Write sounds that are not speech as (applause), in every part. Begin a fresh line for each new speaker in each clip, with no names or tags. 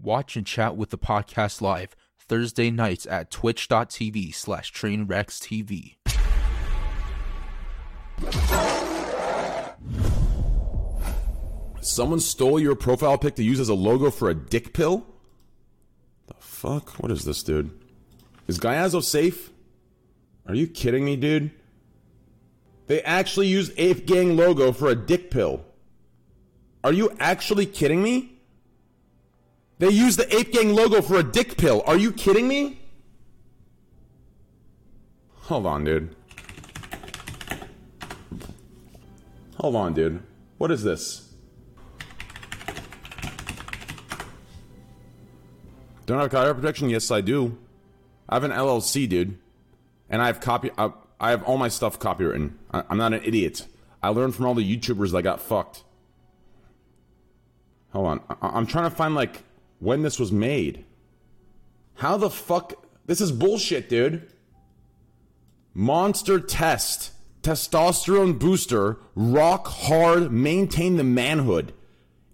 Watch and chat with the podcast live Thursday nights at twitch.tv slash trainwreckstv.
Someone stole your profile pic to use as a logo for a dick pill? The fuck? What is this, dude? Is Guyazzo safe? Are you kidding me, dude? They actually used Ape Gang logo for a dick pill. Are you actually kidding me? They used the Ape Gang logo for a dick pill. Are you kidding me? Hold on, dude. Hold on, dude. What is this? Don't I have copyright protection? Yes, I do. I have an LLC, dude, and I have copy. I, I have all my stuff copywritten. I, I'm not an idiot. I learned from all the YouTubers that got fucked. Hold on, I, I'm trying to find like when this was made. How the fuck? This is bullshit, dude. Monster test. Testosterone booster. Rock hard. Maintain the manhood.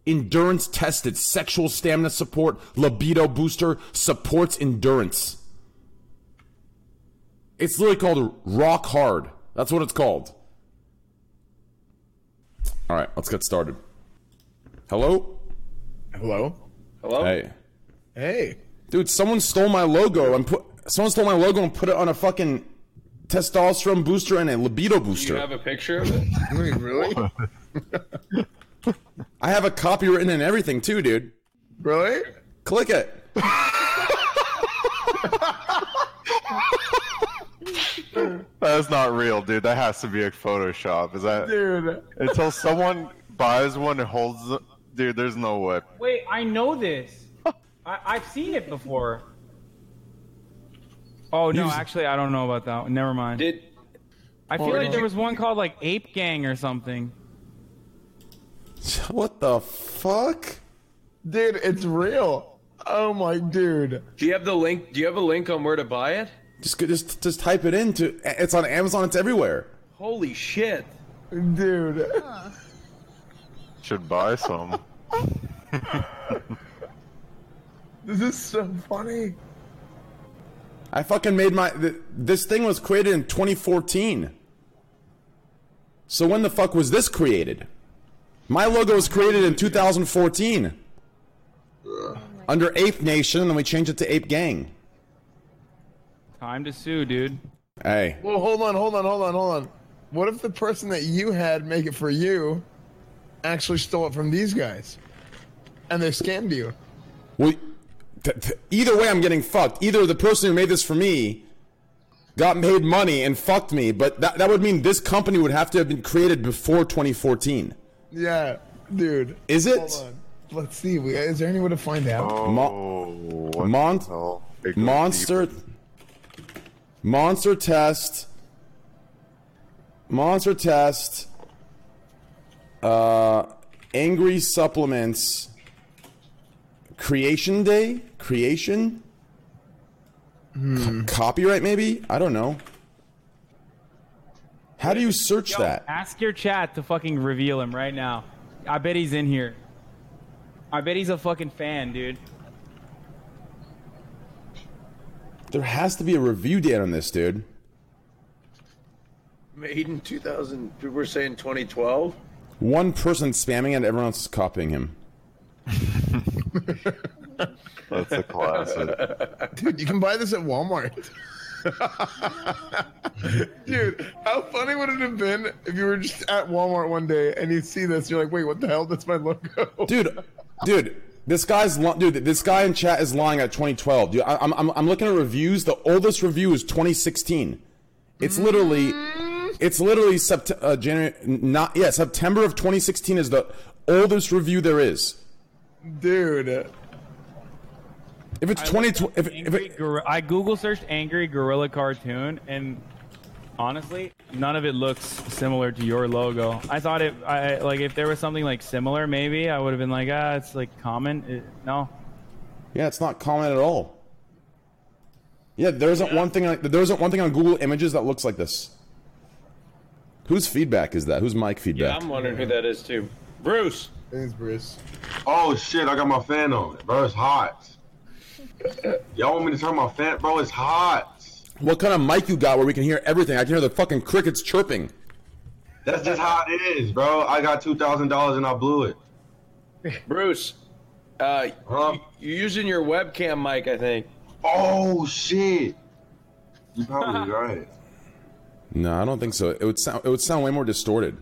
Endurance tested. Sexual stamina support. Libido booster. Supports endurance. It's literally called Rock Hard. That's what it's called. All right, let's get started. Hello?
Hello.
Hello?
Hey.
Hey.
Dude, someone stole my logo and put someone stole my logo and put it on a fucking testosterone booster and a libido
Do you
booster.
have a picture of
(laughs)
it?
Wait, really?
(laughs) I have a copy written and everything too, dude.
really?
(laughs)
Click it.
That's not real, dude. That has to be a Photoshop. Is that
Dude.
until someone buys one and holds it? Dude, there's no way.
Wait, I know this. I, I've seen it before. Oh no, actually, I don't know about that. one. Never mind.
Did
I feel like there was one called like Ape Gang or something.
(laughs) What the fuck?
Dude, it's real. Oh my dude.
do you have the link? Do you have a link on where to buy it?
Just go- just just type it into it's on Amazon, it's everywhere.
Holy shit!
Dude.
Should buy some.
This is so funny.
I fucking made my th- this thing was created in 2014. So when the fuck was this created? My logo was created in 2014 under Ape Nation, and then we changed it to Ape Gang.
Time to sue, dude.
Hey,
Well, hold on, hold on, hold on, hold on. What if the person that you had make it for you actually stole it from these guys? And they scammed you.
we, th- th- either way, I'm getting fucked. Either the person who made this for me got paid money and fucked me, but that, that would mean this company would have to have been created before 2014.
Yeah, dude.
Is it?
Hold on. Let's see. We- Is there any way to find out?
Oh,
Mo-
Mon- Monster Monster Test Monster Test uh Angry Supplements Creation Day Creation C- Copyright maybe? I don't know. How do you search that?
Ask your chat to fucking reveal him right now. I bet he's in here. I bet he's a fucking fan, dude.
There has to be a review date on this, dude.
Made in 2000. We're saying 2012.
One person spamming and everyone else is copying him.
That's a classic.
(laughs) Dude, you can buy this at Walmart. (laughs) Dude, how funny would it have been if you were just at Walmart one day and you see this? You're like, wait, what the hell? That's my logo.
dude, dude, this guy's li- dude. This guy in chat is lying at 2012. Dude, I, I'm, I'm I'm looking at reviews. The oldest review is 2016. It's literally, it's literally sept- uh, January. Not yeah, September of 2016 is the oldest review there is.
Dude,
If it's 20, if, it- if
Angry
it,
gor- I Google searched angry gorilla cartoon, and honestly, none of it looks similar to your logo. I thought it, I like, if there was something like similar, maybe I would have been like, ah, it's like common. It, no,
yeah, it's not common at all. Yeah, there isn't one thing. Like, there isn't one thing on Google Images that looks like this. Whose feedback is that? Whose mic feedback?
I'm wondering who that is too. Bruce,
Thanks, Bruce.
Oh shit, I got my fan on. Bro, it's hot. Y'all want me to turn my fan? Bro, it's hot.
What kind of mic you got where we can hear everything? I can hear the fucking crickets chirping.
That's just how it is, bro. I got $2,000 and I blew it.
Bruce, uh,
Huh?
you're using your webcam mic, I think.
Oh shit. You
(laughs)
probably right.
No, I don't think so. It would sound it would sound way more distorted.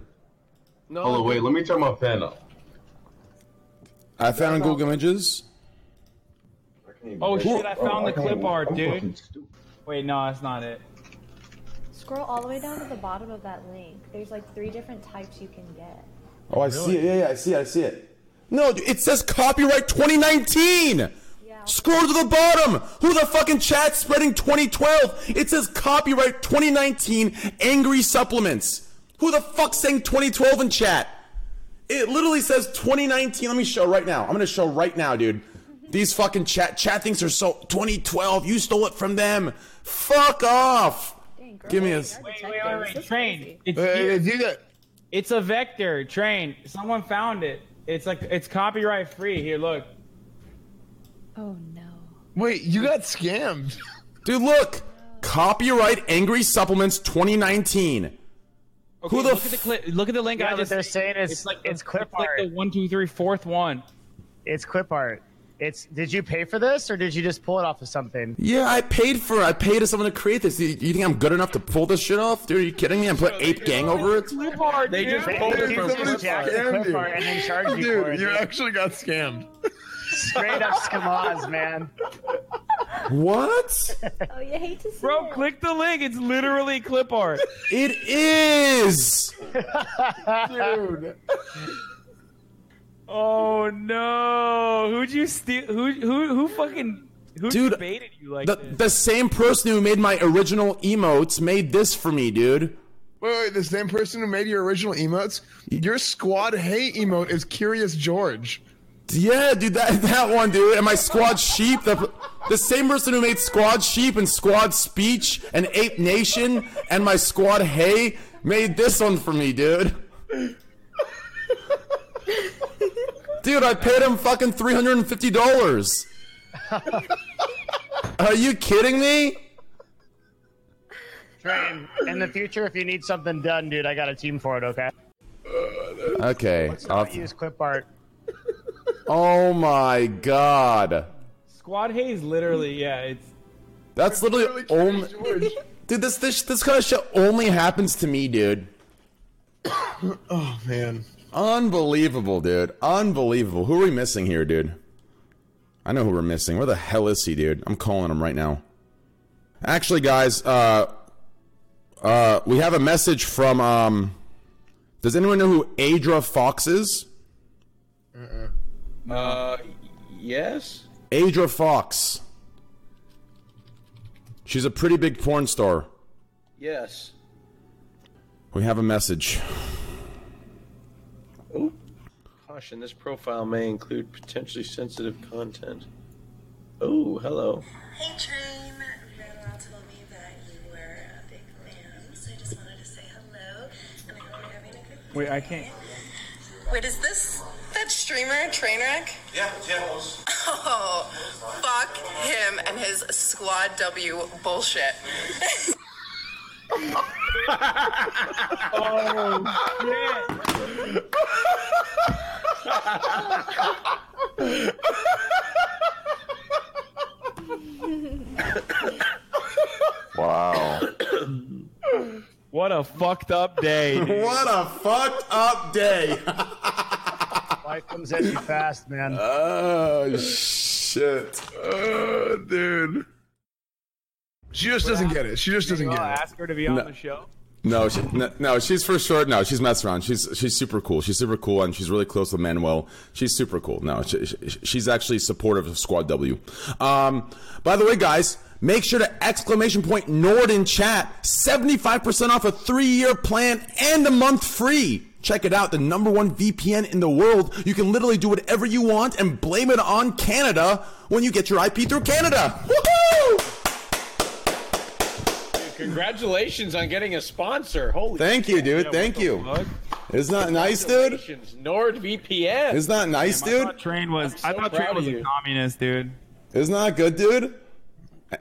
No,
Hold on, wait, let me turn my fan
(laughs)
off.
I found on Google Images.
Oh shit! I found the clip art, dude.
stupid.
Wait, no, that's not it.
Scroll all the way down to the bottom of that link. There's like three different types you can get.
Oh, I see it. Yeah, yeah, I see it. I see it. No, dude, it says copyright 2019.
Yeah.
Scroll to the bottom. Who the fucking chat spreading 2012? It says copyright 2019 angry supplements. Who the fuck saying 2012 in chat? It literally says 2019. Let me show right now. I'm gonna show right now, dude. These fucking chat chat things are so 2012. You stole it from them. Fuck off.
Dang, girl,
Give me
you
a-
are
Wait, wait,
detectives.
wait,
This
wait.
is
Train.
crazy.
It's
Uh,
here.
if you got-
It's a vector train. Someone found it. It's like it's copyright free. Here, look.
Oh no.
wait, you got scammed. (laughs)
Dude, look. Copyright Angry Supplements 2019.
Okay,
Who the
look at the
f-
clip? Look at the link.
Yeah,
I
but
just
they're saying it's- it's clip
like the
art.
one, two, three, fourth one.
It's clip art. It's did you pay for this or did you just pull it off of
(laughs)
something?
Yeah, I paid for it. I paid to someone to create this. You, you think I'm good enough to pull this shit off? Dude, are you kidding me? And put Ape Gang over it?
Clip art,
They
dude.
just
They,
pulled
they
it
just
from
Somebody
jacked
scammed
the clip
you.
art and then charged you for
Dude,
it.
you
dude.
actually got scammed.
Straight up skamaz, man.
What?
Oh, you hate to see
Bro,
it.
click the link. It's literally clip art.
It is.
Dude.
Oh no! Who'd you steal? Who who who fucking who
Dude,
baited you like
The,
this?
the same person who made my original emotes made this for me, dude.
Wait, wait, the same person who made your original emotes? Your squad hate emote is Curious George.
Yeah, dude, that that one, dude. And my squad sheep, the the same person who made squad sheep and squad speech and ape nation and my squad hay made this one for me, dude. Dude, I paid him fucking three hundred and fifty dollars. Are you kidding me?
Train. In the future, if you need something done, dude, I got a team for it. Okay.
Okay.
I'll
I'll-
use clip art.
Oh my god.
Squad haze, literally. Yeah, it's
That's literally only
George.
dude. This this this kind of shit only happens to me, dude.
Oh, man.
Unbelievable, dude. Unbelievable. Who are we missing here, dude? I know who we're missing. Where the hell is he, dude? I'm calling him right now. Actually, guys, uh uh we have a message from um Does anyone know who Adra Fox is?
Uh, yes?
Adra Fox. She's a pretty big porn star.
Yes.
We have a message.
Oh. Caution, this profile may include potentially sensitive content. Oh, hello.
Hey Train, Manuel told me that you were a big fan, so I just wanted to say hello, and I hope you're having a good
wait. I can't.
Wait, is this that streamer Trainwreck? Yeah, yeah. Oh, fuck him and his squad W
(laughs)
bullshit.
(laughs)
Wow.
What a fucked up day. dude.
What a fucked
(laughs)
up day.
Life comes at you fast, man.
oh shit.
Oh, Ah, dude. She just doesn't get it. She just doesn't
Well,
get it.
ask her to be on the show.
No, she, no, no, she's for sure. No, she's messing around. She's she's super cool. She's super cool, and she's really close with Manuel. She's super cool. No, she, she- she's actually supportive of Squad W. Um, by the way, guys, make sure to exclamation point Nord in chat. Seventy five percent off a three year plan and a month free. Check it out, the number one VPN in the world. You can literally do whatever you want and blame it on Canada when you get your IP through Canada. Woohoo!
Congratulations on getting a sponsor. Holy
Thank you, dude.
Yeah,
Thank
what the
you.
fuck?
It's not nice, dude.
NordVPN.
It's not nice,
Damn, I
dude.
thought Train was. I thought
proud
Train
of
was a
you.
communist, dude.
It's not good, dude.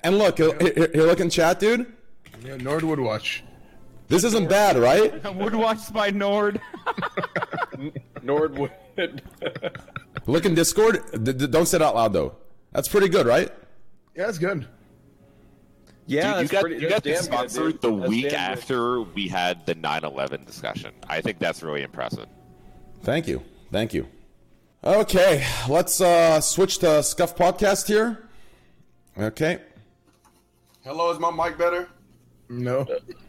And look, here, here, here, look in chat, dude.
Yeah, Nordwood Watch.
This isn't bad,
(laughs)
right?
Wood watched by Nord.
Nordwood.
Look in Discord. D- d- don't say it out loud though. That's pretty good, right?
Yeah, that's good.
Yeah,
Dude, you
that's
got
pretty-
you got the
that's damn good,
sponsor
dude.
the
That's
week
damn good.
after we had the 9/11 discussion. I think that's really impressive.
Thank you, thank you. Okay, let's uh, switch to Scuff Podcast here. Okay.
Hello, is my mic better?
No.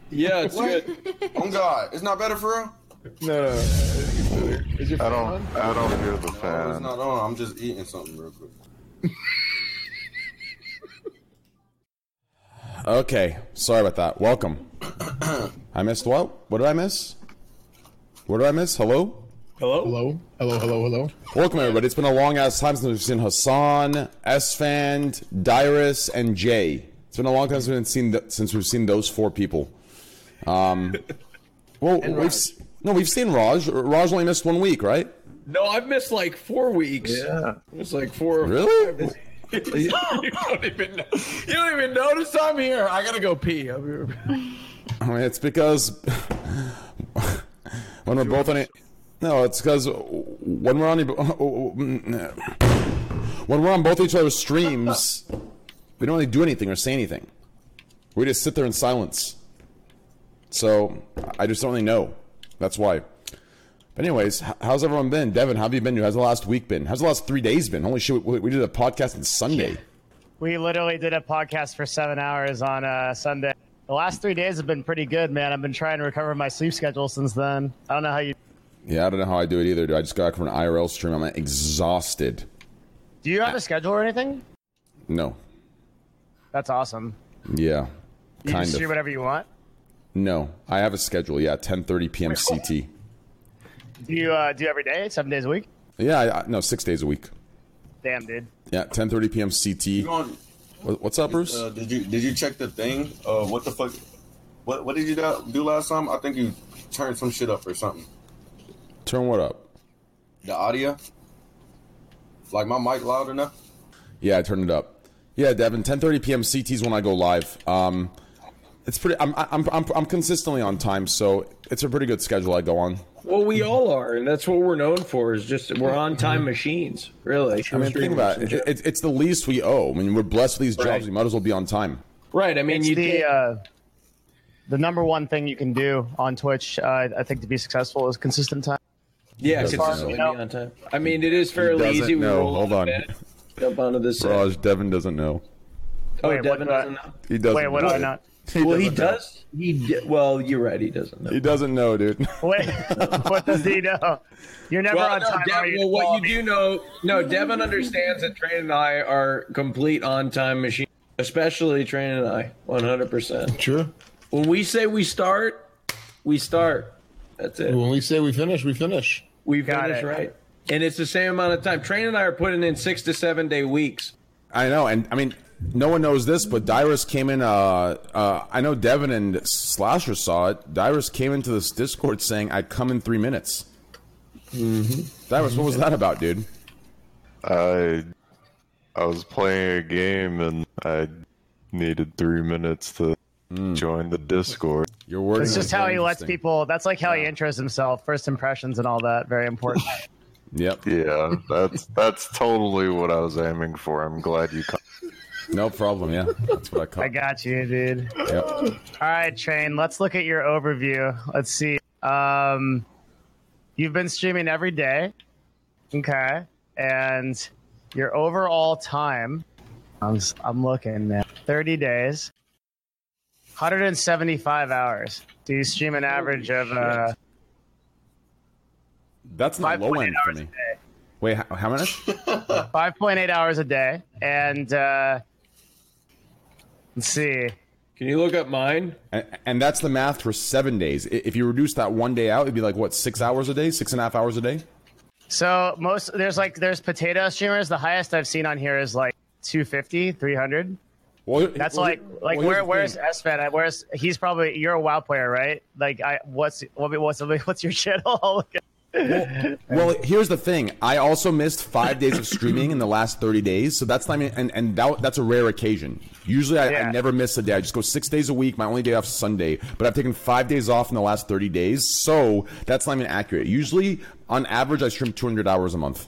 Yeah, it's good. oh God, it's not better for real.
No, no. Is your
I don't. I don't hear the fan.
Um,
It's not on. I'm just eating something real quick.
Okay, sorry about that. Welcome. I missed what? What did I miss? What did I miss? Hello?
(clears throat) Hello?
Hello? Hello, hello, hello.
Welcome, everybody. It's been a long ass time since we've seen Hassan, Esfand, Dyrus, and Jay. It's been a long time since we've seen, th- since we've seen those four people.
(laughs)
Um, well,
And
we've,
Raj.
s- no, we've seen Raj. Raj only missed one week, right?
No, I've missed like four weeks. Yeah, it's Uh, like four.
Really?
(laughs) you don't even. know- You don't even notice I'm here. I gotta go pee. I'll be-
I mean, it's because (laughs) when we're both on it. No, it's because when we're on e- (laughs) when we're on both each other's streams, we don't really do anything or say anything. We just sit there in silence. So I just don't really know. That's why. But anyways, h- how's everyone been? Devin, how have you been? How's the last week been? How's the last three days been? Holy shit, we, we did a podcast on Sunday.
We literally did a podcast for seven hours on uh, Sunday. The last three days have been pretty good, man. I've been trying to recover my sleep schedule since then. I don't know how you
Yeah, I don't know how I do it either. Dude. I just got back from an IRL stream. I'm like, exhausted.
do. You have a schedule or anything?
No.
That's awesome.
Yeah.
You can
kind of.
stream whatever you want.
No, I have a schedule. Yeah, 10:30 p.m. CT.
Do you uh, do every day, seven days a week?
Yeah, I, I, no, six days a week.
Damn, dude.
Yeah, 10:30 p.m. CT.
on.
What- What's up, Bruce?
Uh, did you did you check the thing? Uh, what the fuck? What what did you do do last time? I think you turned some shit up or something.
Turn what up?
The audio. Like my mic loud enough?
Yeah, I turned it up. Yeah, Devin, 10:30 p.m. CT is when I go live. Um, it's pretty. I'm I'm I'm, I'm consistently on time, so it's a pretty good schedule I go on.
Well, we all are, and that's what we're known for. Is just we're on time machines. Really.
Mm-hmm. I mean, think about it. It- it's- it's the least we owe. I mean, we're blessed with these jobs. We might as well be on time.
Right. I mean,
it's
you
the
did-
uh, the number one thing you can do on Twitch, uh, I think, to be successful is consistent time.
Yeah,
He doesn't
consistently be
know.
on time. I mean, it is
He
fairly
doesn't
easy. We
know.
roll
Hold
out
on.
of bed, jump onto this. uh,
Raj, Devin doesn't know.
oh,
Wait,
Devin
what-
doesn't know.
He doesn't. know.
well,
doesn't
he
know.
does. He d- well, you're right. He doesn't know.
He doesn't know, dude. (laughs)
Wait, what does he know? You're never
Well,
on
no,
time. are
Devin,
you?
well, what you do know, no, Devin understands that Train and I are complete on-time machines, especially Train and I, 100%.
True.
When we say we start, we start. That's it.
When we say we finish, we finish.
We
Got
finish
it.
right. And it's the same amount of time. Train and I are putting in six to seven day weeks.
I know, and I mean, no one knows this, but Dyrus came in. Uh, uh, I know Devin and Slasher saw it. Dyrus came into this Discord saying, "I come in three minutes." Mm-hmm. Dyrus, what was that about, dude?
I I was playing a game and I needed three minutes to
Hmm.
join the Discord.
Your word.
That's just how he lets people. That's like how he intros himself, first impressions, and all that. Very
(laughs)
important.
Yep.
Yeah, that's that's totally what I was aiming for. I'm glad you. Caught.
No problem. Yeah, that's what I
I
caught.
got you, dude.
Yep.
All right, Train. Let's look at your overview. Let's see. Um, you've been streaming every day, okay? And your overall time. I'm s- I'm looking now. Thirty days. 175 hours. Do you stream an average of uh,
That's not low end for me. Wait, how, how much?
5.8 hours a day? And uh, let's see.
Can you look up mine?
And, and that's the math for seven days. I- If you reduce that one day out, it'd be like what six hours a day, six and a half hours a day.
So most there's like there's potato streamers. The highest I've seen on here is like 250, 300.
Well,
That's
well,
like
here-
like
well, here's
where
the
where's
thing.
Sven? Where's he's probably you're a WoW player, right? Like I what's what, what's what's your channel? (laughs) I'll look at-
Well, here's the thing. I also missed five days of streaming in the last 30 days, so that's not even, and, and that, that's a rare occasion. Usually I, I never miss a day. I just go six days a week. My only day off is Sunday, but I've taken five days off in the last 30 days, so that's not even accurate. Usually, on average, I stream 200 hours a month.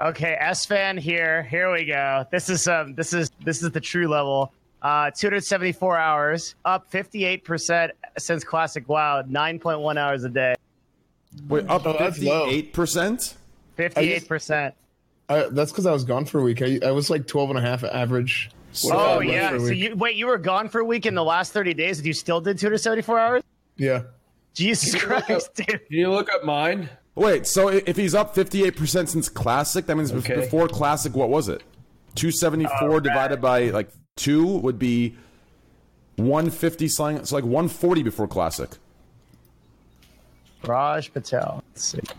Okay, S fan here. Here we go. This is um this is this is the true level. Uh 274 hours, up 58% since Classic WoW, 9.1 hours a day.
Wait, up
Oh, that's low.
58%?
58%.
Uh, that's because I was gone for a week. I, I was like 12 and a half average.
oh
Whatever I
yeah.
was for a
So
week.
you wait, you were gone for a week in the last 30 days and you still did 274 hours?
yeah.
Jesus (laughs) Christ, dude.
you look up mine?
Wait, so i- if he's up 58% since Classic, that means bef-
Okay. Uh,
before Classic, what was it? 274 divided by like 2 would be 150 something. It's like 140 before Classic.
Raj Patel.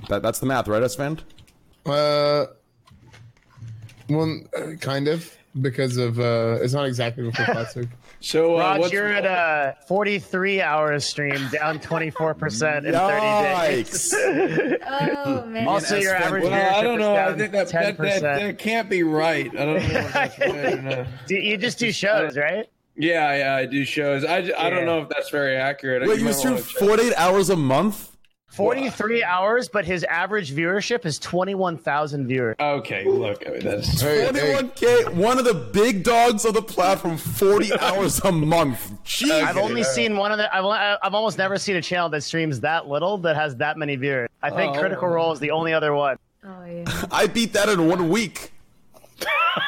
That, that's the math, right, Sven?
Uh, well, uh, kind of because of uh, it's not exactly before classic.
so
Raj, you're at a 43 hours stream, down 24% in 30 days. (laughs)
Oh man.
Also, your average
Well, I don't know. I
viewership
think
is
that
down
that, that
10%.
that can't be right. I don't know.
(laughs)
If that's right or not.
Do- you just do shows, right?
Yeah, yeah, I do shows. I, j- I don't know if that's very accurate.
Wait,
might
you stream
wanna check.
48 hours a month?
43 hours, but his average viewership is 21,000 viewers.
Okay, look, I mean, that's
21K, one of the big dogs of the platform,
(laughs)
40 hours a month. Jeez.
I've only seen one of the. I've, on- I've almost never seen a channel that streams that little that has that many viewers. I think
Oh.
Critical Role is the only other one.
I beat that in one week.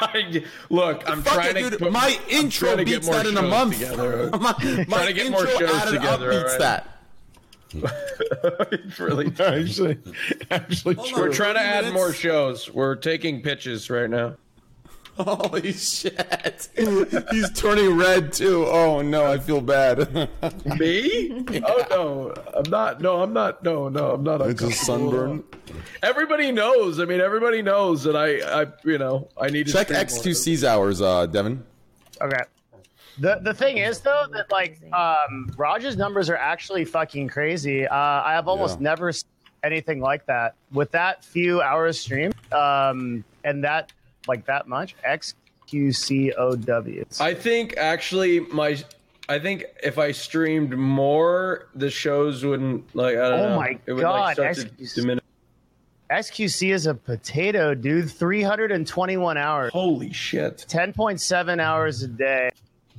I- look, I'm
Fuck
trying
it,
to.
dude.
put-
my
I'm
intro
trying to get
beats
more
that in a
shows
month.
together.
(laughs) my
Trying
my
to get
intro
more shows
added
together,
up beats
alright.
that.
it's really
actually, actually
We're trying to add more shows. We're taking pitches right now.
Holy shit. (laughs) He's turning red too. Oh no, I feel bad. (laughs)
Me? Oh no, I'm not. No, I'm not. No, no, I'm not.
It's a sunburn.
Everybody knows. I mean, everybody knows that I, I, you know, I need to
Check
stream more.
XQC's hours, uh, Devin.
Okay. (laughs) The the thing is though that like um Raj's numbers are actually fucking crazy. Uh, I have almost
Yeah.
never seen anything like that with that few hours stream um and that like that much XQCOW.
I think actually my I think if I streamed more, the shows wouldn't like. I don't
Oh
know.
my
it would,
God,
Like, start to
excuse-
diminish.
XQC is a potato, dude. 321 hours.
Holy shit.
10.7 hours a day.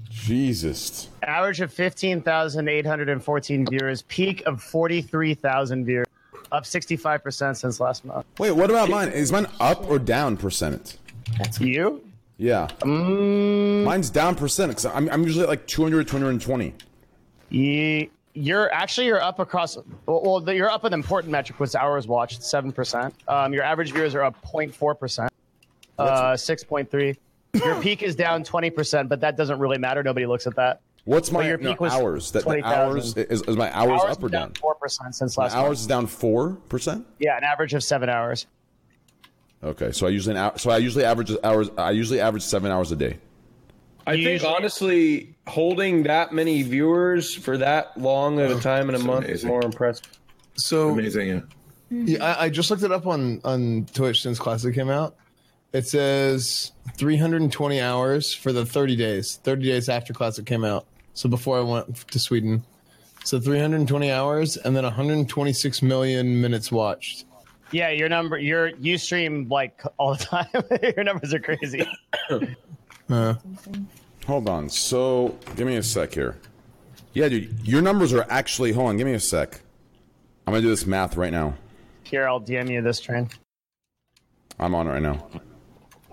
Jesus.
Average of 15,814 viewers. Peak of 43,000 viewers. Up 65% since last month.
Wait, what about mine? Is mine up or down percent?
That's you? Mm.
Yeah. Mine's down percent because I'm, I'm usually at like 200, 220.
Ye- You're actually you're up across. Well, well, the- you're up an important metric, was hours watched, seven percent. Um, your average viewers are up 0.4 percent, uh, six point three. Your peak is down 20 percent, but that doesn't really matter. Nobody looks at that.
What's
But
my
your
no,
peak was
hours? That, the
20,000.
hours is, is my hours,
Hours
up or
down
down?
Four percent since
My
last. month.
hours is down four percent.
Yeah, an average of seven hours.
Okay, so I usually an hou- so I usually average hours. I usually average seven hours a day.
I think honestly, holding that many viewers for that long of a time in a month is more impressive.
So
amazing. Yeah.
Yeah, I, I just looked it up on on Twitch since Classic came out. It says 320 hours for the 30 days, 30 days after Classic came out. So before I went to Sweden, so 320 hours and then 126 million minutes watched.
Yeah, your number, your you stream like all the (laughs) time. your numbers are
(coughs)
crazy.
Hold on. So give me a sec here. Yeah, dude, your numbers are actually. Hold on. Give me a sec. I'm gonna do this math right now.
Here, I'll DM you this trend.
I'm on it right now.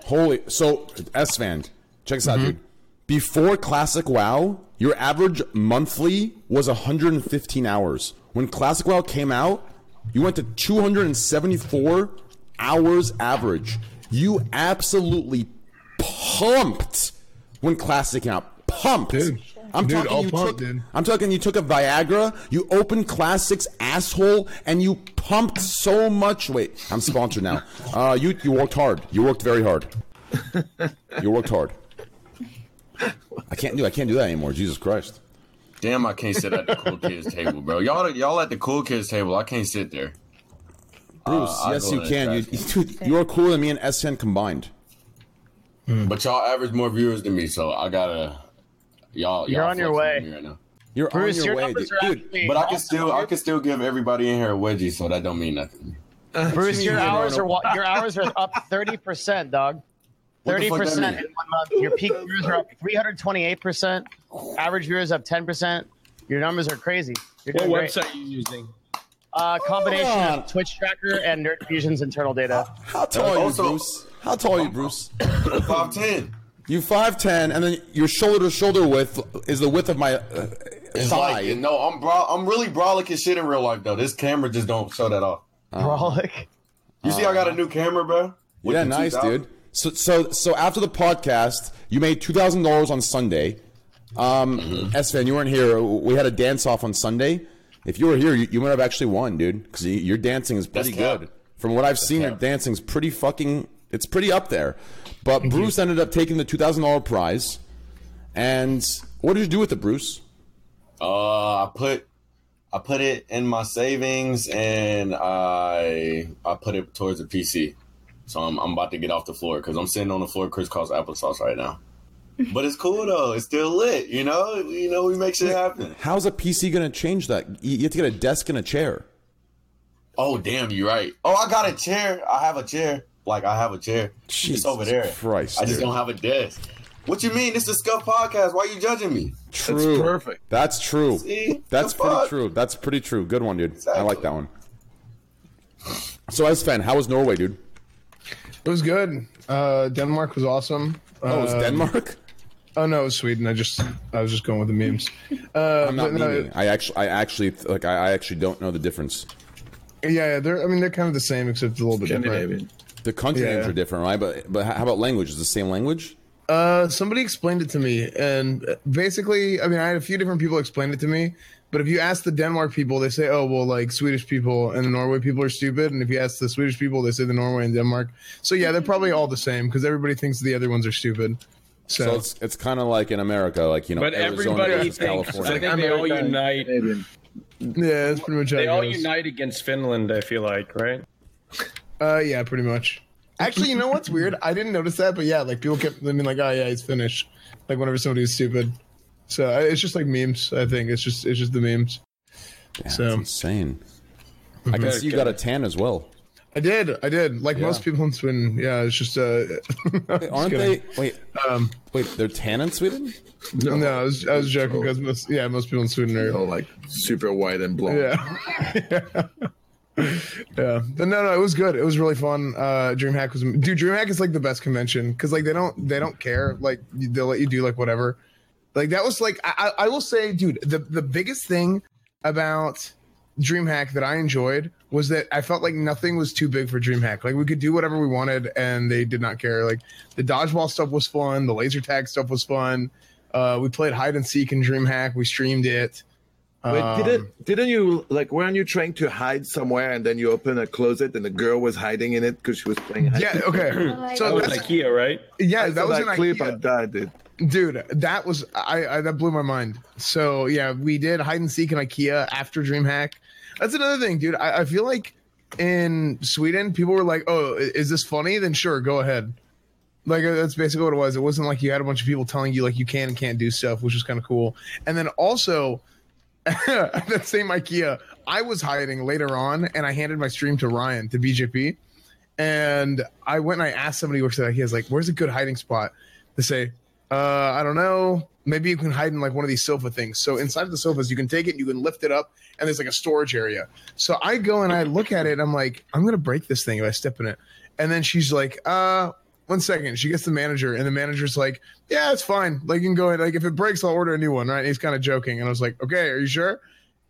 Holy. So S Van, check this out, dude. Before Classic WoW, your average monthly was 115 hours. When Classic WoW came out, you went to 274 hours average. You absolutely pumped when Classic came out. Pumped. I'm
Dude,
talking
all
you
pumped,
took,
dude.
I'm talking you took a Viagra, you opened Classic's asshole, and you pumped so much. Wait, I'm sponsored
(laughs)
now. Uh, you you worked hard. You worked very hard. You worked hard. I can't do. I can't do that anymore. Jesus Christ.
Damn, I can't sit at the cool kids table, bro. Y'all, y'all at the cool kids table. I can't sit there.
(laughs) Bruce,
Uh, I'll
yes,
go
you
in the
can. You, dude, you are cooler than me and S10 combined. Mm.
But y'all average more viewers than me, so I gotta. Y'all,
You're
y'all
on your
flexing
way.
on me right now.
You're
Bruce, your numbers are actually
But I can
awesome.
still, I can still give everybody in here a wedgie, so that don't mean nothing.
Uh,
Bruce, your hours are wa- your hours are up (laughs) thirty percent, dog.
What the
Thirty
fuck that
percent
mean?
in one month. Your peak viewers are up three hundred twenty-eight percent. Average viewers up ten percent. Your numbers are crazy. You're
What
doing great.
website you using?
Uh, combination
Hold
of Twitch Tracker and Nerd Fusion's internal data.
How tall are you, Bruce? How tall are you, Bruce?
(coughs) Five ten.
You five ten, and then your shoulder to shoulder width is the width of my uh,
It's
thigh.
like, no, I'm bro- I'm really brolic as shit in real life though. This camera just don't show that off.
Brolic.
You see, I got a new camera, bro. With
yeah,
the
nice,
2000.
dude. So, so, so after the podcast, you made two thousand dollars on Sunday. Um,
Mm-hmm.
S Van, you weren't here. We had a dance off on Sunday. If you were here, you, you might have actually won, dude, because your dancing is
That's
pretty
cap.
good. From what I've seen, your dancing's pretty fucking. It's pretty up there. But Bruce ended up taking the two thousand dollar prize. And what did you do with it, Bruce?
Uh, I put I put it in my savings and I I put it towards the PC. So I'm I'm about to get off the floor because I'm sitting on the floor crisscross applesauce right now. But it's cool though. It's still lit. You know. You know. We make shit happen.
How's a PC going to change that? You you have to get a desk and a chair.
Oh damn, you're right. Oh, I got a chair. I have a chair. Like I have a chair.
Jesus
it's over there.
Christ,
I just
dude.
don't have a desk. What you mean? This is scuff podcast. Why you judging me?
True.
perfect.
That's true.
See?
That's
The
pretty
fuck?
true. That's pretty true. Good one, dude. I like that one. So, as Sven, how was Norway, dude?
It was good. Uh, Denmark was awesome.
Oh, it was
Um,
Denmark?
Oh no, it was Sweden. I just I was just going with
(laughs)
the memes. Uh,
I'm not
but no,
memeing. I actually, I actually, like, I, I actually don't know the difference.
yeah, yeah, they're. I mean, they're kind of the same except a little bit different.
The country
Yeah.
names are different, right? But, but how about language? Is it the same language?
Uh, somebody explained it to me, and basically, I mean, I had a few different people explain it to me. But if you ask the Denmark people, they say, "Oh, well, like Swedish people and the Norway people are stupid." And if you ask the Swedish people, they say the Norway and Denmark. So yeah, they're probably all the same because everybody thinks the other ones are stupid.
So,
So,
it's, it's kind of like in America, like you know,
But
Arizona
everybody
versus
thinks-
California.
I think they all
America.
unite.
yeah, that's pretty much how
They
it
all
goes.
unite against Finland. I feel
(laughs)
like, right?
Uh, yeah, pretty much. Actually, you know
(laughs)
what's weird? I didn't notice that, but yeah, like people kept being like, "Oh yeah, he's Finnish," like whenever somebody's stupid. So I- it's just like memes. I think it's just it's just the memes. Mm-hmm.
Damn, that's insane. I can see you got a tan as well.
I did, I did. Like
Yeah.
most people in Sweden, yeah, it's just. Uh, (laughs)
Aren't they? Wait,
um,
wait, they're tan in Sweden?
No, I was I was joking because most yeah most people in Sweden are
like super white and blonde.
yeah. Yeah, but no, no, it was good. It was really fun. Uh, DreamHack was, dude. DreamHack is like the best convention because like they don't they don't care. Like you- they'll let you do like whatever. Like that was like I, I I will say, dude, the the biggest thing about DreamHack that I enjoyed was that I felt like nothing was too big for DreamHack. Like we could do whatever we wanted, and they did not care. Like the dodgeball stuff was fun. The laser tag stuff was fun. Uh, we played hide and seek in DreamHack. We streamed it.
Wait,
Um,
didn't didn't you like weren't you trying to hide somewhere and then you open a closet and the girl was hiding in it because she was playing hide?
Yeah, okay. So
that was
that's-
Oh, IKEA, right?
Yeah,
I
that
saw
was
that
an
clip. I
IKEA.
died. Dude.
dude that was I, I that blew my mind so yeah we did hide and seek in ikea after dreamhack that's another thing dude I, I feel like in sweden people were like oh i- is this funny then sure go ahead like uh, that's basically what it was it wasn't like you had a bunch of people telling you like you can and can't do stuff which was kind of cool and then also (laughs) at that same ikea i was hiding later on and i handed my stream to ryan to bjp and I went and I asked somebody who works at IKEA, I was like, "Where's a good hiding spot?" They say, "Uh, I don't know. Maybe you can hide in like one of these sofa things." So inside of the sofas, you can take it, you can lift it up, and there's like a storage area. So I go and I look at it, and I'm like, "I'm gonna break this thing if I step in it." And then she's like, "Uh." One second, she gets the manager, and the manager's like, "Yeah, it's fine. Like, you can go ahead. Like, if it breaks, I'll order a new one." Right? And he's kind of joking, and I was like, "Okay, are you sure?"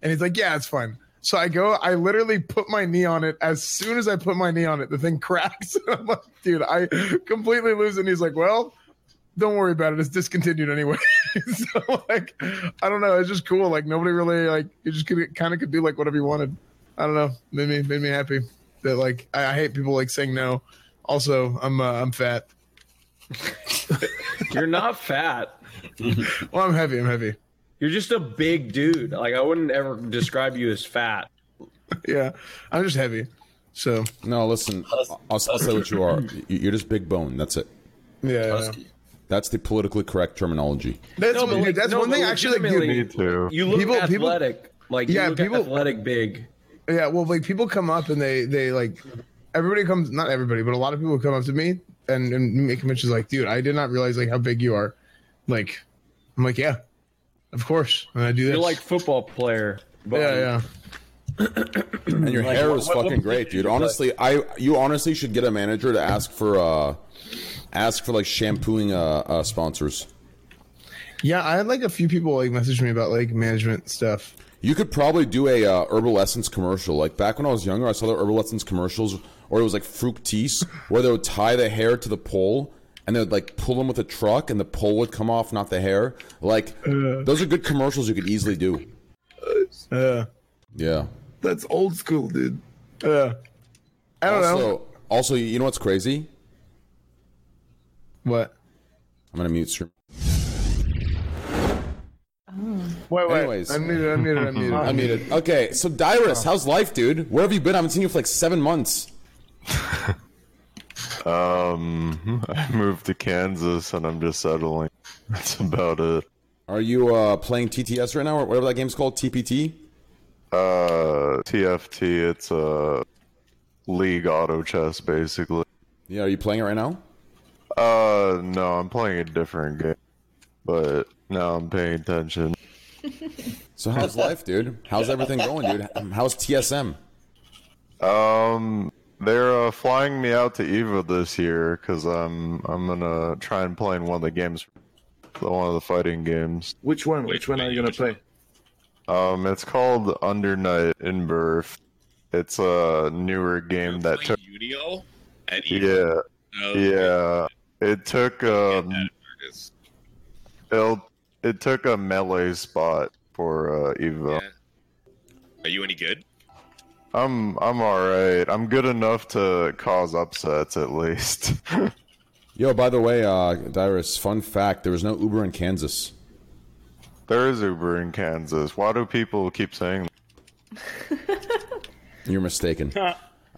And he's like, "Yeah, it's fine." So I go, I literally put my knee on it. As soon as I put my knee on it, the thing (laughs) cracks. And I'm like, dude, I completely lose it. And he's like, well, don't worry about it. It's discontinued anyway. (laughs) so like, I don't know. It's just cool. Like nobody really like you just could kind of could do like whatever you wanted. I don't know. Made me made me happy that like I, I hate people like saying no.
(laughs)
Also, I'm uh, I'm fat.
You're not fat.
well, I'm heavy. I'm heavy.
You're just a big dude. Like I wouldn't ever describe you as fat.
yeah, I'm just heavy. So
no, listen. I'll, I'll say what you are. You- You're just big bone. That's it.
Yeah.
That's the politically correct terminology.
That's,
No, but,
dude,
like,
that's
no,
one
but
thing. Actually, like, dude,
legitimately, You look athletic. like
yeah,
you look
people,
athletic, big.
Yeah, well, like people come up and they they like everybody comes not everybody, but a lot of people come up to me and, and make mentions like, dude, I did not realize like how big you are. Like, I'm like, yeah, of course, and I do this.
You're like football player. but-
yeah, yeah.
And your
Like,
hair
what-
is
what- what
fucking great,
position
dude.
is
Honestly, I you honestly should get a manager to ask for uh ask for like shampooing uh, uh sponsors.
Yeah, I had like a few people like message me about like management stuff.
You could probably do a uh, Herbal Essence commercial. Like back when I was younger, I saw the Herbal Essence commercials, or it was like Fructis, where they would tie the hair to the pole and they would like pull them with a truck, and the pole would come off, not the hair. Like those are good commercials you could easily do.
Uh,
Yeah.
That's old school, dude.
Uh, I don't
also,
know.
Also, you know what's crazy?
What?
I'm gonna mute stream.
Wait, wait.
Anyways,
I'm muted. I'm muted.
(laughs)
I'm muted.
I'm muted. Okay, so Dyrus, how's life, dude? Where have you been? I haven't seen you for like seven months.
Um, (laughs) I moved to Kansas and I'm just settling. That's about it.
Are you uh, playing TTS right now, or whatever that game's called? TPT.
Uh, TFT. It's a league auto chess, basically.
Yeah, are you playing it right now?
Uh, no, I'm playing a different game, but now I'm paying attention.
(laughs) So how's life, dude? How's everything going, dude? Um, How's TSM?
Um, they're uh, flying me out to Evo this year because I'm I'm gonna try and play in one of the games, the one of the fighting games.
Which one? Hmm, Which one are you gonna play?
(laughs)
Um, it's called Under Night in Birth. It's a newer game that took.
Udio and
Yeah, yeah. It took um. It'll, it took a melee spot for uh, Evo.
Are you any good?
I'm I'm all right. I'm good enough to cause upsets at least. (laughs)
Yo, by the way, uh, Dyrus, fun fact: there was no Uber in Kansas.
there is Uber in Kansas. Why do people keep saying that?
You're
(laughs)
mistaken.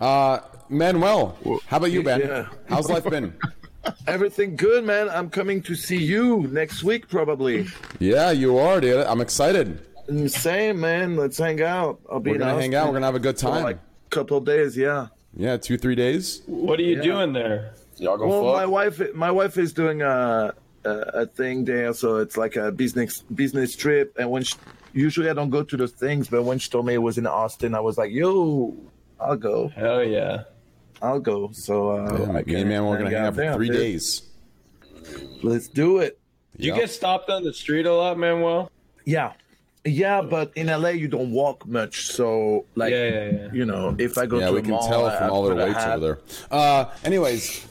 Uh, Manuel, how about you, Ben?
Yeah.
How's life been?
(laughs) Everything good, man. I'm coming to see you next
(laughs)
week, probably.
Yeah, you are, dude. I'm excited.
Same, man. Let's hang out. I'll be
We're
in
gonna hang
Austin
out. We're gonna have a good
for,
time.
like, couple days, yeah.
Yeah, two three days.
What are you
Yeah.
doing there?
Y'all
well, my wife, my wife is doing a, a a thing there, so it's like a business business trip. And when she, usually I don't go to those things, but when she told me it was in Austin, I was like, "Yo, I'll go."
Hell yeah,
I'll go. So uh,
Yeah,
I
me and man, we're gonna hang out for
there,
three
dude.
days.
Let's do it.
Do you get stopped on the street a lot, Manuel?
Yeah. Yeah, but in LA you don't walk much, so like
Yeah, yeah, yeah.
you know, if I go
yeah,
to
we
a
can
mall,
tell
I-
from
I
all their
put a
weights
hat.
over there. Uh, anyways,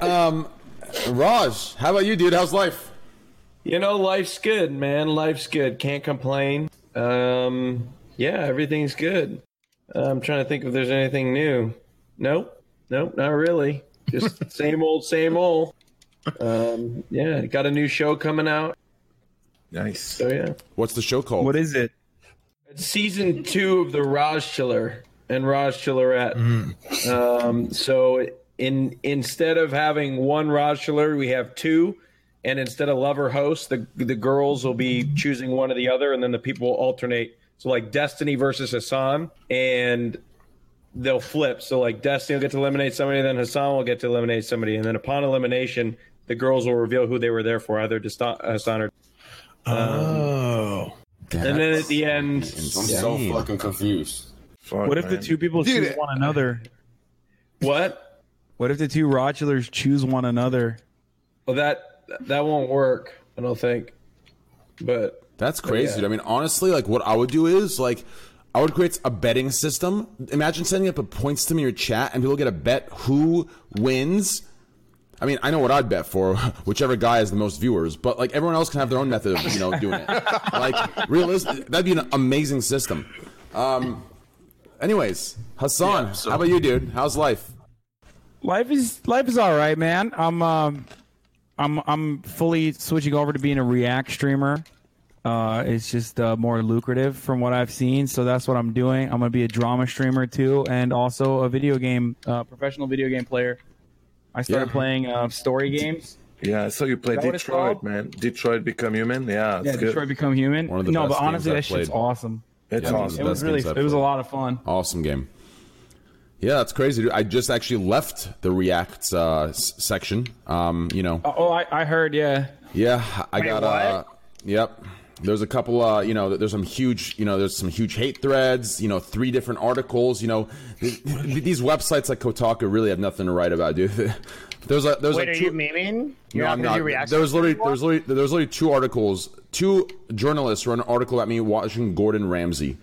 um, Raj, how about you, dude? How's life?
You know, life's good, man. Life's good. Can't complain. Um, yeah, everything's good. I'm trying to think if there's anything new. Nope. Nope, not really.
(laughs)
Just same old, same old. Um, yeah, got a new show coming out.
Nice.
So yeah.
What's the show called? What
is it?
It's season two of the Raj Chiller and Raj Chillerette. Um, so in instead of having one Raj Chiller, we have two. And instead of lover host, the the girls will be choosing one or the other, and then the people will alternate. So like Destiny versus Hassan, and they'll flip. So like Destiny will get to eliminate somebody, then Hassan will get to eliminate somebody, and then upon elimination, the girls will reveal who they were there for, either Desta- Hassan or. um,
oh.
and then at the
I'm
end,
so fucking confused.
What if the two people
Dude,
choose one another?
What?
What if the two Rochelers choose one another?
Well, that that won't work. I don't think. But
That's crazy.
yeah.
dude. I mean, honestly, like what I would do is like I would create a betting system. Imagine setting up a points system in your chat, and people get a bet who wins. I mean, I know what I'd bet for (laughs) whichever guy has the most viewers, but like everyone else can have their own method of you know doing
(laughs)
it. like realistic, that'd be an amazing system. Um, anyways, Hassan, how about you, dude? How's life?
Life is life is all right, man. I'm um, I'm I'm fully switching over to being a React streamer. Uh, it's just uh, more lucrative from what I've seen, so that's what I'm doing. I'm gonna be a drama streamer too, and also a video game uh, professional video game player. I started
Yeah.
playing uh, story games.
Yeah, I saw you play
Is that what it's
Detroit,
called?
man. Detroit Become Human. Yeah, it's
Yeah,
good.
Detroit Become Human.
One of the
no,
best
but
games
honestly,
I've
that shit's
played.
awesome.
It's
I mean,
awesome.
It was
Best
really.
games
It
I've
was a
played.
lot of fun.
Awesome game. Yeah, that's crazy, dude. I just actually left the React uh, s- section. Um, you
Uh,
know,
Oh, I, I heard. Yeah.
Yeah, I
Wait,
got. Uh, yep. There's a couple. Uh, you know, there's some huge. You know, there's some huge hate threads. You know, three different articles. You know, th- th- these websites like Kotaku really have nothing to write about, dude. (laughs) there's a there's
Wait,
like
are
two-
you memeing? You're
no,
not
I'm
gonna
not.
do reaction
There was literally
anymore?
there was literally, there was literally two articles. Two journalists wrote an article at me watching Gordon Ramsay,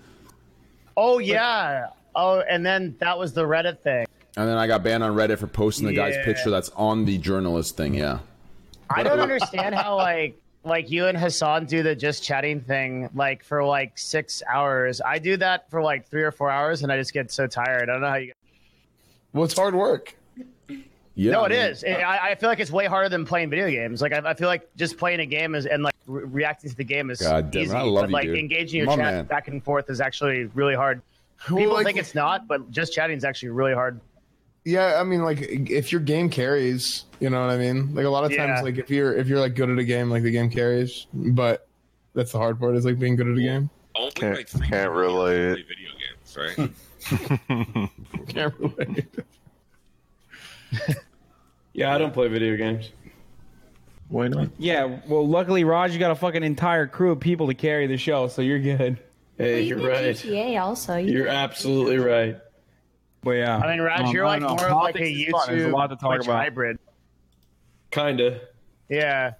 Oh yeah. Oh, and then that was the Reddit thing.
and then I got banned on Reddit for posting the guy's
Yeah.
picture that's on the journalist thing. Yeah.
I don't understand how like like you and Hassan do the just chatting thing like for like six hours. I do that for like three or four hours, and I just get so tired. I don't know how you.
Well, it's hard work.
Yeah,
no, it
I mean-
is. It- I, I feel like it's way harder than playing video games. Like I, I feel like just playing a game is and like re- reacting to the game is
God damn it,
easy,
I love
but
you,
like
dude.
engaging your
My
chat
man.
back and forth is actually really hard. People think it's not, but just chatting is actually really hard.
Yeah, I mean, like if your game carries, you know what I mean. Like a lot of times,
Yeah.
like if you're if you're like good at a game, like the game carries. But that's the hard part is like being good at a game. (laughs)
Only can't, can't relate.
Video games,
(laughs)
right?
can't relate.
Yeah, I don't play video games.
Why not?
Yeah. Well, luckily, Raj, you got a fucking entire crew of people to carry the show, so you're good.
Hey,
you
you're
play
right.
GTA also. You
You're absolutely right.
But yeah,
I mean, Raj,
Um,
you're
I
like
don't know.
more of like a
Politics is fun. There's
YouTube
a lot to talk
Twitch
about.
hybrid.
Kinda.
Yeah.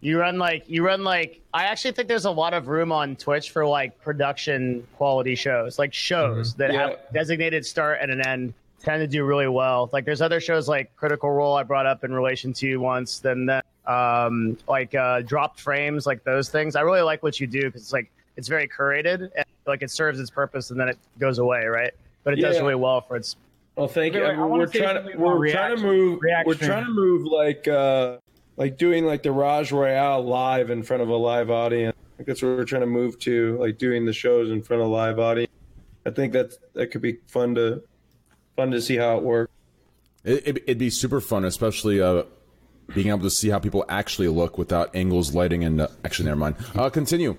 You run like you run like I actually think there's a lot of room on Twitch for like production quality shows, like shows
Mm-hmm.
that have designated start and an end tend to do really well. Like there's other shows like Critical Role I brought up in relation to you once, then that um like uh dropped frames, like those things. I really like what you do because it's like it's very curated and like it serves its purpose and then it goes away, right? But it does
Yeah.
really well for its
Well, thank you.
Wait, wait,
I mean,
I wanna
we're
say
trying
something
to
about
we're
React-
trying to move
React
we're
stream.
trying to move like uh like doing like the Raj Royale live in front of a live audience. I think that's what we're trying to move to, like doing the shows in front of a live audience. I think that's that could be fun to fun to see how it works.
It, it, it'd be super fun, especially uh, being able to see how people actually look without angles, lighting, and uh, actually, never mind. Uh, continue.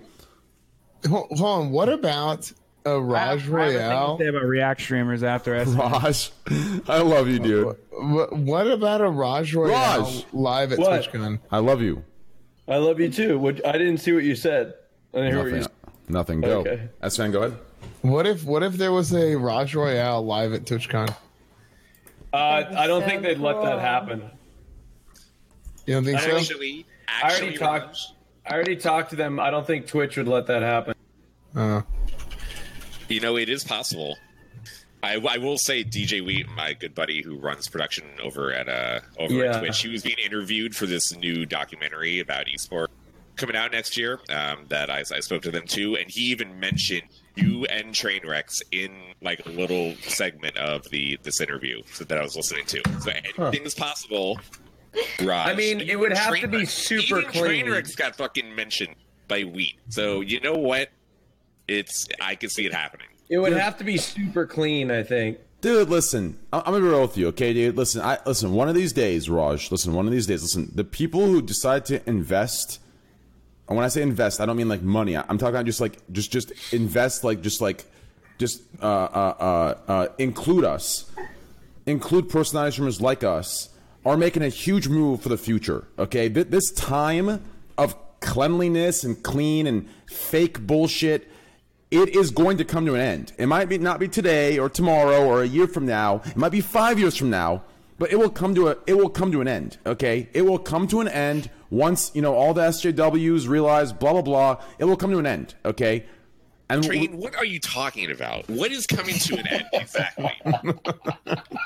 Hold, hold on. What about a Raj
I have a thing
Royale?
to say about React streamers after E. us.
Raj, I love you, dude.
Wh- What about a Raj Royale
Raj!
live at
What?
TwitchCon?
I love you.
I love you too. What I didn't see what you said. I didn't hear what you
Nothing.
said.
Nothing. Go.
Okay.
S fan, go ahead.
What if what if there was a Raj Royale live at TwitchCon?
Uh, I don't think they'd let that happen.
You don't think so?
Actually, I already talked. I already talked to them. I don't think Twitch would let that happen.
Oh.
Uh,
You know, it is possible. I, I will say DJ Wheat, my good buddy who runs production over at uh over
Yeah.
at Twitch, he was being interviewed for this new documentary about esports coming out next year. Um, that I, I spoke to them too, and he even mentioned you and Trainwrecks in like a little segment of the this interview that I was listening to. So anything's possible. Raj.
I mean, it would have to be super
Even
clean.
Trainwrecks got fucking mentioned by Wheat. So you know what? It's I can see it happening.
It would have to be super clean, I think.
Dude, listen. I- I'm gonna be real with you, okay, dude. Listen, I listen. One of these days, Raj. Listen, one of these days. Listen, the people who decide to invest, and when I say invest, I don't mean like money. I- I'm talking about just like just just invest, like just like just uh, uh, uh, uh, include us, include personality streamers like us, are making a huge move for the future. Okay, Th- this time of cleanliness and clean and fake bullshit it is going to come to an end. It might be, not be today or tomorrow or a year from now. It might be five years from now, but it will come to a it will come to an end. Okay, it will come to an end once you know all the SJWs realize blah blah blah. It will come to an end. Okay, and
Train, what are you talking about? What is coming to
(laughs)
an end exactly?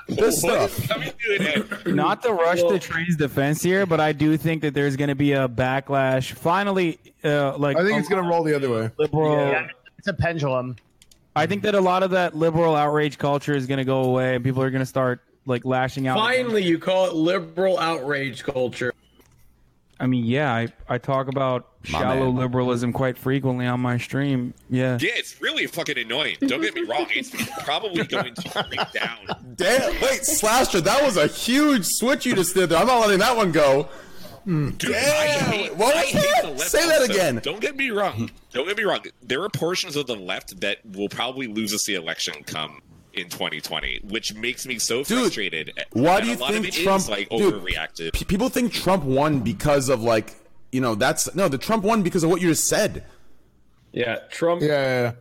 this stuff.
coming to an
(clears throat)
end.
Not to rush the train's defense here, but I do think that there's going to be a backlash. Finally, uh, like
I think
a
it's gonna roll the other way.
liberal.
Yeah, it's a pendulum.
I think that a lot of that liberal outrage culture is going to go away, and people are going to start like lashing out.
Finally, you call it liberal outrage culture.
I mean, yeah, I, I talk about
My
shallow
man.
liberalism quite frequently on my stream. Yeah.
Yeah, it's really fucking annoying. Don't get me wrong. It's probably going to
(laughs)
break down.
Damn! Wait, Slasher, that was a huge switch you just did there. I'm not letting that one go.
Dude, I hate,
what
I
was
hate
that?
the left
Say that
also.
again.
Don't get me wrong. Don't get me wrong. There are portions of the left that will probably lose us the election come in 2020, which makes me so frustrated.
Why
And
do you
a lot of
think
it is,
Trump
like
dude,
overreacted?
pe- people think Trump won because of like you know that's no the Trump won because of what you just said.
Yeah, Trump.
Yeah.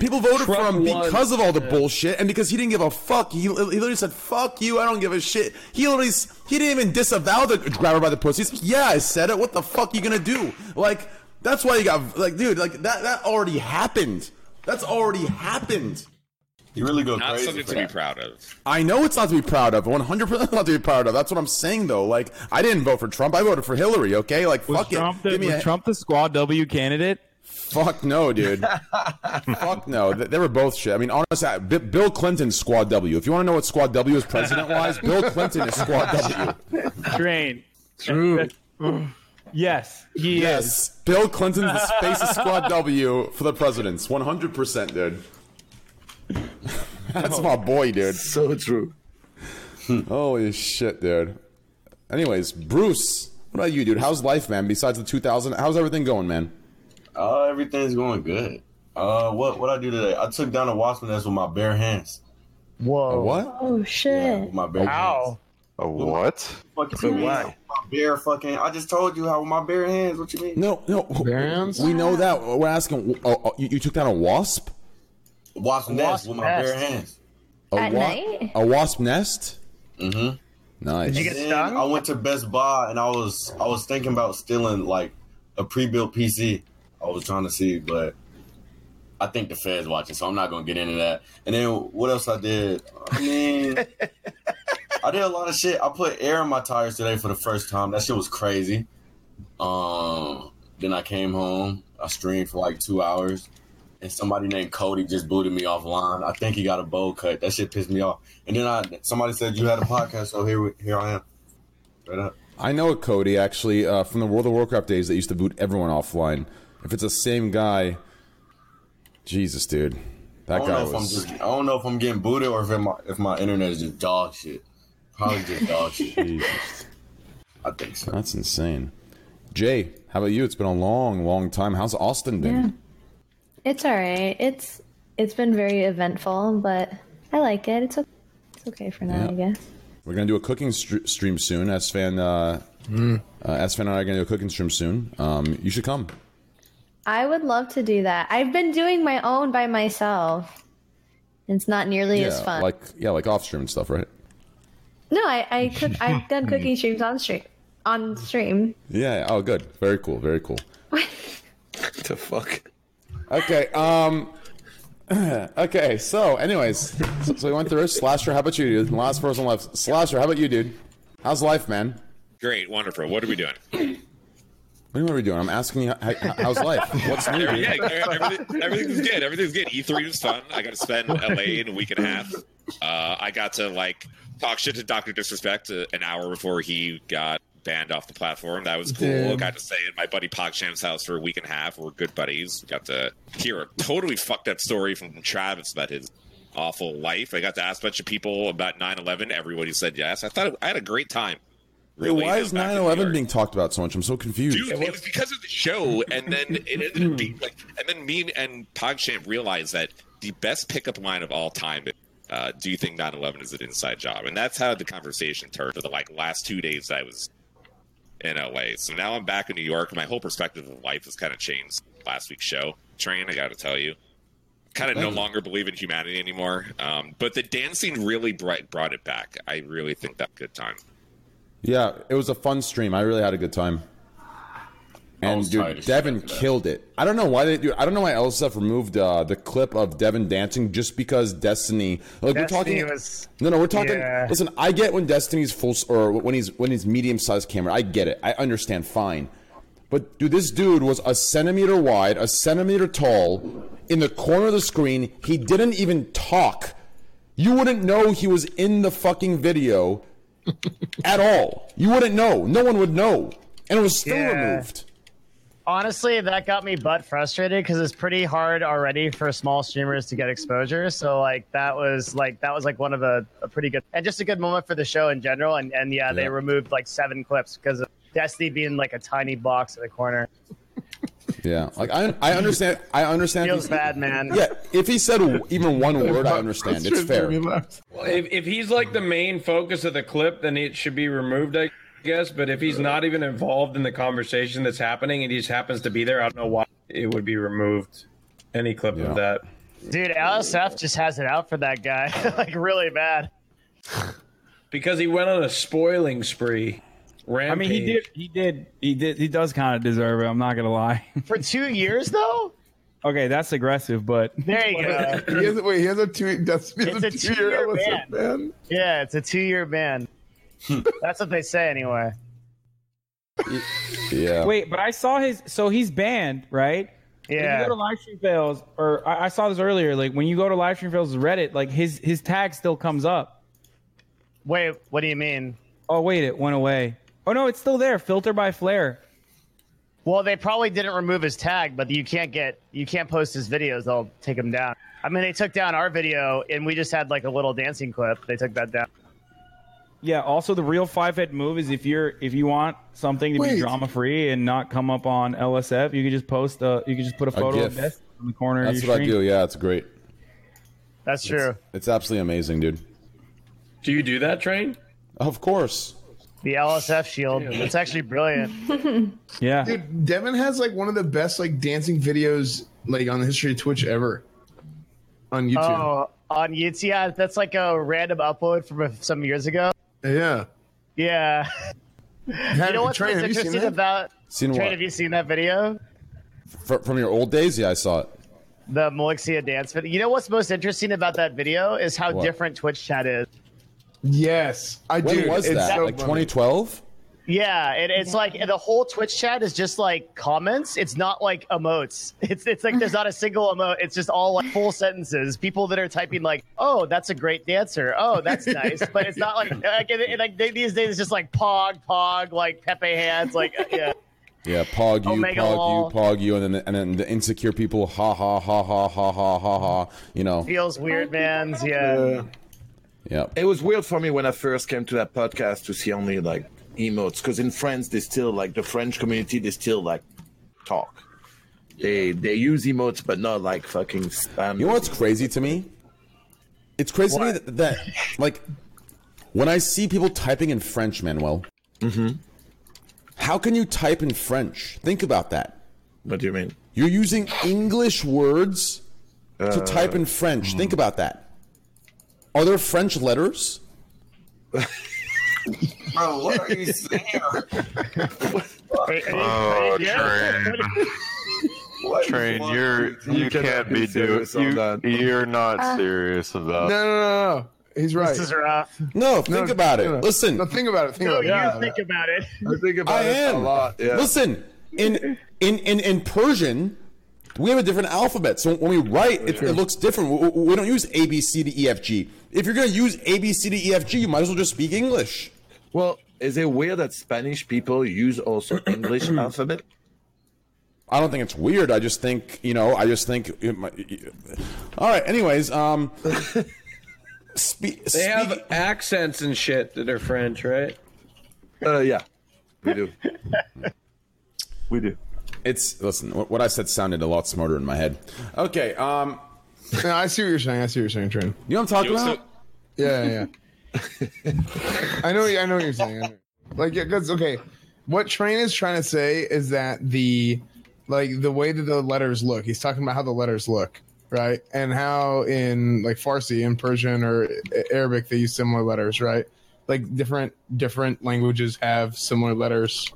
People voted
Trump
for him
won.
because of all the
Yeah.
bullshit and because he didn't give a fuck. He, he literally said, "Fuck you, I don't give a shit." He literally s- he didn't even disavow the grabber by the pussy. He's like, yeah, I said it. What the fuck you gonna do? Like that's why you got like dude like that that already happened. That's already happened.
You really go
Not
crazy
something
for
to be
that.
proud of.
I know it's not to be proud of. 100% not to be proud of. That's what I'm saying, though. Like, I didn't vote for Trump. I voted for Hillary, okay? Like, fuck
Trump
it.
the, was Trump the squad W candidate?
Fuck no, dude.
(laughs)
fuck no. They, they were both shit. I mean, honestly, I- B- Bill Clinton's Squad W. If you want to know what Squad W is president wise, Bill Clinton is Squad W.
Train.
True.
yes, he
yes. Bill Clinton's the space of Squad W for the presidents. 100%, dude. That's my boy, dude.
So true.
Holy shit, dude. Anyways, Bruce, what about you, dude? How's life, man? Besides the 2000, how's everything going, man?
Uh, everything's going good. Uh, what what I do today? I took down a wasp nest with my bare hands.
Whoa.
what?
Oh shit.
With my bare hands.
A what?
Fucking
So why?
My bare fucking. I just told you how with my bare hands. What you mean?
No, no. We know that. We're asking. Oh, oh, you, you took down a wasp?
Wasp nest with my bare hands.
A
At
wa-
night?
A wasp nest?
Mm-hmm.
Nice.
Then I went to Best Buy and I was I was thinking about stealing like a pre-built PC. I was trying to see, but I think the Fed's watching, so I'm not gonna get into that. And then what else I did? I mean, I did a lot of shit. I put air in my tires today for the first time. That shit was crazy. Um, then I came home. I streamed for like two hours, and somebody named Cody just booted me offline. I think he got a bowl cut. That shit pissed me off. And then I somebody said you had a podcast, so here we, here I am. Right up.
I know a Cody, actually, uh, from the World of Warcraft days that used to boot everyone offline. If it's the same guy, Jesus, dude.
I
That
don't
guy
know if I'm
was.
just, I don't know if I'm getting booted or if my if my internet is just dog shit. Probably just dog
(laughs)
shit. I think so.
That's insane. Jay, how about you? It's been a long, long time. How's Austin been?
Yeah. It's all right. It's it's been very eventful, but I like it. It's okay. It's okay for now,
Yeah.
I guess.
We're gonna do a cooking str- stream soon. S fan, uh, uh, S fan and I are gonna do a cooking stream soon. Um, you should come.
I would love to do that. I've been doing my own by myself. It's not nearly
yeah,
as fun.
like yeah, like off stream and stuff, right?
no, I, I cook. I've done cooking streams on stream. On stream.
Yeah. Oh, good. Very cool. Very cool.
the fuck?
Okay. Um. (clears throat) okay. So, anyways, so, so we went through Slasher. How about you, dude? Last person left. Slasher. How about you, dude? How's life, man?
Great, wonderful. What are we doing?
What are we doing? I'm asking you, how, how- how's life?
(laughs)
What's new?
Every-
Dude?
yeah, everything, everything's good. Everything's good. E3 was fun. I got to spend LA in a week and a half. Uh, I got to like talk shit to Doctor Disrespect uh, an hour before he got banned off the platform. That was cool.
Dude.
Got to stay at my buddy Pogcham's house for a week and a half. We're good buddies. Got to hear a totally fucked up story from Travis about his awful life. I got to ask a bunch of people about 9/11. Everybody said yes. I thought I had a great time.
Dude, why is 9/11 being talked about so much? I'm so confused.
Dude, it was because of the show, and then it ended up being like, and then me and Pogchamp realized that the best pickup line of all time. Uh, do you think 9/11 is an inside job? And that's how the conversation turned for the like last two days that I was in LA. So now I'm back in New York. My whole perspective of life has kind of changed. since Last week's show, train. I got to tell you, kind of no
Thank you.
longer believe in humanity anymore. Um, but the dancing really brought brought it back. I really think that good time.
Yeah, it was a fun stream. I really had a good time. And dude, Devin killed it. I don't know why they do. I don't know why LSF removed uh, the clip of Devin dancing just because Destiny. Like
Destiny
Oh, we're talking.
was-
no, no, we're talking.
Yeah.
Listen, I get when Destiny's full s- or when he's when he's medium sized camera. I get it. I understand. Fine. But dude, this dude was a centimeter wide, a centimeter tall, in the corner of the screen. He didn't even talk. You wouldn't know he was
(laughs)
in the fucking video at all. You wouldn't know. No one would know. and it was still
Yeah.
removed.
Honestly, that got me butt frustrated because it's pretty hard already for small streamers to get exposure. So like that was like that was like one of a, a pretty good and just a good moment for the show in general. And and yeah, they
Yeah.
removed like seven clips because of Destiny being like a tiny box in the corner.
Yeah, like I, I understand. I understand.
Feels
if he-
bad, man.
Yeah, if he said w- even one word, I understand. It's fair.
Well, if, if he's like the main focus of the clip, then it should be removed, I guess. But if he's not even involved in the conversation that's happening and he just happens to be there, I don't know why it would be removed. Any clip of that.
Dude, LSF just has it out for that guy, (laughs) like really bad.
Because he went on a spoiling spree.
I mean, he did. He did. He did. He does kind of deserve it. I'm not gonna lie.
For two years, though.
Okay, that's aggressive, but
There you go.
he has, wait, he has a two. That's he has
It's a two-year ban. Yeah, it's a two-year ban.
Hmm.
That's what they say anyway.
(laughs)
(laughs)
Yeah.
Wait, but I saw his. So he's banned, right? When
Yeah.
you go to live stream fails, or I, I saw this earlier. Like when you go to live stream fails Reddit, like his his tag still comes up.
Wait, what do you mean?
Oh wait, it went away. Oh no, it's still there. Filter by Flare.
Well, they probably didn't remove his tag, but you can't get you can't post his videos. They'll take him down. I mean, they took down our video, and we just had like a little dancing clip. They took that down.
Yeah. Also, the real five head move is if you're if you want something to
Wait.
be drama free and not come up on LSF, you could just post a you could just put a photo of
GIF.
this in the corner
That's
of
what
your
I
screen.
do. Yeah, it's great.
That's
It's- It's, absolutely amazing, dude.
Do you do that, Train?
Of course.
The LSF
(laughs)
shield. It's actually brilliant.
(laughs)
Yeah.
Dude, Devin has like one of the best like dancing videos like on the history of Twitch ever. On YouTube.
Oh, on YouTube. Yeah, that's like a random upload from a- some years ago.
Yeah.
Yeah. (laughs) you know what's
Train,
what's
have you seen
interesting
that?
about
Seen
Train,
what?
Have you seen that video?
Fr- from your old days, yeah, I saw it.
The Malixia dance video. You know what's most interesting about that video is how
What?
different Twitch chat is.
Yes. I
when
do.
was
It's
that?
so
like
funny.
2012?
Yeah, it, it's like the whole Twitch chat is just like comments. It's not like emotes. (laughs) It's it's like there's not a single emote. It's just all like full sentences. People that are typing like, "Oh, that's a great dancer. Oh, that's nice." But it's not like like, and, and, like they, these days it's just like pog pog like Pepe hands like uh, yeah.
Yeah, pog you,
Omega
pog
Law.
you, pog you, and then and then the insecure people, ha ha ha ha ha ha ha ha. You know,
Feels weird, man. Yeah.
Yeah.
It was weird for me when I first came to that podcast to see only like emotes because in France they still like the French community they still like talk. They they use emotes but not like fucking spam.
You know what's crazy to me? It's crazy to me that, that like when I see people typing in French, Manuel. Mm-hmm. How can you type in French? Think about that.
What do you mean?
You're using English words to
Uh,
type in French. Think about that. Are there French letters?
Bro, what are you saying?
Oh, train. Train,
fuck?
you're you,
You cannot
can't
be
be doing
serious on
you,
that.
you're not
Uh,
serious
No,
about
no, no, no. He's right.
This is rough.
No, think about it.
no.
Listen.
No, think about it. Think
No,
about it.
you think about it.
I think
I am. Listen, in in in in Persian, we have a different alphabet. So when we write, it, it looks different. We, we- we don't use A B C to E F G. If you're gonna use A B C to E F G, you might as well just speak English.
Well, is it weird that Spanish people
(clears throat)
use also English alphabet?
I don't think it's weird. I just think you know. I just think. It might, all right. Anyways, um, spe-
(laughs) They have accents and shit that are French, right?
Uh, yeah, we do. we do.
It's listen. What what I said sounded a lot smarter in my head. Okay. Um,
No, I see what you're saying. I see what you're saying, Train.
You know what I'm talking
about? Yeah, yeah. (laughs) I know. I know what you're saying. I know. Like, yeah, because okay, what Train is trying to say is that the like the way that the letters look. He's talking about how the letters look, right? And how in like Farsi and Persian or A- Arabic they use similar letters, right? Like different different languages have similar letters.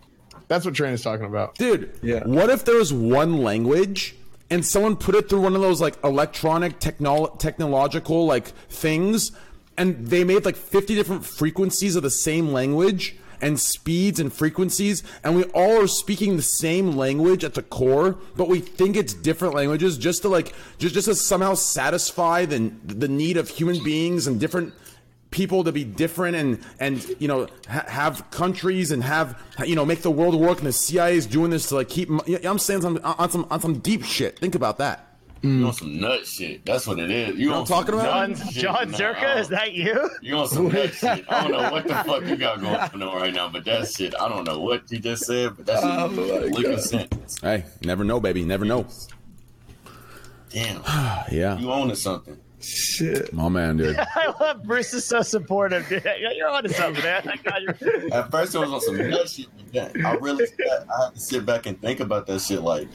That's what Train is talking about,
dude. What if there was one language and someone put it through one of those like electronic technol technological like things, and they made like fifty different frequencies of the same language and speeds and frequencies, and we all are speaking the same language at the core, but we think it's different languages just to like just just to somehow satisfy the the need of human beings and different people to be different and and you know ha- have countries and have you know make the world work and the CIA is doing this to like keep you know, I'm saying some on some on some deep shit. Think about that.
You want some nut shit? That's what it is. You,
know
want
what I'm talking
some
about?
nut
(laughs)
shit?
John
Nah,
Zerka, is that you?
You on some nut shit? I don't know what the
(laughs)
fuck you got going on right now, but that shit, I don't know what you just said, but that shit
Oh
oh
my
looking
God.
sent.
Hey, never know, baby. Never know.
Damn.
yeah.
You own to something.
Shit. My man, dude.
I love Bruce is so supportive. Dude. You're on to something, man. I got your
At first, it was on some nut shit. but then I realized that I had to sit back and think about that shit. Like,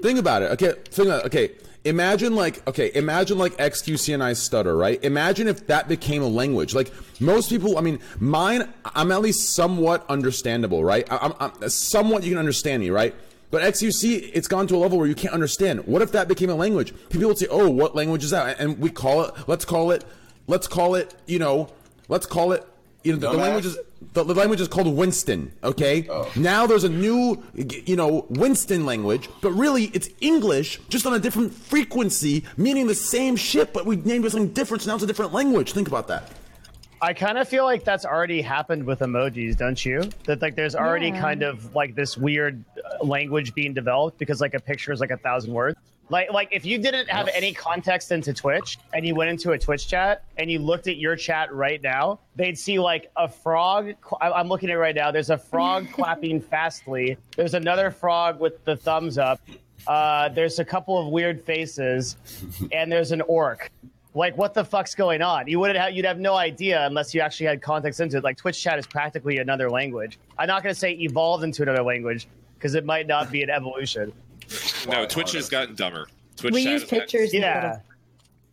Think about it. Okay, think about it. okay. Imagine like okay, imagine like XQCNI stutter, right? Imagine if that became a language. Like most people, I mean, mine, I'm at least somewhat understandable, right? I, I'm, I'm somewhat you can understand me, right? But XUC, it's gone to a level where you can't understand. What if that became a language? People would say, "Oh, what language is that?" And we call it. Let's call it. Let's call it. You know. Let's call it. You know, the, the
Dumbass.
language is the, the language is called Winston. Okay. Now there's a new, you know, Winston language, but really it's English, just on a different frequency, meaning the same shit, but we named it something different. So now it's a different language. Think about that.
I kind of feel like that's already happened with emojis, don't you? That like there's already
Yeah.
kind of like this weird uh, language being developed because like a picture is like a thousand words. Like like if you didn't have any context into Twitch and you went into a Twitch chat and you looked at your chat right now, they'd see like a frog. cl- I- I'm looking at it right now. There's a frog clapping fastly. There's another frog with the thumbs up. Uh, there's a couple of weird faces, and there's an orc like what the fuck's going on you wouldn't have you'd have no idea unless you actually had context into it like twitch chat is practically another language i'm not going to say evolved into another language because it might not be an evolution
No, Twitch has gotten dumber. Twitch
We
chat
use
has gotten-
yeah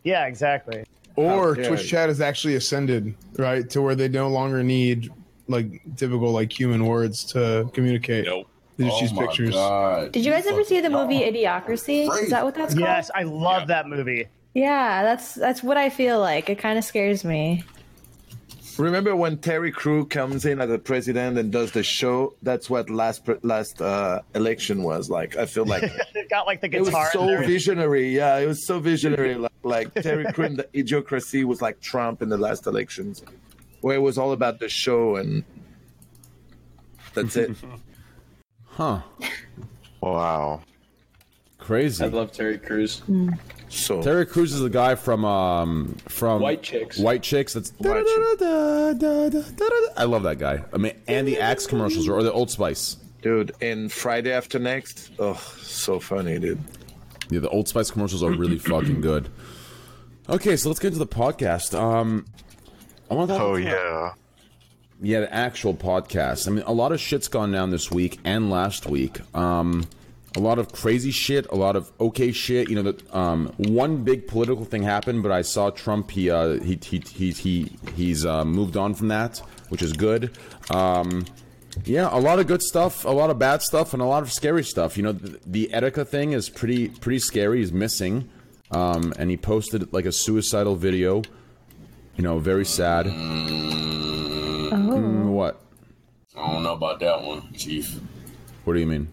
yeah exactly
Or
Okay.
Twitch chat has actually ascended, right, to where they no longer need like typical like human words to communicate. They just
Oh
use
my
pictures.
God.
Did you guys ever see the movie Idiocracy? Is that what that's called?
yes i love that movie
Yeah, that's that's what I feel like. It kind of scares me.
Remember when Terry Crew comes in as a president and does the show? That's what last pre- last uh, election was like. I feel like
it (laughs) got like the
it was
guitar in
so
there.
visionary. Yeah, it was
(laughs)
so visionary. Like, like Terry Crew and the idiocracy was like Trump in the last elections, where it was all about the show and that's
(laughs)
it.
huh?
Wow.
Crazy.
I love Terry Crews.
So
Terry Crews is the guy from um from
White Chicks.
White Chicks. That's I love that guy. I mean, Andy Axe commercials or the Old Spice.
Dude, and Friday After Next, oh, so funny, dude.
Yeah, the Old Spice commercials are really fucking good. Okay, so let's get into the podcast. Um, I want to.
Oh, yeah.
Yeah, the actual podcast. I mean, a lot of shit's gone down this week and last week. Um, a lot of crazy shit, a lot of okay shit. You know, the, um, one big political thing happened, but I saw Trump. He uh, he, he he he he's uh, moved on from that, which is good. Um, yeah, a lot of good stuff, a lot of bad stuff, and a lot of scary stuff. You know, the, the Etika thing is pretty pretty scary. He's missing, um, and he posted like a suicidal video. You know, very sad. Mm, what?
I don't know about that one, Chief.
What do you mean?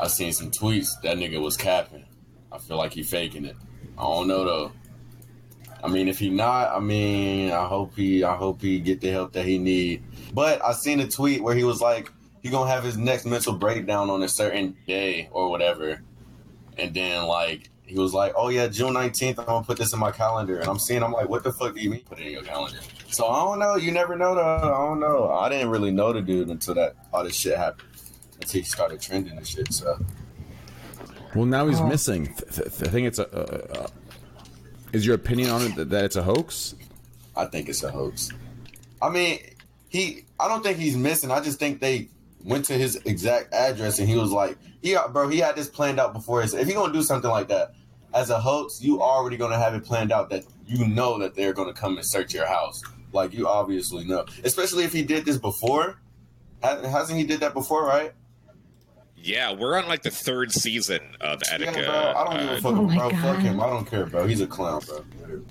I seen some tweets. That nigga was capping. I feel like he faking it. I don't know though. I mean, if he not, I mean, I hope he, I hope he get the help that he need. But I seen a tweet where he was like, he gonna have his next mental breakdown on a certain day or whatever, and then like he was like, oh yeah, June nineteenth, I'm gonna put this in my calendar, and I'm seeing, I'm like, what the fuck do you mean put it in your calendar? So I don't know. You never know though. I don't know. I didn't really know the dude until that all this shit happened, until he started trending and shit. So.
Well, now he's
Oh.
missing. Th- th- th- I think it's a. Uh, uh, is your opinion on it th- that it's a hoax?
I think it's a hoax. I mean, he. I don't think he's missing. I just think they went to his exact address and he was like, "Yeah, bro, he had this planned out before." His, if you're gonna do something like that as a hoax, you already gonna have it planned out that you know that they're gonna come and search your house. Like you obviously know, especially if he did this before. Ha- Hasn't he did that before, right?
Yeah, we're on like the third season of Etika.
Yeah, bro. I don't give a
uh,
fuck, bro. Fuck him. I don't care, bro. He's a clown, bro.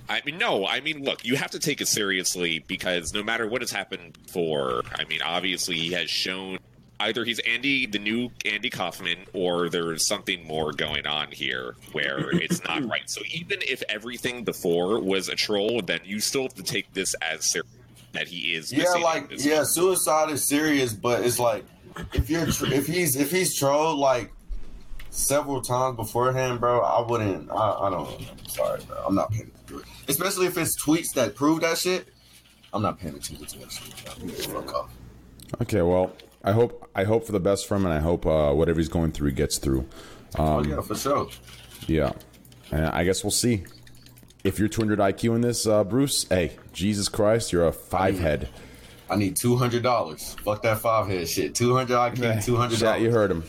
I mean, no, I mean, look, you have to take it seriously because no matter what has happened before, I mean, obviously he has shown either he's Andy, the new Andy Kaufman, or there's something more going on here where it's not right. So even if everything before was a troll, then you still have to take this as serious that he is.
Yeah,
missing
like
this
yeah, suicide is serious, but it's like if you're tr- if he's if he's trolled like several times beforehand, bro, I wouldn't. I, I don't. I'm sorry, bro. I'm not paying attention to it. Especially if it's tweets that prove that shit. I'm not paying attention to that shit. Bro. You can Fuck
Um,
off.
Okay, well, I hope I hope for the best for him, and I hope uh, whatever he's going through he gets through. Um,
Oh, Yeah, for sure.
Yeah, and I guess we'll see. If you're 200 IQ in this, uh, Bruce, hey, Jesus Christ, you're a five head.
I need two hundred dollars. Fuck that five head shit. Two hundred IQ. Two hundred.
Yeah, you heard him.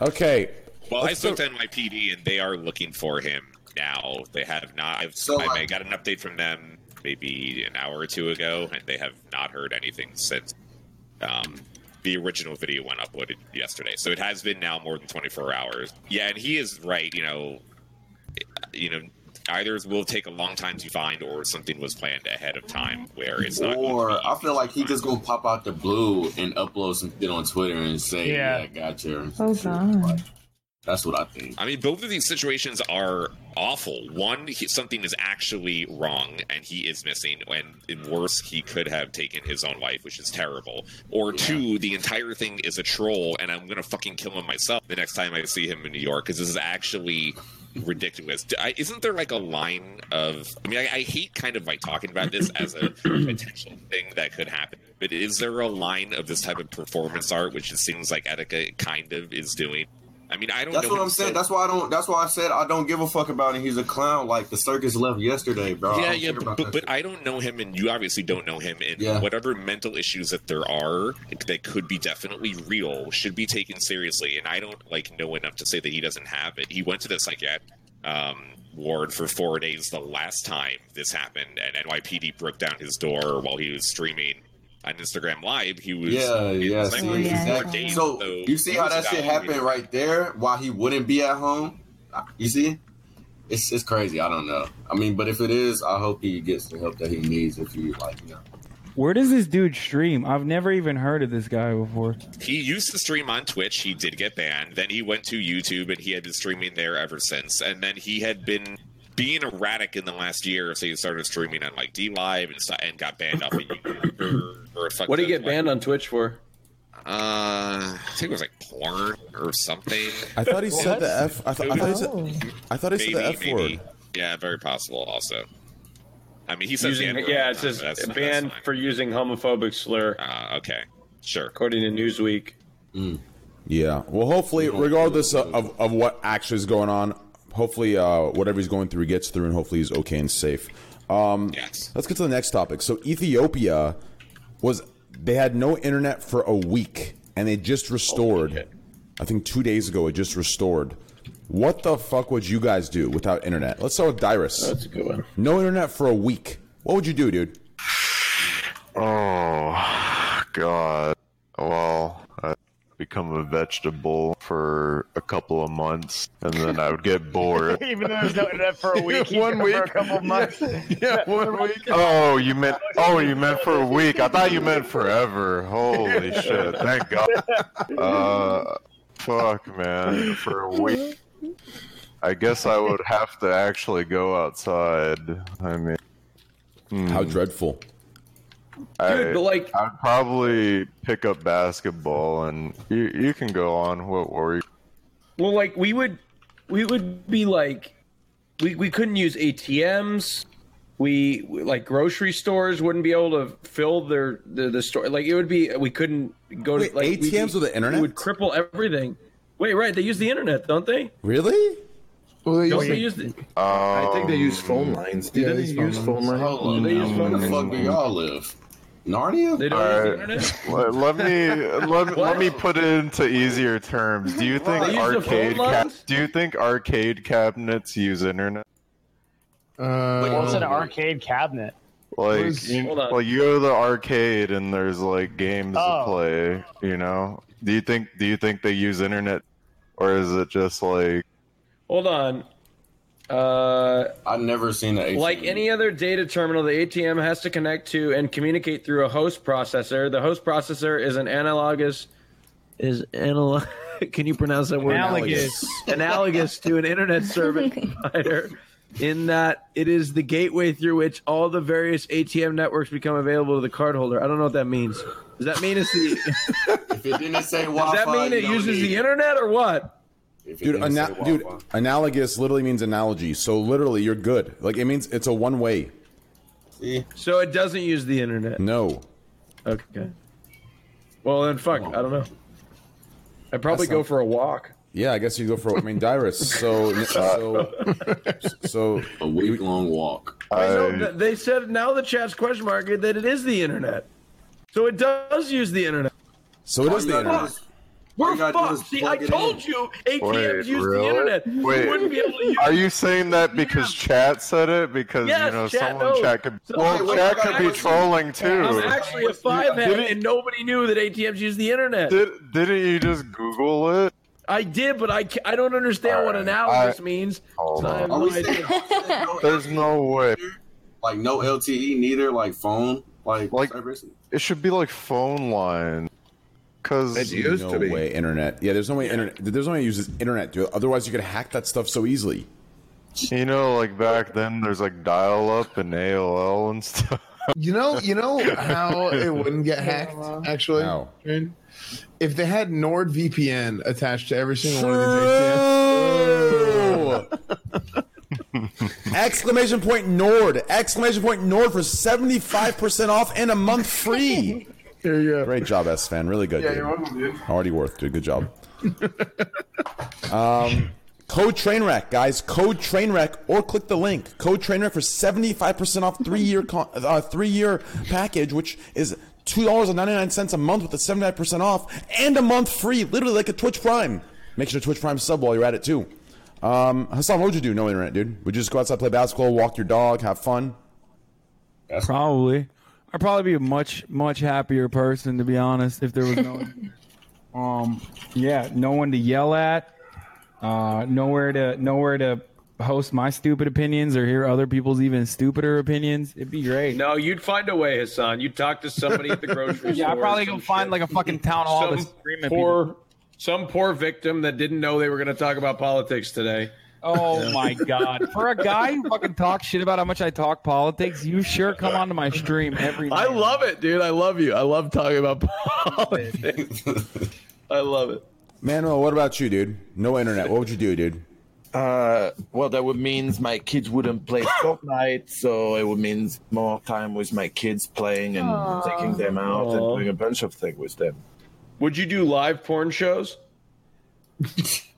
Okay,
Well, I spoke to NYPD and they are looking for him now. They have not. I've,
So,
I,
uh,
I got an update from them maybe an hour or two ago, and they have not heard anything since um, the original video went uploaded yesterday. So it has been now more than 24 hours. Yeah, and he is right. You know, you know, either it will take a long time to find, or something was planned ahead of time where it's not.
Or I feel like he just gonna pop out the blue and upload some shit on Twitter and say,
Yeah.
"Yeah, gotcha."
(laughs)
Oh god.
That's what I think.
I mean, both of these situations are awful. One, he, something is actually wrong and he is missing, and in worse, he could have taken his own life, which is terrible. Or two, the entire thing is a troll, and I'm gonna fucking kill him myself the next time I see him in New York because this is actually ridiculous. D- I, isn't there like a line of? I mean, I, I hate kind of like talking about this as a potential thing that could happen, but is there a line of this type of performance art, which it seems like Etika kind of is doing? I mean, I don't
That's
know
what
him
I'm saying.
so-
That's why I don't. That's why I said I don't give a fuck about him. He's a clown. Like the circus left yesterday, bro. I
yeah,
don't
yeah,
care about
but, but, but I don't know him, and you obviously don't know him, and
Yeah.
whatever mental issues that there are that could be definitely real should be taken seriously. And I don't like know enough to say that he doesn't have it. He went to the psychiatric um, ward for four days the last time this happened, and NYPD broke down his door while he was streaming on Instagram Live. He was
Yeah,
in
Oh, yeah.
the psych
see,
ward for four
exactly.
days,
So you see
he
how
was
that shit
evaluated.
happened right there? Why he wouldn't be at home? You see, it's it's crazy. I don't know. I mean, but if it is, I hope he gets the help that he needs. If he like, you know,
Where does this dude stream? I've never even heard of this guy before.
He used to stream on Twitch. He did get banned. Then he went to YouTube, and he had been streaming there ever since. And then he had been being erratic in the last year, so he started streaming on like D Live and, stu- and got banned off of YouTube. for- for a fuck
What do you
ton of,
get banned (laughs) on Twitch for?
Uh, I think it was like porn or something.
I thought he said the F. I, th- I thought he said. I thought he said the
Maybe,
F word.
maybe. Yeah, very possible. Also, I mean, he says
Using,
the N-word
yeah,
all
it
the
says
time, but that's-
banned for using homophobic slur.
Ah, okay, sure.
According to Newsweek.
Yeah. Well, hopefully, regardless of, of, of what actually is going on, hopefully, uh, whatever he's going through, he gets through, and hopefully, he's okay and safe. Um, Let's get to the next topic. So, Ethiopia was they had no internet for a week, and they just restored. I think two days ago, it just restored. What the fuck would you guys do without internet? Let's start with Dyrus. That's
a good one.
No internet for a week. What would you do, dude?
Um, Oh God! Well, I become a vegetable for a couple of months, and then I
(laughs)
would get bored.
(laughs) Even though there's no internet for
(laughs)
a week, one week (laughs) for a couple of months. Yeah, one week.
Oh, you meant oh, you meant for a week. I thought you meant forever. Holy shit!
(laughs)
Thank (laughs) God. Uh, fuck, man, Uh, for a week. I guess I
(laughs)
would have to actually go outside. I mean, hmm.
how dreadful.
I,
but like,
I'd probably pick up basketball, and you you can go on. What were you?
Well, like we would, we would be like, we we couldn't use ATMs. We we- like grocery stores wouldn't be able to fill their the, the store. Like it would be we couldn't go
Wait,
to like we'd
ATMs
be-
with the internet?
It would cripple everything. Wait, right? They use the internet, don't they?
Really?
Well,
they
don't
use
they
the-
use the?
I think they use phone lines. Do
Yeah,
they
they use
use phone lines?
Hold on.
Do they use
Where
phone
the fuck do
lines?
y'all live? Narnia?
They don't use the
Let,
internet.
let me
(laughs)
let, let me put it into easier terms. Do you think
They use the
arcade
phone
ca-
lines?
do you think arcade cabinets use internet?
Wait,
Uh,
what's an arcade cabinet?
Like
Where's-
you,
Hold on.
like you go to the arcade and there's like games
Oh.
to play, you know? Do you think do you think they use internet or is it just like
Hold on. Uh,
I've never seen the ATM.
Like any other data terminal, the ATM has to connect to and communicate through a host processor. The host processor is an analogous
is anal- (laughs) can you pronounce that word
Analogous.
analogous to an internet service provider in that it is the gateway through which all the various ATM networks become available to the cardholder. I don't know what that means. Does that mean it's the (laughs)
If it didn't say
Does
Wi-Fi,
that mean it
you don't
uses
need
the internet or what?
Dude, ana- dude, analogous literally means analogy. So literally, you're good. Like it means it's a one way.
So it doesn't use the internet.
No.
Okay. Well then fuck, I don't know.
I'd probably
That's
go
not-
for a walk.
Yeah, I guess you go for. I mean, Dyrus. So, so, so
a week long walk.
No, Oh, th- they said now the chat's question mark is that it is the internet. So it does use the internet.
So it
is the internet.
We're
you gotta do is
fucked. See, I
plug it
told
in.
you ATMs use the internet. You
Wait,
wouldn't be able to use
are you saying that because chat said it? Because
Yes,
you know
chat
someone
knows.
chat could
So-
well,
Wait, wait,
chat
I
could be
was-
trolling too.
I'm actually a five head, and nobody knew that ATMs use the internet.
Did, didn't you just Google it?
I did, but I, ca- I don't understand what analogous means. so I have
Are
no
we
(laughs)
idea.
There's no way.
Like no LTE neither. Like phone. Like
Like
service?
it should be like phone line. Cause
no way internet. Yeah, there's no way internet. There's no way it uses internet, dude. Otherwise, you could hack that stuff so easily.
You know, like back then, there's like dial up and AOL and stuff.
You know, you know how it wouldn't get hacked. Actually, Dude? if they had NordVPN attached to every single one of these ATMs.
(laughs)
exclamation point Nord! Exclamation point Nord for seventy five percent off and a month free.
There you go.
Great job, S fan. Really good.
Yeah,
dude.
you're welcome, dude.
Already worth, dude. Good job. um, code Trainwreck, guys. Code Trainwreck, or click the link. Code Trainwreck for seventy five percent off three year con- uh, three year package, which is two dollars and ninety nine cents a month with the seventy five percent off and a month free. Literally like a Twitch Prime. Make sure to Twitch Prime sub while you're at it too. Um, Hassan, what would you do? No internet, dude. Would you just go outside, play basketball, walk your dog, have fun?
Probably. I'd probably be a much, much happier person, to be honest, if there was no um yeah, no one to yell at. Uh nowhere to nowhere to host my stupid opinions or hear other people's even stupider opinions. It'd be great.
No, you'd find a way, Hassan. You'd talk to somebody at the
(laughs)
grocery
Yeah,
store.
I'd probably go
some
find
shit.
like a fucking town hall
Some
to scream at
poor,
people.
some poor victim that didn't know they were going to talk about politics today.
Oh my god. For a
(laughs)
guy who fucking talks shit about how much I talk politics, you sure come onto my stream every night.
I love it, dude. I love you. I love talking about politics. I love it.
Manuel, what about you, dude? No internet. What would you do, dude?
Uh, well, that would means my kids wouldn't play Fortnite, so it would mean more time with my kids playing and
Aw.
taking them out and
Aw.
doing a bunch of things with them.
Would you do live porn shows?
(laughs)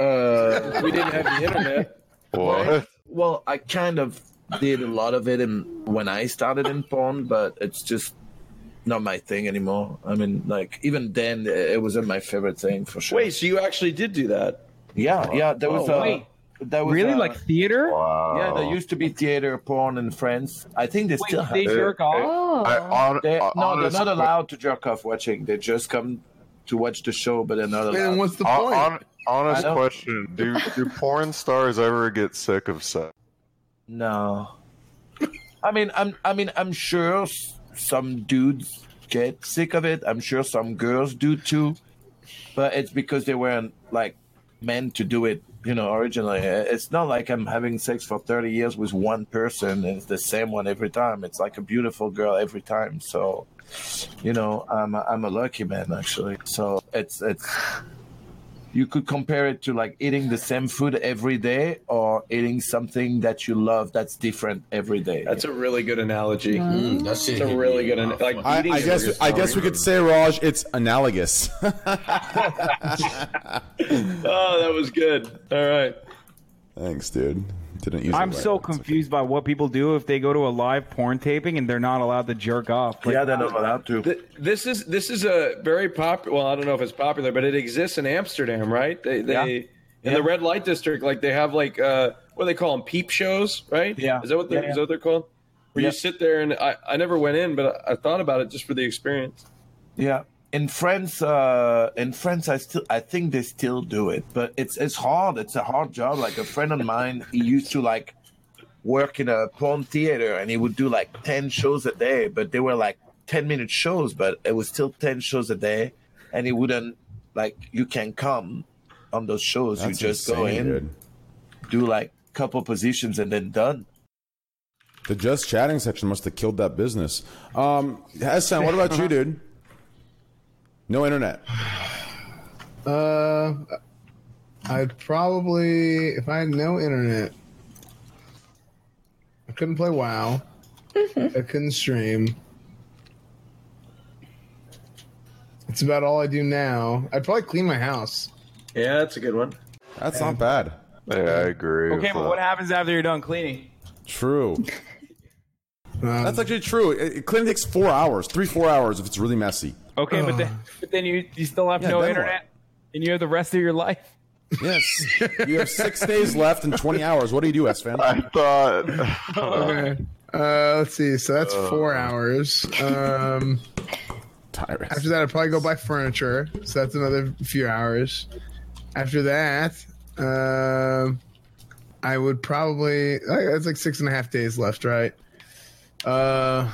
Uh,
We didn't have the internet.
Right? Well, I kind of did a lot of it in, when I started in porn, but it's just not my thing anymore. I mean, like even then, it wasn't my favorite thing for sure.
Wait, so you actually did do that?
Yeah, yeah. There was
Oh,
a.
wait.
There was
Really?
a-
Like
theater?
Yeah, there used to be theater porn in France. I think they still have
they
it.
jerk off? Oh. I- hon-
They-
I-
no, they're
honest-
not allowed to jerk off watching. They just come to watch the show, but they're not allowed.
Hon- hon- honest
I don't-
question: Do do porn stars ever get sick of sex?
No. I mean, I'm. I mean, I'm sure s- some dudes get sick of it. I'm sure some girls do too, but it's because they weren't like meant to do it. You know, originally, Uh, it's not like I'm having sex for 30 years with one person. and It's the same one every time. It's like a beautiful girl every time. So, you know, I'm a, I'm a lucky man actually. So it's it's. You could compare it to like eating the same food every day or eating something that you love that's different every day.
That's a really good analogy.
Mm, that shit
that's a
hit
really
me
good
in
an-
the
like
I,
eating
I
burgers
guess I guess we
sounds
could say Raj, it's analogous.
good. Oh, that was good. All right.
Thanks, dude. Didn't use.
I'm
it right.
so confused by what people do if they go to a live porn taping and they're not allowed to jerk off. Like,
yeah, they're not allowed to.
Th- This is this is a very popular. Well, I don't know if it's popular, but it exists in Amsterdam, right? They they in the red light district, like they have like uh, what do they call them peep shows, right?
Yeah.
is that what they're,
Yeah, yeah.
is that what they're called? Where you sit there and I, I never went in, but I, I thought about it just for the experience.
Yeah. In France, uh, in France, I still, I think they still do it, but it's it's hard. It's a hard job. Like a friend of mine, he used to like work in a porn theater, and he would do like ten shows a day, but they were like ten minute shows, but it was still ten shows a day, and he wouldn't like you can come on those shows. you
That's
just go
insane,
in,
dude.
do like couple positions, and then done.
The just chatting section must have killed that business. Um, Hassan, what about you, dude? No internet.
Uh, I'd probably if I had no internet, I couldn't play WoW. I couldn't stream. It's about all I do now. I'd probably clean my house.
Yeah, that's a good one.
That's not bad.
Yeah, I agree.
Okay, but what happens after you're done cleaning?
True. That's actually true. It, it clearly takes four hours, three, four hours if it's really messy.
Okay, but then, but then you, you still have
Yeah,
no
then
internet, and you have the rest of
(laughs)
your life.
Yes, you have six days left and 20 hours. What do you do, S fan? I
thought.
Okay. Oh, Uh, let's see. So that's four
Uh.
hours. Um,
Tyrus.
After that, I'd probably go buy furniture. So that's another few hours. After that, um, I would probably like, that's like six and a half days left, right? Uh,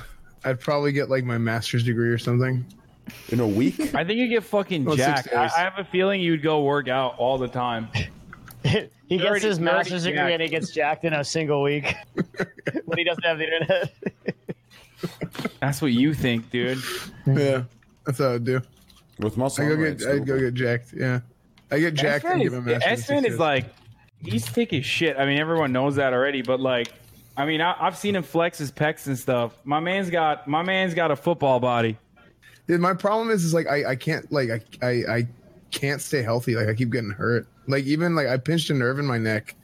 I'd probably get like my master's degree or something.
In a week?
I think you get fucking
Well, six
jacked. I,
days.
I have a feeling you'd go work out all the
(laughs)
time.
He gets
already-
his
you're already
master's degree
jacked.
and he gets jacked in a single
(laughs)
week. but he doesn't have the internet.
That's what you think, dude.
yeah, that's how I'd do.
With muscle,
I go
on, right,
get
it's
I go
doable.
get jacked. Yeah, I get jacked and give a master's.
S-Man
degree.
is like, he's thick as shit. I mean, everyone knows that already. But like, I mean, I, I've seen him flex his pecs and stuff. My man's got, my man's got a football body.
Dude, my problem is is like I, I can't like I, I I can't stay healthy. Like I keep getting hurt. Like even like I pinched a nerve in my neck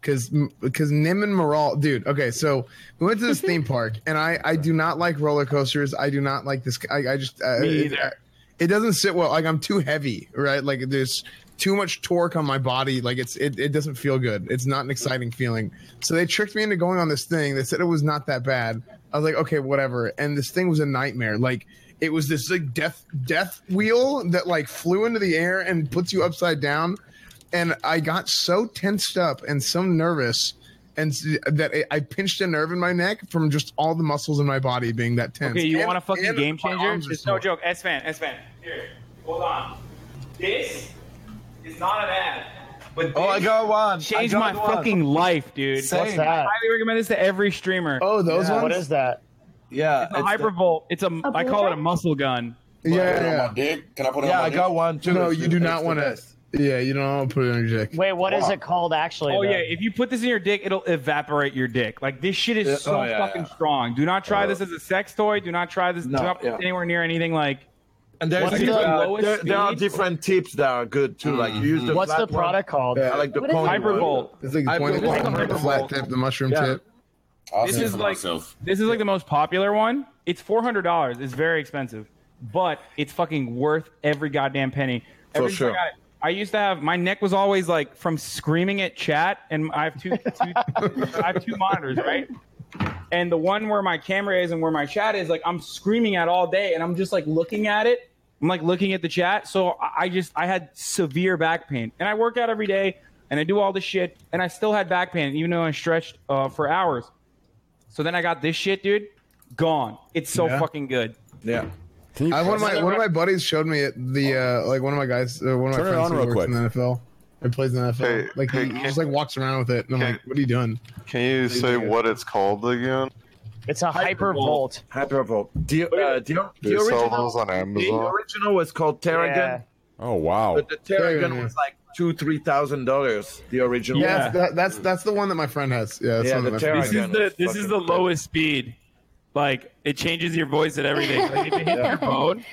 because because Nim and Moral, dude. Okay, so we went
(laughs)
to this theme park, and I I do not like roller coasters. I do not like this. I I just uh,
Me
it-
either.
It doesn't sit well. Like I'm too heavy, right? Like there's too much torque on my body. Like it's it, it doesn't feel good. It's not an exciting feeling. So they tricked me into going on this thing. They said it was not that bad. I was like, okay, whatever. And this thing was a nightmare. Like it was this like death death wheel that like flew into the air and puts you upside down. And I got so tensed up and so nervous. And s- that I- I pinched a nerve in my neck from just all the muscles in my body being that tense.
Okay, you
And-
want a fucking
and
game
my
changer?
arms are
It's
sore.
no joke. S Fan, S Fan. Here, hold on. This is not an ad. But oh, I got one. Changed
I
my
got one.
fucking life, dude.
Same. What's that?
I highly recommend this to every streamer.
Oh, those Yeah. ones? What is
that?
Yeah,
it's a hypervolt. It's a. I call it a muscle gun.
Yeah, yeah.
Can I put
it Yeah, on my I dick? got one, too.
No,
It's
you
the-
do
it's
not
the
want to.
best.
Yeah, you don't want to put it on your dick.
Wait, what is it called actually?
Oh
though?
yeah, if you put this in your dick, it'll evaporate your dick. Like this shit is
Yeah,
so
oh, yeah,
fucking
yeah.
strong. Do not try
Uh,
this as a sex toy. Do not try this.
no,
do not put
yeah.
this anywhere near anything like.
And there's
What's
the-
the
uh,
lowest
there, there are
speed?
different tips that are good too. Like
Mm-hmm.
you use the
What's
flat
the product
one.
called?
I like the
What is it?
pony one.
It's like the point of the,
Hypervolt.
bottom, the flat tip, the mushroom
Yeah.
tip.
This is like this is like the most popular one. It's four hundred dollars. It's very expensive, but it's fucking worth every goddamn penny.
For
Every time
sure.
I, got it- I used to have my neck was always like from screaming at chat, and I have two, two (laughs) I have two monitors, right? And the one where my camera is and where my chat is, like I'm screaming at all day, and I'm just like looking at it. I'm like looking at the chat, so I- I just I had severe back pain, and I work out every day, and I do all this shit, and I still had back pain, even though I stretched uh, for hours. So then I got this shit, dude. Gone. It's so
Yeah.
fucking good.
Yeah.
I, one of my one of my buddies showed me it, the uh, like one of my guys, uh, one of my
Turn it on
friends who
real
works
quick.
in the NFL and plays in the NFL.
Hey,
like he,
hey,
he just like walks around with it, and I'm like, what are you doing?
Can you say what it's called again?
It's a hypervolt.
Hypervolt. The, uh, the,
They
the
sell
original,
those on
The
Amazon?
original was called Terragon.
Yeah.
Oh wow!
But the Terragon was like two, three thousand dollars. The original.
Yeah, that's that, that's that's the one that my friend has. Yeah, that's
Yeah,
one
the
that my friend
Terragon.
This is the this is the lowest speed. Like it changes your voice and everything. Like if it hits your bone,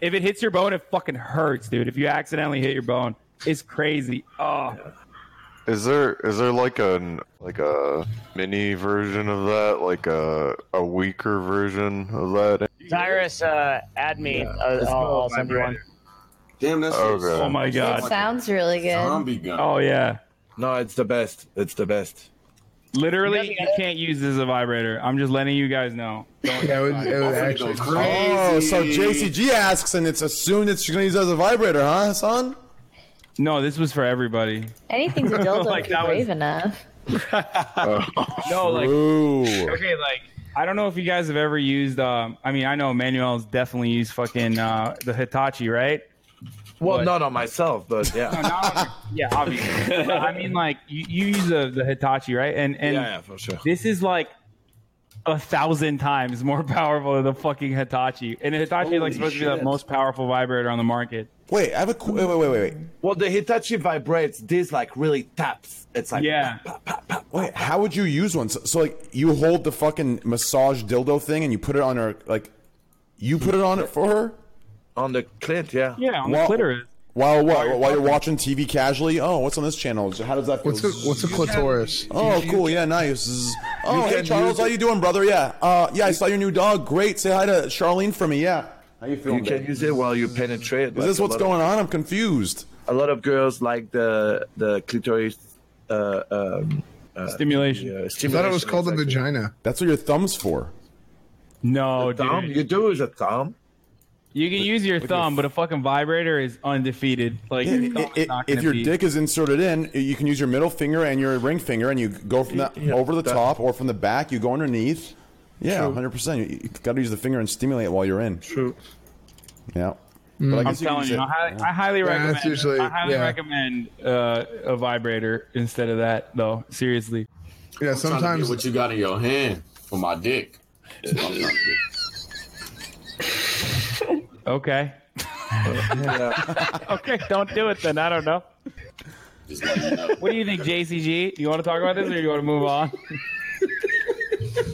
if it hits your bone, it fucking hurts, dude. If you accidentally hit your bone, it's crazy.
Ah.
Oh,
Is there is there like a like a mini version of that, like a a weaker version of that?
Cyrus, uh, add me. uh, I'll, I'll send you one.
Damn, that's
okay.
Oh my
It sounds really good.
Oh yeah.
No, it's the best. It's the best.
Literally, you can't use this as a vibrator. I'm just letting you guys know. Don't-
Yeah, it would, it would actually.
Oh, so JCG asks, and it's assumed that she's going to use it as a vibrator, huh, son?
No, this was for everybody.
Anything's a dildo
Like,
if you're
that was-
brave enough.
Oh,
(laughs) No, like
Ooh.
okay, like I don't know if you guys have ever used. Um, I mean, I know Manuel's definitely used fucking uh, the Hitachi, right?
Well, not on myself, but yeah.
yeah, obviously. But I mean, like you, you use the, the Hitachi, right? And and
Yeah, yeah, for sure.
This is like a thousand times more (laughs) powerful than the fucking Hitachi, and the Hitachi is
Holy
like supposed to be the
shit.
most powerful vibrator on the market.
Wait, I have a qu- wait, wait, wait, wait.
Well, the Hitachi vibrates. This like really taps. It's like
yeah.
Wait, how would you use one? So, so like you hold the fucking massage dildo thing and you put it on her like you put it on it for her?
On the clit, yeah.
Yeah,
on the clitoris. While what? While, you're watching TV casually? Oh, what's on this channel? How does that feel?
What's a, what's a clitoris?
Oh, cool. Yeah, nice. Zzz. Oh, hey
can
Charles,
use
how you doing, brother? Yeah. Uh, yeah, I saw your new dog. Great. Say hi to Charlene for me. Yeah. How you
You can use it while you penetrate.
Is this what's going on? I'm confused.
A lot of girls like the the clitoris uh, um, uh,
Stimulation.
yeah,
I thought it was called a
exactly.
vagina.
That's what your thumb's for.
No,
thumb.
dude.
You do is a thumb.
You can use your thumb, but a fucking vibrator is undefeated. Like your thumb is not
if
gonna
your
beat-
dick is inserted in, you can use your middle finger and your ring finger, and you go from that over the top or from the back. You go underneath. Yeah,
True.
hundred percent. You, you got to use the finger and stimulate while you're in.
True.
Yeah.
I'm
Mm.
guess can
telling
use
you, I
it.
highly, I highly
Mm. Yeah,
recommend.
that's usually-
I highly
yeah.
recommend uh, a vibrator instead of that, though. Seriously.
Yeah,
I'm trying to get
sometimes.
what you got in your hand for my dick. That's what I'm trying to get.
Okay. (laughs) okay, don't do it then. I don't know.
Just let you know.
What do you think, JCG? You want to talk about this, or you want to move on?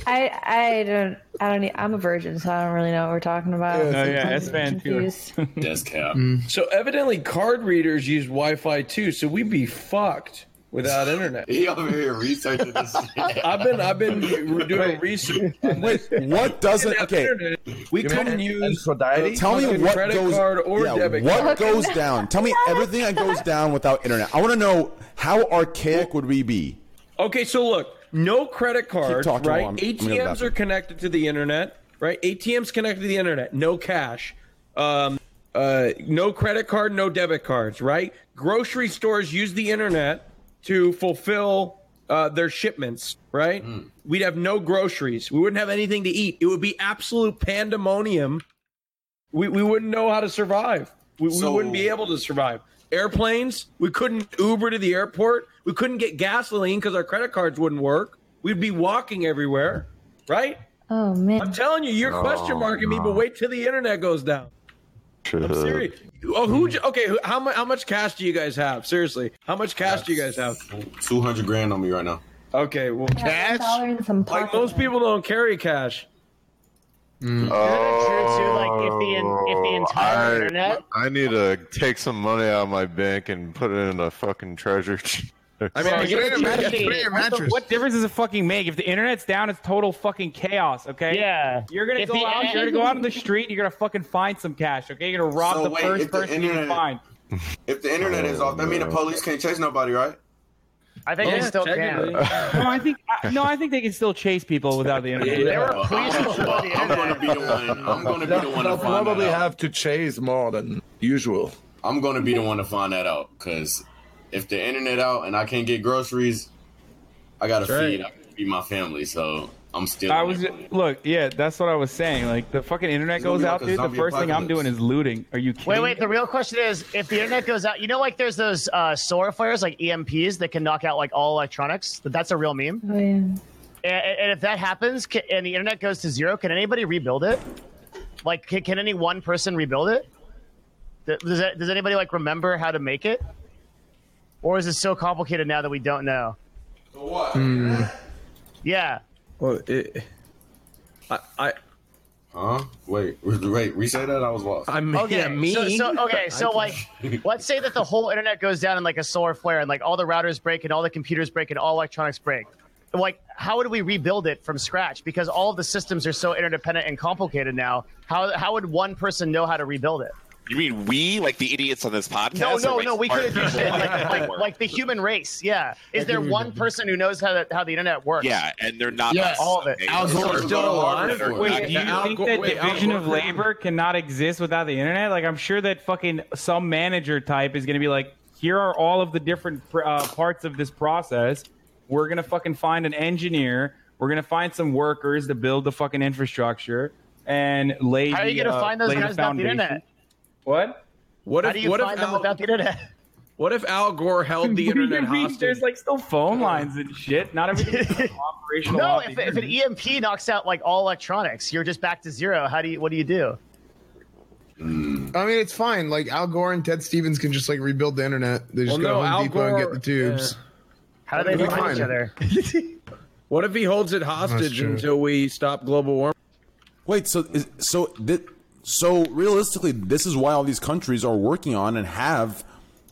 I I don't I don't need, I'm a virgin, so I don't really know what we're talking about.
Yeah,
Sometimes
yeah,
I'm
S-band too.
confused.
Desk cap.
So evidently, card readers use Wi-Fi too. So we'd be fucked
(laughs)
without internet.
He over here researching this. shit.
(laughs) I've been I've been doing research.
Wait, what doesn't? Okay,
We couldn't use
Aphrodite?
tell me
fucking
what
credit
goes.
card or
yeah,
debit
what
card.
goes down? Tell me everything that goes down without internet. I want to know how archaic would we be?
Okay, so look, no credit card,
talking
right?
while I'm- I'm gonna go
ATMs are
bathroom.
connected to the internet, right? ATMs connected to the internet, no cash. Um, uh, no credit card, no debit cards, right? Grocery stores use the internet to fulfill uh, their shipments, right?
Hmm.
We'd have no groceries. We wouldn't have anything to eat. It would be absolute pandemonium. We, we wouldn't know how to survive. We, we
So-
wouldn't be able to survive. Airplanes, we couldn't Uber to the airport. We couldn't get gasoline because our credit cards wouldn't work. We'd be walking everywhere, right?
Oh man.
I'm telling you, you're question marking me, but wait till the internet goes down. I'm serious. Oh, who? j- Okay, who- how much? How much cash do you guys have? Seriously, how much cash do you guys have?
Two hundred grand on me right now.
Okay, well,
Yeah,
cash.
dollar in some pocket
Like most people don't carry cash.
Oh, I,
internet-
I need to take some money out of my bank and put it in a fucking treasure.
I mean,
Sorry,
you put it in your-
you're-
put it in your
what, the-
mattress.
what difference does it fucking make if the internet's down? It's total fucking chaos. Okay.
Yeah.
You're gonna
If
go
the-
out. You're gonna go out on the street. You're gonna fucking find some cash. Okay. You're gonna rob
So
the
wait,
first
if the
person you can
internet-
find.
If the internet is off, that means the police can't chase nobody, right?
I think
Oh,
they
Yeah,
still
technically.
can.
(laughs) No, I think. I, no, I think they can still chase people without the internet.
There were
Well,
police
I'm,
before the
I'm gonna
internet.
be the one. I'm gonna be the
They'll,
one
they'll
to find
probably
that out.
have to chase more than usual.
I'm gonna be the one to find that out. Cause if the internet out and I can't get groceries, I gotta
That's right.
feed. I gotta feed my family. So I'm still.
I was look, yeah, that's what I was saying. Like the fucking internet
It's gonna
goes
be
out,
like a
dude. The
zombie
first thing I'm
apocalypse.
doing is looting. Are you kidding?
Wait, wait. The real question is, if the internet goes out, you know, like there's those uh, solar flares, like EMPs, that can knock out like all electronics. That- That's a real meme.
Oh, yeah.
And, and if that happens, ca and the internet goes to zero, can anybody rebuild it? Like, can, can any one person rebuild it? Th- Does, that, does anybody like remember how to make it? Or is it so complicated now that we don't know?
What?
Hmm.
Yeah.
Well, it, I, I,
Huh? Wait. (laughs) Wait. Reset that. I was lost.
I mean,
Okay.
yeah, me.
So, so
(laughs)
okay. So like, let's say that the whole internet goes down in like a solar flare, and like all the routers break, and all the computers break, and all electronics break. Like, how would we rebuild it from scratch? Because all of the systems are so interdependent and complicated now. How how would one person know how to rebuild it?
You mean we, like the idiots on this podcast?
No,
or,
no,
like,
no. We
smart
couldn't do
people?
shit. Like, like,
(laughs)
like the human race. Yeah. Is there one person who knows how the, how the internet works?
yeah, and they're not.
Yeah,
us.
all of it.
Okay,
Al
so
Gore's
we're
still
going to
alive?
Harvard or
Wait,
not.
Do you
Al
think
Gore-
that
wait, Al
division of
Gore- (laughs)
labor cannot exist without the internet? Like, I'm sure that fucking some manager type is gonna be like, here are all of the different pr- uh, parts of this process. We're gonna fucking find an engineer. We're gonna find some workers to build the fucking infrastructure and lay.
How are you
the,
gonna
uh,
find those
lay the
guys without the
foundation.
internet?
What?
What
How
if
do you
what
find
if
them
Al,
without the internet?
(laughs) what if Al
(laughs)
Gore held the internet hostage?
There's like still phone lines and shit.
(laughs)
Not everything's operational.
No,
off
if,
the
if an
internet.
EMP knocks out like all electronics, you're just back to zero. How do you? What do you do?
Mm.
I mean, it's fine. Like Al Gore and Ted Stevens can just like rebuild the internet. They just
Well,
go
no,
to Home
Al
Depot and get
Gore-
the tubes.
yeah.
How do they
It'll be
find each
fine.
other?
(laughs)
(laughs)
What if he holds it
That's
hostage
true.
until we stop global warming?
Wait, so is, so thi- so realistically, this is why all these countries are working on and have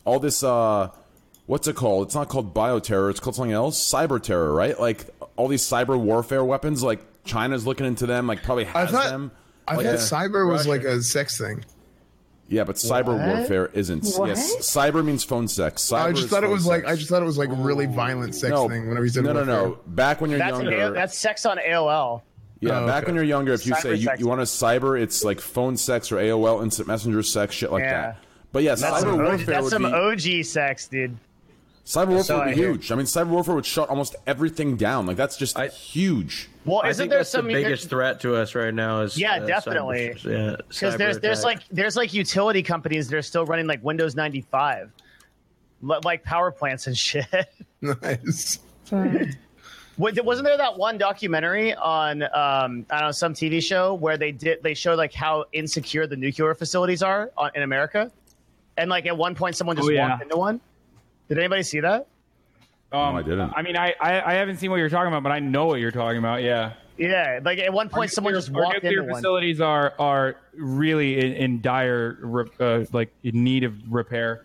all this. Uh, what's it called? It's not called bioterror. It's called something else. Cyber terror, right? Like all these cyber warfare weapons. Like China's looking into them. Like probably has
thought-
them.
I
Like,
thought
yeah.
cyber was like a sex thing.
Yeah, but cyber
What?
warfare isn't.
What?
Yes, cyber means phone sex. Cyber
I just
is
thought it
phone
was
sex.
like I just thought it was like a really violent sex
no,
thing. Whenever you said
no, no,
warfare.
no. Back when you're
That's, an
younger,
A- that's sex on AOL.
Yeah,
Oh,
back
okay.
when you're younger, if you
Cyber
say you,
sex.
you want to cyber, it's like phone sex or AOL instant messenger sex, shit like
Yeah.
that. But yeah,
that's
cyber
some, OG,
warfare
that's
would
some
be
OG sex, dude.
cyber warfare
So
would
I
be
hear.
huge. I mean, cyber warfare would shut almost everything down. Like that's just huge.
Well,
I
isn't
think
there
that's
some-
the biggest threat to us right now? Is
Yeah,
uh, cyber-
definitely.
yeah,
Because
cyber
there's there's
attack.
like there's like utility companies that are still running like Windows 95, li- like power plants and (laughs) shit.
Nice.
(laughs) Wa- th- Wasn't there that one documentary on um, I don't know some TV show where they did they showed like how insecure the nuclear facilities are on, in America, and like at one point someone just
Oh, yeah.
walked into one. Did anybody see that?
Um,
I didn't.
I mean, I, I I haven't seen what you're talking about, but I know what you're talking about. Yeah.
Yeah, like at one point someone just
Our
walked
nuclear
into one.
facilities are are really in, in dire re- uh, like in need of repair.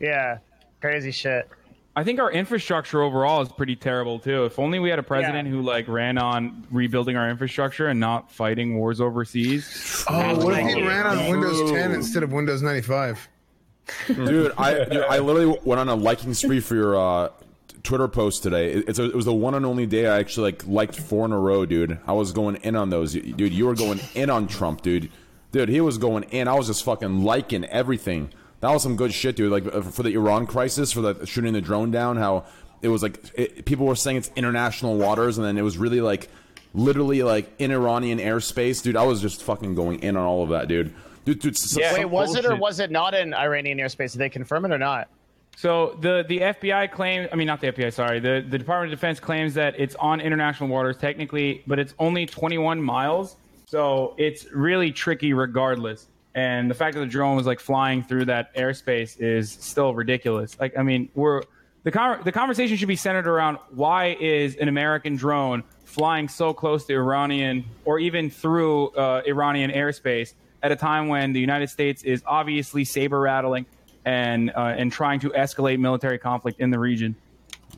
Yeah, crazy shit.
I think our infrastructure overall is pretty terrible too. If only we had a president who like ran on rebuilding our infrastructure and not fighting wars overseas.
Oh, what if he ran on Windows 10 instead of Windows 95?
(laughs) Dude, I dude, I literally went on a liking spree for your uh, t- Twitter post today. It, it's a, it was the one and only day I actually like liked four in a row, dude. I was going in on those, dude. You were going in on Trump, dude. Dude, he was going in. I was just fucking liking everything. That was some good shit, dude. Like uh, for the Iran crisis, for the shooting the drone down, how it was like it, people were saying it's international waters, and then it was really like literally like in Iranian airspace, dude. I was just fucking going in on all of that, dude. Dude, dude. s- s-
Wait,
some
was it or
bullshit.
was it not in Iranian airspace? Did they confirm it or not?
So the the FBI claims, I mean not the FBI, sorry, the the Department of Defense claims that it's on international waters technically, but it's only 21 miles, so it's really tricky regardless. And the fact that the drone was like flying through that airspace is still ridiculous. Like I mean, we're the con- the conversation should be centered around why is an American drone flying so close to Iranian or even through uh, Iranian airspace at a time when the United States is obviously saber rattling and uh, and trying to escalate military conflict in the region.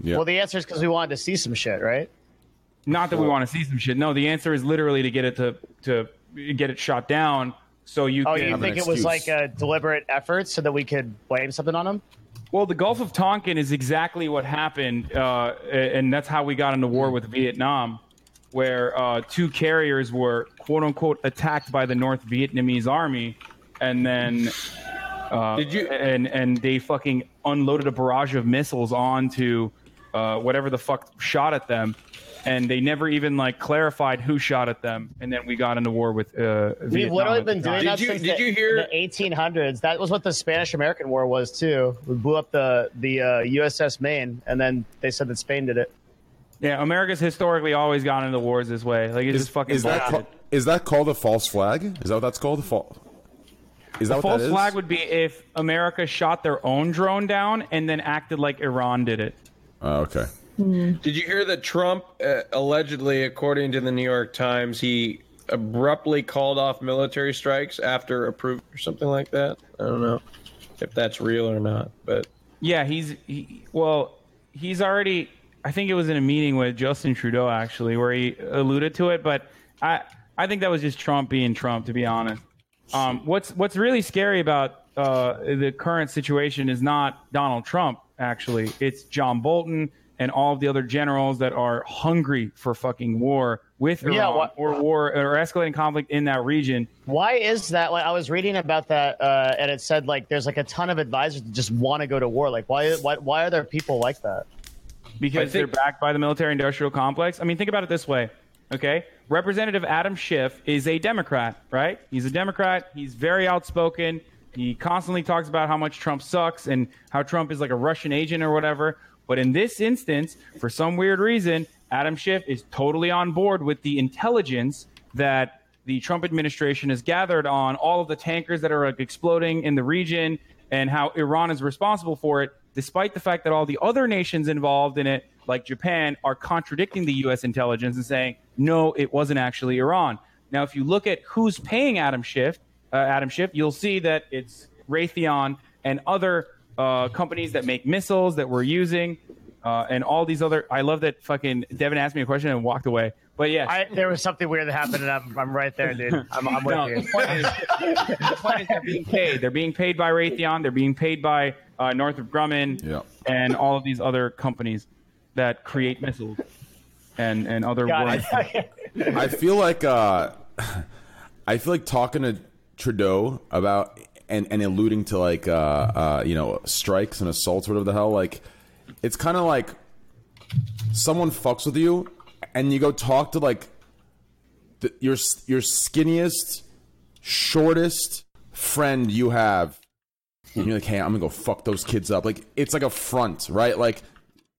Yeah.
Well, the answer is because we wanted to see some shit, right?
Not that we want to see some shit. No, the answer is literally to get it to to get it shot down so you.
Oh,
can
you think it was like a deliberate effort so that we could blame something on them?
Well, the Gulf of Tonkin is exactly what happened, uh, and that's how we got into war with Vietnam, where uh, two carriers were "quote unquote" attacked by the North Vietnamese army, and then uh, did you and and they fucking unloaded a barrage of missiles onto uh, whatever the fuck shot at them, and they never even like clarified who shot at them, and then we got into war with uh, Vietnam.
We've literally
at the
been doing
time.
that since the, the 1800s. That was what the Spanish-American War was too. We blew up the the uh, USS Maine, and then they said that Spain did it.
Yeah, America's historically always gone into wars this way. Like it's just fucking.
Is that,
bullshit.
ca- is that called a false flag? Is that what that's called? A fal- is that
the
what
false
that is?
flag would be if America shot their own drone down and then acted like Iran did it.
Oh, okay.
Did you hear that Trump uh, allegedly, according to the New York Times, he abruptly called off military strikes after approved or something like that? I don't know if that's real or not, but
Yeah, he's he, well, he's already. I think it was in a meeting with Justin Trudeau actually, where he alluded to it. But I, I think that was just Trump being Trump, to be honest. Um, what's what's really scary about uh, the current situation is not Donald Trump actually. It's John Bolton and all of the other generals that are hungry for fucking war with Iran
Yeah, wha-
or war or escalating conflict in that region.
Why is that? Like, I was reading about that, uh, and it said like there's like a ton of advisors that just want to go to war. Like, why? Why? Why are there people like that?
because they're backed by the military industrial complex. I mean, think about it this way, okay? Representative Adam Schiff is a Democrat, right? He's a Democrat. He's very outspoken. He constantly talks about how much Trump sucks and how Trump is like a Russian agent or whatever. But in this instance, for some weird reason, Adam Schiff is totally on board with the intelligence that the Trump administration has gathered on all of the tankers that are like, exploding in the region and how Iran is responsible for it, despite the fact that all the other nations involved in it, like Japan, are contradicting the U.S. intelligence and saying, no, it wasn't actually Iran. Now, if you look at who's paying Adam Schiff, uh, Adam Schiff, you'll see that it's Raytheon and other uh, companies that make missiles that we're using, uh, and all these other. I love that fucking Devin asked me a question and walked away. But yeah,
I, there was something weird that happened, and I'm, I'm right there, dude. I'm,
(laughs)
I'm with
No,
you.
the point is- the point is they're being paid. They're being paid by Raytheon. They're being paid by uh, Northrop Grumman and all of these other companies that create missiles and and other.
Got
(laughs)
Oh,
warrants.
(laughs) it.
I feel like uh, I feel like talking to Trudeau about and and alluding to like uh, uh, you know strikes and assaults, whatever the hell. Like it's kind of like someone fucks with you, and you go talk to like the, your your skinniest, shortest friend you have. And you're like, hey, I'm gonna go fuck those kids up. Like it's like a front, right? Like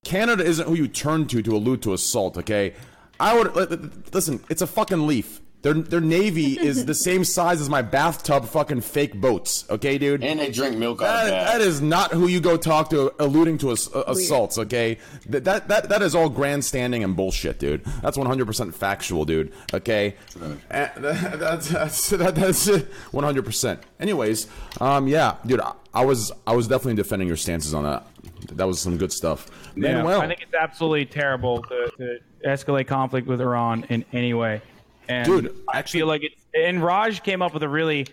Canada isn't who you turn to to allude to assault. Okay, I would li- li- listen. It's a fucking leaf. Their their navy is the same size as my bathtub. Fucking fake boats. Okay, dude.
And they drink milk out
That,
of that.
that is not who you go talk to, alluding to ass- assaults. Okay, that, that that that is all grandstanding and bullshit, dude. That's 100 percent factual, dude. Okay, Eh, (laughs) that- that's that's that- that's 100 percent. Anyways, um, yeah, dude, I, I was I was definitely defending your stances on that. That was some good stuff.
Yeah,
Manuel.
I think it's absolutely terrible to, to escalate conflict with Iran in any way. And
Dude,
I feel like it's. And Raj came up with a really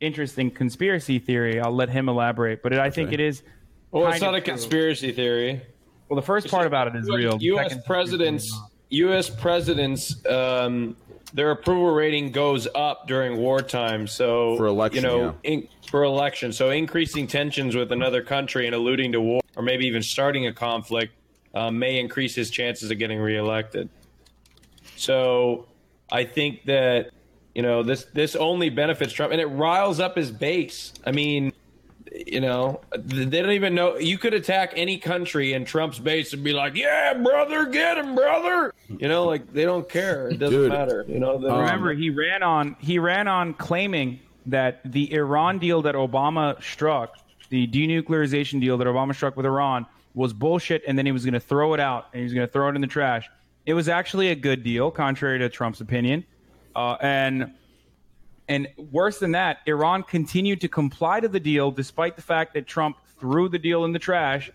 interesting conspiracy theory. I'll let him elaborate, but it, I think it is.
Well, it's
kind of
not a
true.
conspiracy theory.
Well, the first part about it is real. The
U.S.
second-
presidents, U.S. presidents, um, their approval rating goes up during wartime. So
For election,
you know, in, for election. So increasing tensions with another country and alluding to war, or maybe even starting a conflict, uh, may increase his chances of getting reelected. So I think that you know this this only benefits Trump, and it riles up his base. I mean, you know, th- they don't even know. You could attack any country, and Trump's base would be like, "Yeah, brother, get him, brother." You know, like they don't care. It doesn't
Dude.
matter. You know, they don't-
remember he ran on he ran on claiming that the Iran deal that Obama struck, the denuclearization deal that Obama struck with Iran, was bullshit, and then he was going to throw it out and he was going to throw it in the trash. It was actually a good deal, contrary to Trump's opinion, uh, and and worse than that, Iran continued to comply to the deal despite the fact that Trump threw the deal in the trash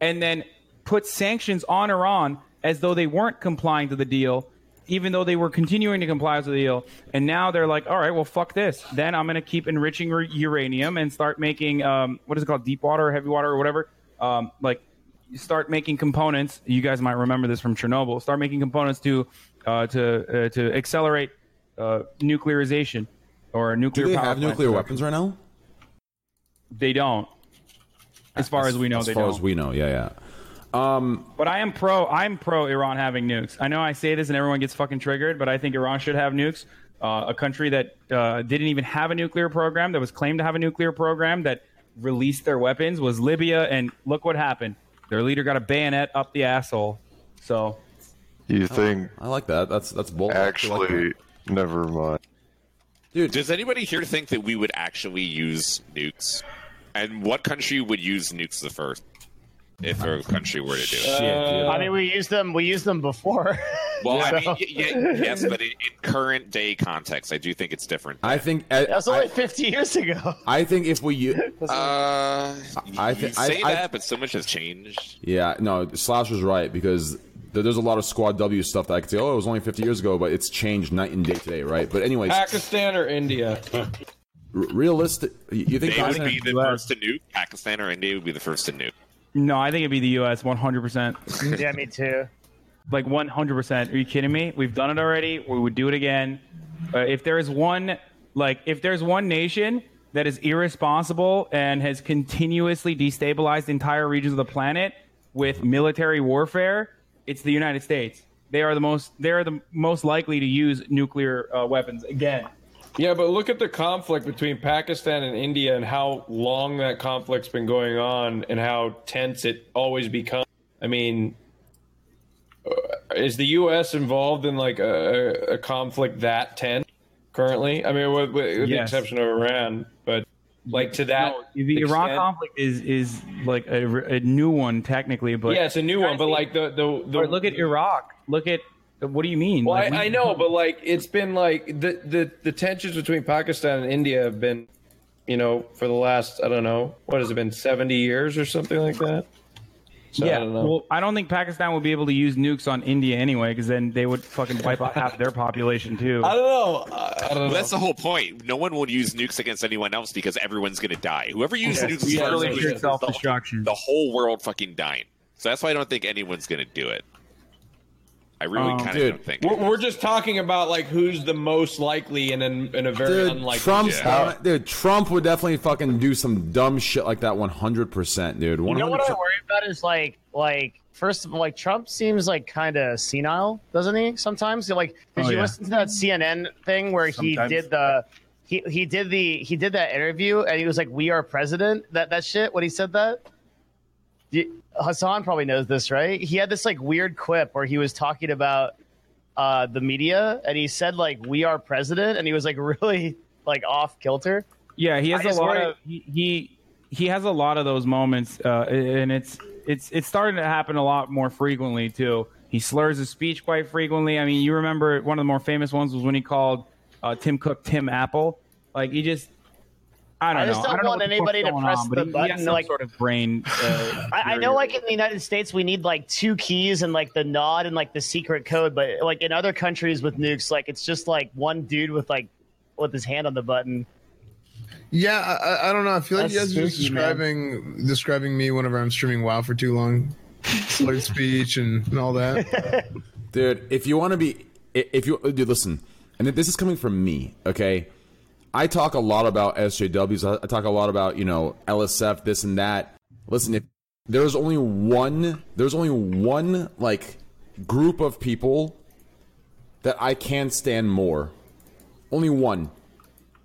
and then put sanctions on Iran as though they weren't complying to the deal, even though they were continuing to comply with the deal. And now they're like, all right, well, fuck this. Then I'm going to keep enriching re- uranium and start making, um, what is it called, deep water or heavy water or whatever, um, like you start making components. You guys might remember this from Chernobyl. Start making components to uh, to uh, to accelerate uh, nuclearization or nuclear.
Do they
power
have
plant
nuclear
production.
weapons right now?
They don't. As far as we know,
as
they
far
don't.
as we know, yeah, yeah. Um,
but I am pro. I'm pro Iran having nukes. I know I say this and everyone gets fucking triggered, but I think Iran should have nukes. Uh, a country that uh, didn't even have a nuclear program, that was claimed to have a nuclear program, that released their weapons was Libya, and look what happened. Their leader got a bayonet up the asshole. So
You think?
I like that. That's that's bold.
Actually, never mind.
Does anybody here think that we would actually use nukes? And what country would use nukes the first? If a country were to do it.
Uh, I mean, we used them. We used them before.
Uh, well, I mean,
(laughs) So-
y- y- yes,
(laughs)
but in, in current day context, I do think it's different.
I think I,
That's
I,
only 50 years ago.
I think if we u-
(laughs) Uh,
I
I
thi- I-
say
I-
that, but so much has changed.
Yeah, no, Slash was right because there, there's a lot of Squad W stuff that I could say, oh, it was only 50 years ago, but it's changed night and day today, right? But anyways, r-
Pakistan
(laughs)
or India.
realistic, you you think
they would
Pakistan-
be the first to nuke. Pakistan or India would be the first to nuke.
no, I think it'd be the U.S. 100. percent
(laughs) yeah, me too.
Like 100. percent Are you kidding me? We've done it already. We would do it again. Uh, if there is one, like, if there's one nation that is irresponsible and has continuously destabilized entire regions of the planet with military warfare, it's the United States. They are the most. They are the most likely to use nuclear uh, weapons again.
Yeah, but look at the conflict between Pakistan and India and how long that conflict's been going on and how tense it always becomes. I mean, uh, is the U.S. involved in like a, a conflict that tense currently? I mean, with, with, with
Yes.
the exception of Iran, but like to that,
No, the Iraq
extent-
conflict is is like a, a new one technically, but
yeah, it's a new one, but like the the, the
Or look at Iraq. Look at what do you mean?
Well,
Like, we-
I, I know, but like it's been like the, the the tensions between Pakistan and India have been, you know, for the last I don't know what has it been seventy years or something like that. So, I
yeah,
don't know.
well, I don't think Pakistan would be able to use nukes on India anyway, because then they would fucking wipe out half their population too.
I don't know.
Well, that's the whole point. No one will use nukes against anyone else because everyone's going to die. Whoever uses
Yeah,
nukes
it's
first
literally
is
pure
the-
self-destruction.
The whole world fucking dying. So that's why I don't think anyone's going to do it. I really
Um,
kind of
dude,
don't think.
We're, we're just talking about like who's the most likely and in, in a very
Dude,
unlikely.
Trump's not- dude, Trump would definitely fucking do some dumb shit like that 100%, dude. 100%.
You know what I worry about is like like first of all, like Trump seems like kind of senile, doesn't he? Sometimes You're like did
Oh,
you
yeah.
listen to that CNN thing where
Sometimes.
he did the he, he did the he did that interview and he was like we are president that that shit when he said that. You, Hassan probably knows this, right? He had this like weird quip where he was talking about uh, the media and he said like we are president and he was like (laughs) really like off kilter.
Yeah, he has
a
a lot of he, he he has a lot of those moments, uh, and it's it's it's starting to happen a lot more frequently too. He slurs his speech quite frequently. I mean, you remember one of the more famous ones was when he called uh, Tim Cook Tim Apple. Like he just, I don't
I
know.
just don't
know
want
what the
anybody
fuck's
to
going
press
on, but
the
he- he
button,
has some
like-
sort of brain. Uh,
(laughs) I, I
barrier.
know, like in the United States, we need like two keys and like the nod and like the secret code, but like in other countries with nukes, like it's just like one dude with like with his hand on the button.
Yeah, I, I- I don't know. I feel like
That's
you guys are just
spooky, man.
describing describing me whenever I'm streaming WoW for too long, slurred speech and, and all (laughs) that.
dude if you want to be i- if you dude listen and this is coming from me okay i talk a lot about sjws i I talk a lot about you know lsf this and that listen if there's only one there's only one like group of people that i can stand more only one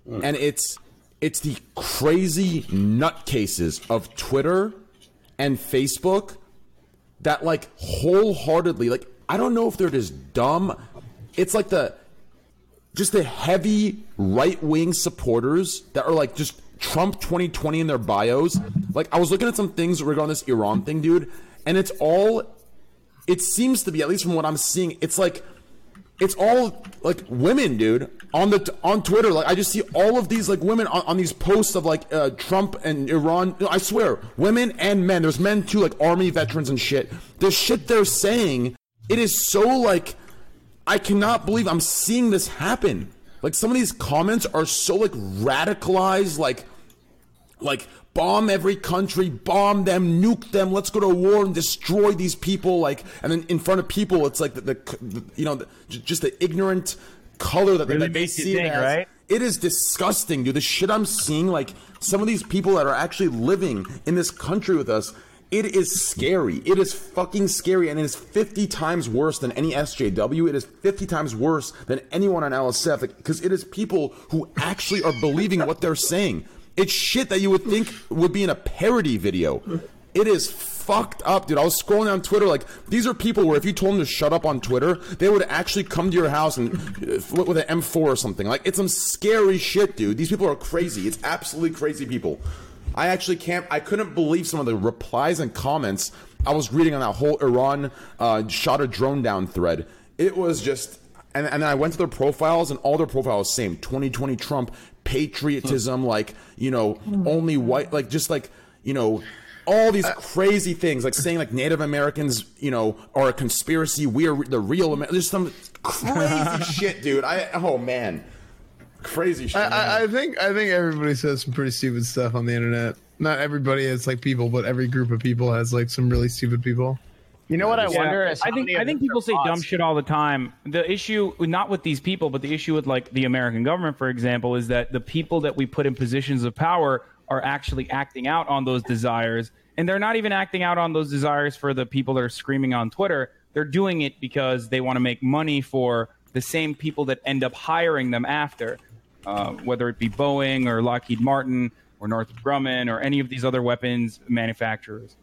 and it's it's the crazy nutcases of twitter and facebook that like wholeheartedly like i don't know if they're just dumb it's like the just the heavy right-wing supporters that are like just trump 2020 in their bios like i was looking at some things regarding this iran thing dude and it's all it seems to be at least from what i'm seeing it's like it's all like women dude on the on twitter like i just see all of these like women on, on these posts of like uh, trump and iran No, i swear women and men there's men too like army veterans and shit the shit they're saying it is so like i cannot believe i'm seeing this happen like some of these comments are so like radicalized like like bomb every country, bomb them, nuke them, let's go to war and destroy these people. Like, and then in front of people, it's like the, the, the you know, the, j- just the ignorant color that,
Really
that they
makes you
see it
think,
as.
right?
It is disgusting, dude. The shit I'm seeing, like some of these people that are actually living in this country with us. It is scary. It is fucking scary, and it is 50 times worse than any SJW. It is 50 times worse than anyone on LSF because it is people who actually are believing what they're saying. It's shit that you would think would be in a parody video. It is fucked up, dude. I was scrolling on Twitter, like these are people where if you told them to shut up on Twitter, they would actually come to your house and uh, flip with an M4 or something. Like it's some scary shit, dude. These people are crazy. It's absolutely crazy people. I actually can't. I couldn't believe some of the replies and comments I was reading on that whole Iran uh, shot a drone down thread. It was just, and, and then I went to their profiles, and all their profiles same 2020 Trump
Hmm.
patriotism, like you know, only white, like just like you know. All these crazy things, like saying like Native Americans, you know, are a conspiracy. We are the real. Amer- There's some
(laughs)
crazy shit, dude. I oh man, crazy shit.
I, I, I think I think everybody says some pretty stupid stuff on the internet. Not everybody has like people, but every group of people has like some really stupid people.
You know what I
Yeah.
wonder is
I
how
think
many
I
of
think
these
people
are
say dumb
bots.
shit all the time. The issue, not with these people, but the issue with like the American government, for example, is that the people that we put in positions of power are actually acting out on those desires, and they're not even acting out on those desires for the people that are screaming on Twitter. They're doing it because they want to make money for the same people that end up hiring them after. uh, whether it be Boeing or Lockheed Martin or Northrop Grumman or any of these other weapons manufacturers.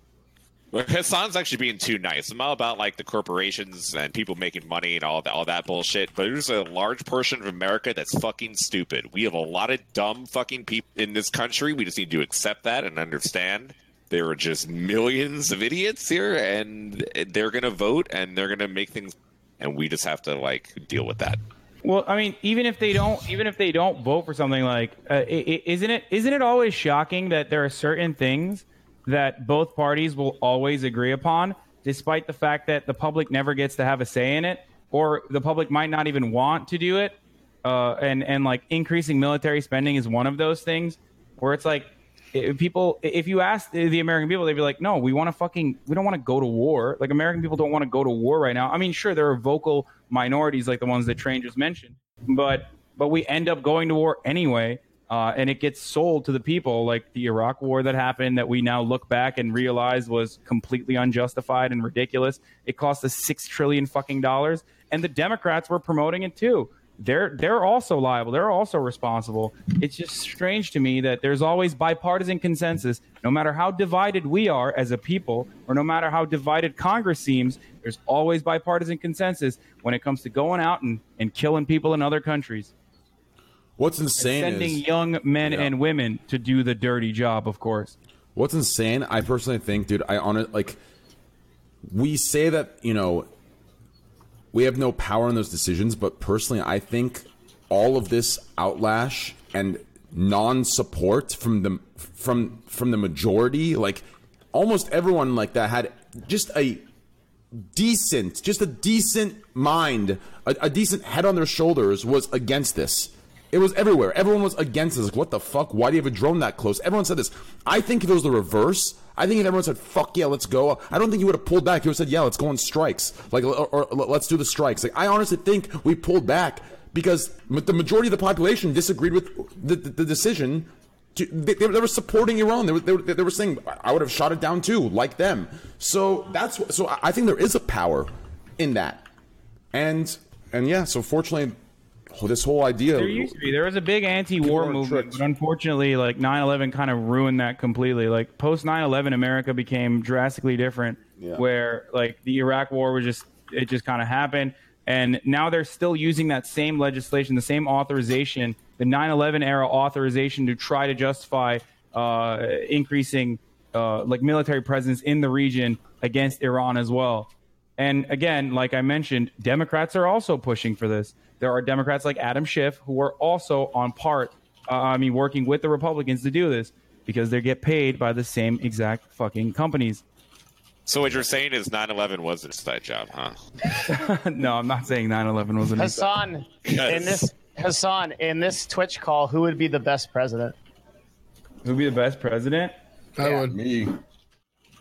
Well, Hassan's actually being too nice. I'm all about like the corporations and people making money and all that, all that bullshit. But there's a large portion of America that's fucking stupid. We have a lot of dumb fucking people in this country. We just need to accept that and understand there are just millions of idiots here, and they're gonna vote and they're gonna make things, and we just have to like deal with that.
Well, I mean, even if they don't, even if they don't vote for something like, uh, i- i- isn't it isn't it always shocking that there are certain things that both parties will always agree upon, despite the fact that the public never gets to have a say in it, or the public might not even want to do it, uh, and and like increasing military spending is one of those things where it's like i- people if you ask the the american people they'd be like no we want to fucking we don't want to go to war like american people don't want to go to war right now i mean sure there are vocal minorities like the ones that train just mentioned but but we end up going to war anyway uh, and it gets sold to the people like the iraq war that happened that we now look back and realize was completely unjustified and ridiculous it cost us six trillion fucking dollars and the democrats were promoting it too they're they're also liable. They're also responsible. It's just strange to me that there's always bipartisan consensus, no matter how divided we are as a people, or no matter how divided Congress seems. There's always bipartisan consensus when it comes to going out and, and killing people in other countries.
What's insane
Sending
is-
young men and women to do the dirty job, of course.
What's insane? I personally think, dude, I honest like we say that you know we have no power in those decisions, but personally, I think all of this outlash and non-support from the from from the majority, like almost everyone like that had just a decent, just a decent mind, a, a decent head on their shoulders was against this. It was everywhere. Everyone was against this. Like, what the fuck? Why do you have a drone that close? Everyone said this. I think if it was the reverse, I think if everyone said, fuck yeah, let's go, I don't think you would have pulled back. You would have said, yeah, let's go on strikes. Like, or, or let's do the strikes. Like, I honestly think we pulled back because ma- the majority of the population disagreed with the, the, the decision. To, they, they were supporting Iran. They were, they, were, they were saying, I would have shot it down too, like them. So that's wh- so I I think there is a power in that. And and yeah, so fortunately, oh, this whole idea.
There used to be. There was a big anti-war movement, but unfortunately, like 9/11 kind of ruined that completely. Like post 9/11, America became drastically different, where like the Iraq War was just it just kind of happened, and now they're still using that same legislation, the same authorization, the 9/11 era authorization to try to justify uh, increasing uh, like military presence in the region against Iran as well. And again, like I mentioned, Democrats are also pushing for this. There are Democrats like Adam Schiff who are also on part, uh, I mean, working with the Republicans to do this because they get paid by the same exact fucking companies. (laughs)
So what you're saying is 9/11 was an inside job, huh?
no, I'm not saying 9 11 was an
Hassan,
Yes.
in this Hassan, in this Twitch call, who would be the best president?
Who'd be the best president?
I would.
Me.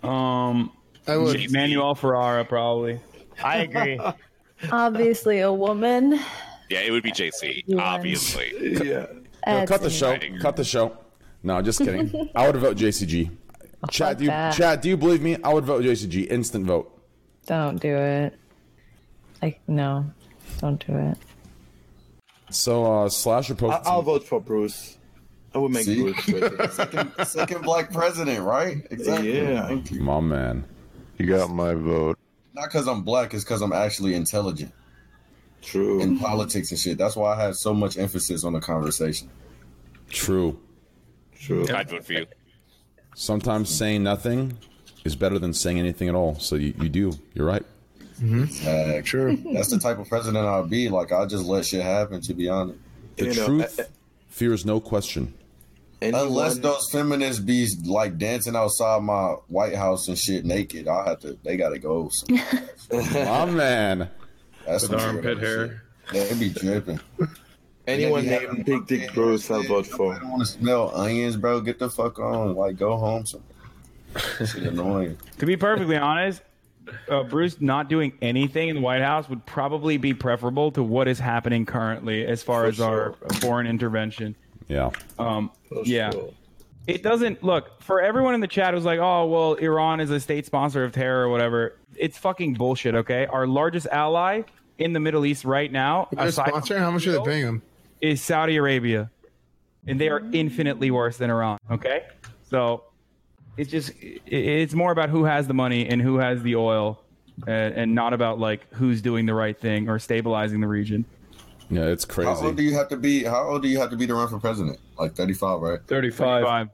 Um,
I would.
Manuel Ferrara, probably.
I agree.
Obviously, a woman.
Yeah, it would be JC, obviously.
yeah. cut the show. Cut the show. No, just kidding. I would vote JCG. Chad, do you,
that.
Chad, do you believe me? I would vote JCG. Instant vote.
Don't do it. Like no, don't do it.
So uh, Slasher posted.
I'll vote for Bruce. I would make
See?
(laughs)
Bruce. President.
second, second black president, right? Exactly.
Yeah.
Thank you.
My man.
You got my vote.
Not because I'm black, it's because I'm actually intelligent.
True.
In politics and shit. That's why I have so much emphasis on the conversation.
True.
True.
I'd vote for you.
Sometimes saying nothing is better than saying anything at all. So you, you do. You're right.
Uh, True. That's the type of president I'll be. Like I just let shit happen. To be honest,
The truth fears no question.
Unless those feminists be like dancing outside my White House and shit naked, I have to. They gotta go.
(laughs) My man.
That's
With
some shit.
armpit hair.
They be dripping.
Anyone
They be
named Big Dick Bruce, I'll vote for.
I want to smell onions, bro. Get the fuck on. Like go home. Some shit annoying.
To be perfectly honest, uh, Bruce not doing anything in the White House would probably be preferable to what is happening currently as far
For
as our foreign intervention.
Yeah.
Um, yeah. It doesn't look for everyone in the chat who's like, oh, well, Iran is a state sponsor of terror or whatever. It's fucking bullshit, okay? Our largest ally in the Middle East right now
Their
aside from
sponsor? How much are they paying them?
is Saudi Arabia, and they are infinitely worse than Iran. Okay, so it's just it, it's more about who has the money and who has the oil, and, and not about like who's doing the right thing or stabilizing the region.
Yeah, it's crazy.
How old do you have to be? How old do you have to be to run for president? Like thirty-five, right?
35. 35.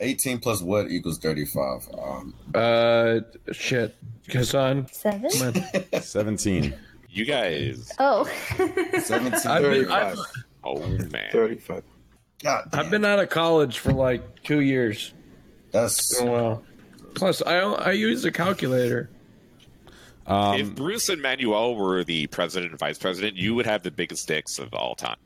Eighteen plus what equals thirty-five? Um,
Uh, shit. Hassan.
Seven?
(laughs)
Seventeen.
You guys.
Oh.
I've been, I've,
Oh man.
35.
I've been out of college for like two years.
That's
well. Plus, I I use a calculator.
if Bruce and Manuel were the president and vice president, you would have the biggest dicks of all time.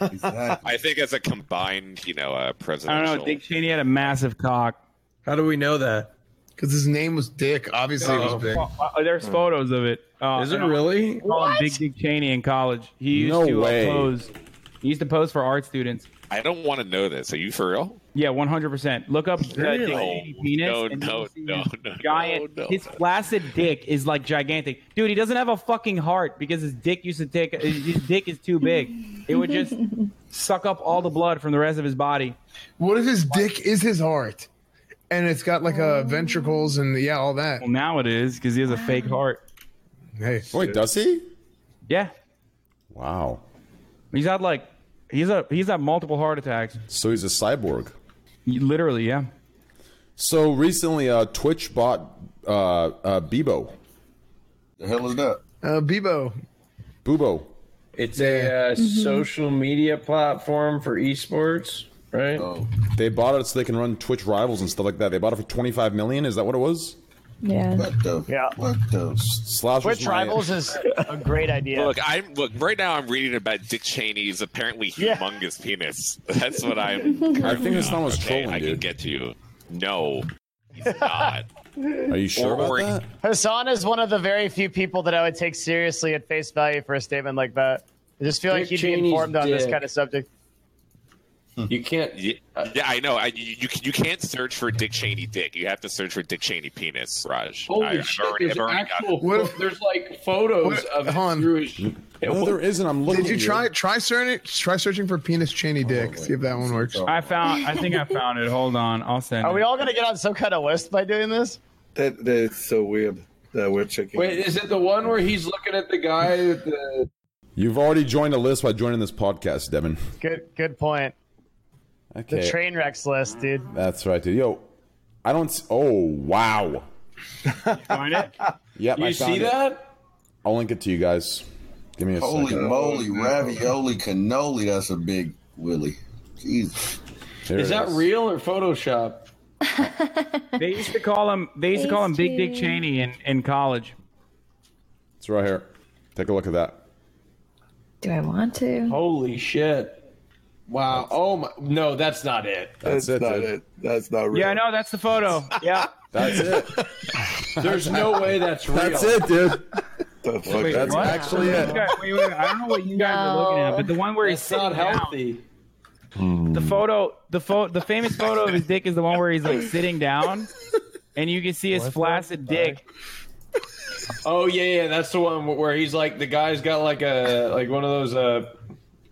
I think as a combined, you know, uh,
(laughs) I
presidential.
don't know. Dick Cheney had a massive cock.
How do we know that?
Because his name was Dick. Obviously, it
Oh,
was big.
well, uh,
Hmm.
there's photos of it. Uh,
Is it really?
Call him Big Dick Cheney in college. He used
No
to uh,
way.
pose. He used to pose for art students.
I don't want to know this. Are you for real?
Yeah, 100. percent Look up uh, Dick Cheney penis.
No,
and
no,
you'll see
no,
his
no,
giant.
no, no.
his flaccid dick is like gigantic, dude. He doesn't have a fucking heart because his dick used to take. uh, His dick is too big. It would just suck up all the blood from the rest of his body.
What if his dick is his heart, and it's got like uh ventricles and yeah, all that?
Well, now it is because he has a fake heart.
Hey,
Wait, does he?
Yeah,
Wow.
he's had like he's a he's had multiple heart attacks.
So he's a cyborg.
Literally, yeah.
So recently, uh, Twitch bought uh, uh, Bebo.
The hell is that?
Uh, Bebo. Mm-hmm.
Boobo.
It's a uh, social media platform for esports, right?
Oh.
They bought it so they can run Twitch rivals and stuff like that. They bought it for twenty-five million. Is that what it was?
Yeah.
Yeah.
What the?
Slouch was
Twitch
my-
Rivals is a great idea.
Look, I'm look right now. I'm reading about Dick Cheney's apparently humongous penis. (laughs) That's what I'm.
I
(laughs)
think this one was
okay,
trolling,
I can
dude.
get to you. No, he's not.
(laughs) Are you sure
Or-
about
or-
that?
Hassan is one of the very few people that I would take seriously at face value for a statement like that. I just feel
Dick
like he'd
Cheney's
be informed on this
dick.
kind of subject.
You can't.
Yeah, yeah, I know. I, you you you can't search for Dick Cheney dick. You have to search for Dick Cheney penis, Raj.
Holy
I, I've
shit!
already-
There's
I've already got
actual.
it.
pho- there's like photos of it through his.
No, there isn't. I'm looking.
Did you
at Oh,
try try searching try searching for penis Cheney dick? see if that one works.
I found. I
(laughs)
think I found it. Hold on, I'll send.
Are
it.
we all going to get on some kind of list by doing this?
That that's so weird that we're checking.
Wait, is it the one where he's looking at the guy? At the...
You've already joined a list by joining this podcast, Devin.
Good, good point. The
Okay,
train wrecks list, dude.
that's right, dude. Yo, I don't. s oh wow.
Find
(laughs)
it?
Yep, I found
You see
it.
that?
I'll link it to you guys. Give me a
Holy
second.
moly, ravioli, cannoli. That's a big willy. Jesus.
There it
Is that real or Photoshop?
They used to call him. They used to call him Big Dick
Tasty.
Cheney in, in college.
It's right here. Take a look at that.
Do I want to?
Holy shit! Wow. Oh my. No, that's not it.
That's, it,
not
dude.
it. That's not real.
Yeah, I know. That's the
(laughs)
photo. Yeah.
That's it.
There's no way that's real.
That's it, dude.
The fuck?
Wait,
That's
what?
actually
You
it.
guys- wait, wait, wait. I don't know what you guys are looking at, but the one where he's
It's not
sitting down-
healthy.
(laughs)
The photo, the photo, the famous photo of his dick is the one where he's like sitting down, and you can see his flaccid dick.
Oh yeah, yeah, that's the one where he's like the guy's got like a like one of those uh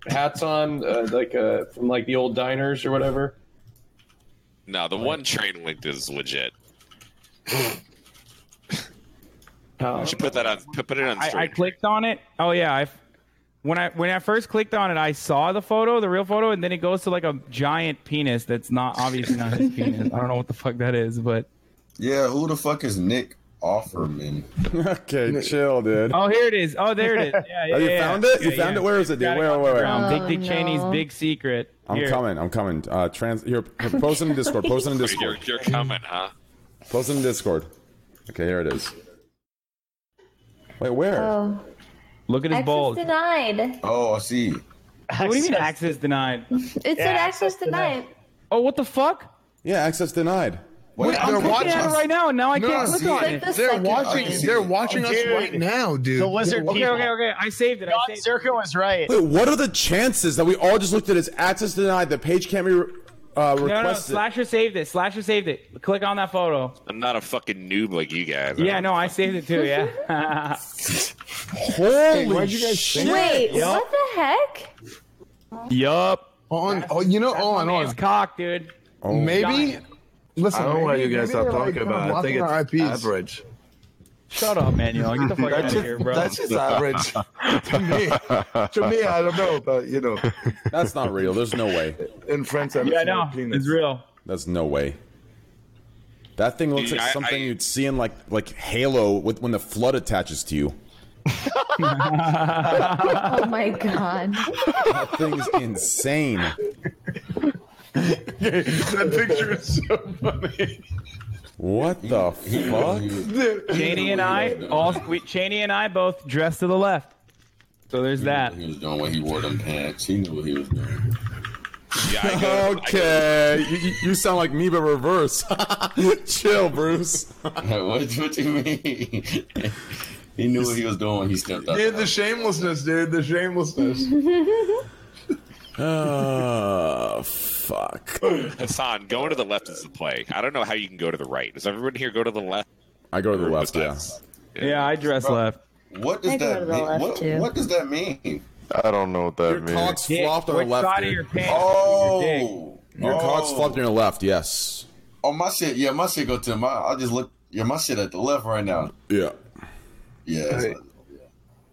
hats on uh, like uh from like the old diners or whatever.
No, the one train linked is legit.
Oh.
I should put that on. Put, put it on.
I, I
stream.
clicked on it. Oh yeah, I when I when I first clicked on it, I saw the photo, the real photo, and then it goes to like a giant penis that's not obviously not his penis. (laughs) I don't know what the fuck that is, but
Yeah, who the fuck is Nick Offerman?
(laughs)
(laughs)
Okay, chill, dude.
oh here it is. Oh there it is.
(laughs)
Yeah, yeah,
Oh, you
yeah.
found it? You
Yeah,
found
yeah.
it? Where is it, dude?
Gotta
Where,
go
where, where?
underground.
Oh,
Big Dick Cheney's
no.
big secret.
I'm
Here.
coming. I'm coming. Uh, trans. Here, p- post it in Discord. Post it in
You're,
Discord.
you're coming, huh?
Post it in Discord. Okay, here it is. Wait, where?
Oh.
Look at his
Access
balls. What
denied.
Oh, I see.
do you mean access denied?
It said
Yeah,
access
access
denied.
Oh, what the fuck?
Yeah, access denied.
Wait,
they're
clicking
watching
on
Yeah,
us.
right now, now I
No,
can't click
see
on
it.
it.
The
They're
second
watching.
one.
They're watching us
Dude.
right now, dude.
The lizard
Okay,
people.
okay, okay. I saved it. I
John
saved it.
Zirka was right.
Wait,
(laughs)
what are the chances that we all just looked at as access denied? The page can't be re- uh, requested.
No, no, Slasher saved it. Slasher saved it. Click on that photo.
I'm not a fucking noob like you guys.
Yeah, no, I saved it too. Yeah.
(laughs)
(laughs)
Holy
why'd you guys
shit!
Wait,
Yeah.
what the heck?
Yup. On, oh, you know, on, on.
cock, dude.
Oh.
Maybe. Listen,
I don't know why you
maybe-
guys
maybe
are
they're, like,
talking
kinda
about. it. I think
blocking our
it's
IPs.
average.
(laughs)
Shut up, Manuel. Get the fuck
That's
out of
just-
here, bro.
That's just average. to me, to me, I don't know, but you know,
That's not real. There's no way.
in France, I'm
Yeah, I know. It's real.
That's no way. That thing looks
Dude,
like
I-
something you'd see in like like Halo with when the flood attaches to you.
oh my god.
That thing's insane.
that picture is so funny.
What the fuck?
Cheney and I all we, Cheney and I both dressed to the left. So there's that.
He was doing what he wore them pants. He knew what he was doing.
Yeah, I go,
Okay, you, you- you sound like me but reverse. (laughs) Chill, Bruce.
(laughs) what, what do you mean? (laughs) he knew what he was doing when he stepped up.
Dude, the shamelessness, dude. The shamelessness.
Oh
(laughs)
fuck!
Hassan, going to the left is the play. I don't know how you can go to the right. Does everyone here go to the left?
I go to the left. Yeah.
Yeah, I dress left.
What
I
does
go to
that
the
mean?
left,
What,
too.
what does that mean?
I don't know what that
Your
means.
cock's flopped on the
Which
left.
side of
dude.
your pants?
Oh,
is your dick?
Your cock's
Oh.
flopped on your left. Yes.
Oh, my shit. Yeah, my shit go to my. I just look. Yeah, my shit at the left right now.
Yeah.
Yeah, it's like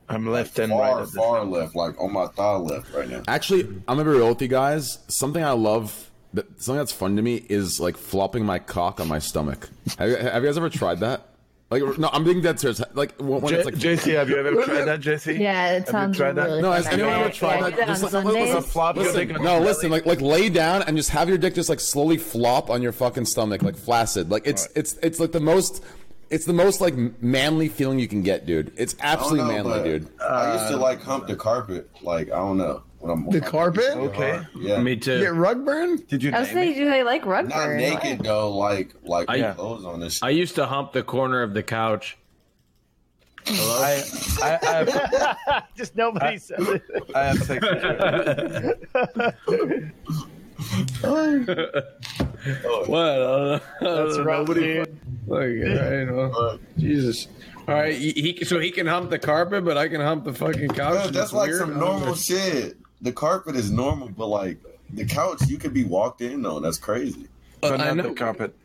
I'm left and right.
far,
at the-
far left, like on my thigh left right now.
Actually, I'm gonna be real with you guys. Something I love, that something that's fun to me is like flopping my cock on my stomach. Have, you- have you guys ever tried that? Like, no, I'm being dead serious. Like when, when
J-
it's like,
JC, have you ever tried that, JC?
Yeah, it
you
sounds
tried that?
really
no,
fun.
has anyone
I-
ever tried
yeah, I
that?
do that on
Just like,
Sundays.
listen,
Flop your
listen,
dick on
no,
your
listen, like, like lay down and just have your dick just like slowly flop on your fucking stomach, like flaccid. Like it's, it's, it's like the most, it's the most like manly feeling you can get, dude. It's absolutely
know,
manly,
but-
dude.
I used
Uh,
to like hump the carpet. Like I don't know when I'm
The carpet?
Okay.
uh, Yeah,
Me too.
Get rug burn?
Did you
I was
name
saying,
it?
do they like rug
not
burn?
naked though. Like like
I-
with clothes on this.
I used to hump the corner of the couch.
I, I, I, have,
(laughs) Just nobody says it.
I have sex with you.
What? Uh,
That's rough, dude.
Look, I don't know. Jesus. All right, he he- so he can hump the carpet, but I can hump the fucking couch.
Bro,
and
that's
it's
like
weird.
some
I don't
normal shit. The carpet is normal, but like the couch, you could be walked in on. That's crazy.
But
I
not
know.
the carpet.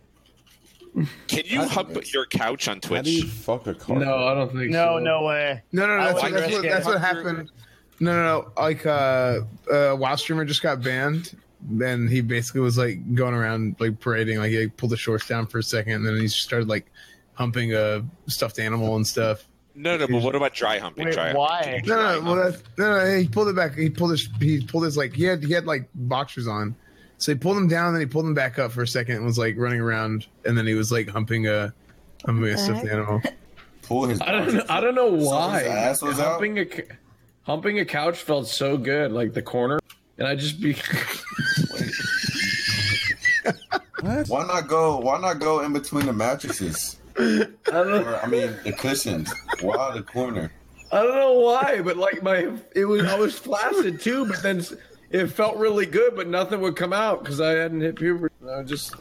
Can you hump your couch on
How
Twitch?
do you fuck a
know.
carpet?
No, I don't think
No,
so.
no way.
No, no,
I
no. That's,
would
what, that's,
risk
what,
it.
that's what happened. No, no, no. Like, uh, uh, WoW streamer just got banned. Then he basically was like going around like parading, like he like, pulled the shorts down for a second, and then he started like humping a stuffed animal and stuff.
No, no, but what about dry humping?
Wait,
dry humping.
why?
Can you
No,
dry
no, no,
hump?
well, that's, no, no. He pulled it back. He pulled his. He pulled his like he had he had like boxers on, so he pulled them down, then he pulled them back up for a second and was like running around, and then he was like humping a humping a stuffed
heck?
animal.
Pull his.
I don't know. I don't know why.
Someone's ass was out?
humping a c- humping a couch felt so good, like the corner, and I just be. (laughs)
Why not go? Why not go in between the mattresses?
I don't,
Or I mean, the cushions. Why the corner?
I don't know why, but like my it was I was flaccid too, but then s- it felt really good, but nothing would come out because I hadn't hit puberty. I was just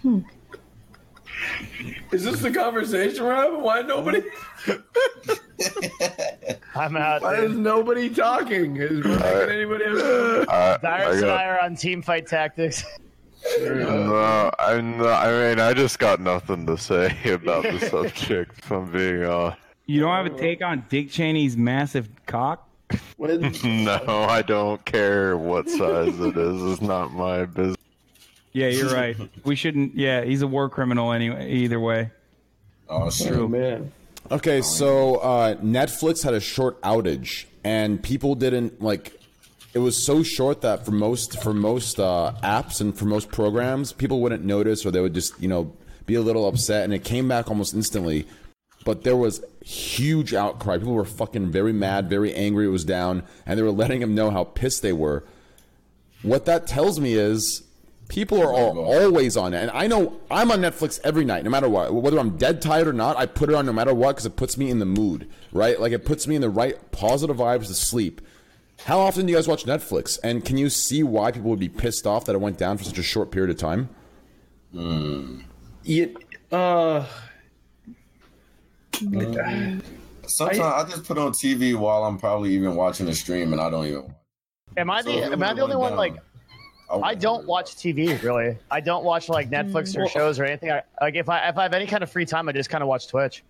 Hmm. Is this the conversation we're having? Why nobody?
I'm out.
Why is
Dude.
nobody talking? Is we're making anybody? Else?
Uh,
I,
Dyrus
I
and
got-
I are on team fight tactics. (laughs)
No, I'm not, I mean, I just got nothing to say (laughs) about the subject, if I'm being honest.
You don't have a take on Dick Cheney's massive cock?
(laughs) No, I don't care what size it is. It's not my business.
(laughs)
Yeah, you're right. We shouldn't. Yeah, he's a war criminal anyway. Either way,
Oh shit!
man,
Okay, so uh, Netflix had a short outage, and people didn't like. It was so short that for most for most uh, apps and for most programs, people wouldn't notice, or they would just you know be a little upset, and it came back almost instantly. But there was huge outcry. People were fucking very mad, very angry. It was down, and they were (laughs) letting them know how pissed they were. What that tells me is people are, are always on it. And I know I'm on Netflix every night, no matter what. Whether I'm dead tired or not, I put it on no matter what because it puts me in the mood, right? Like it puts me in the right positive vibes to sleep. How often do you guys watch Netflix? And can you see why people would be pissed off that it went down for such a short period of time?
you, uh,
Sometimes I, just put on TV while I'm probably even watching a stream, and I don't even.
Am I the am I the only one like? I don't watch TV really. I don't watch like Netflix or
Well-
shows or anything. I, like if I if I have any kind of free time, I just kind of watch Twitch.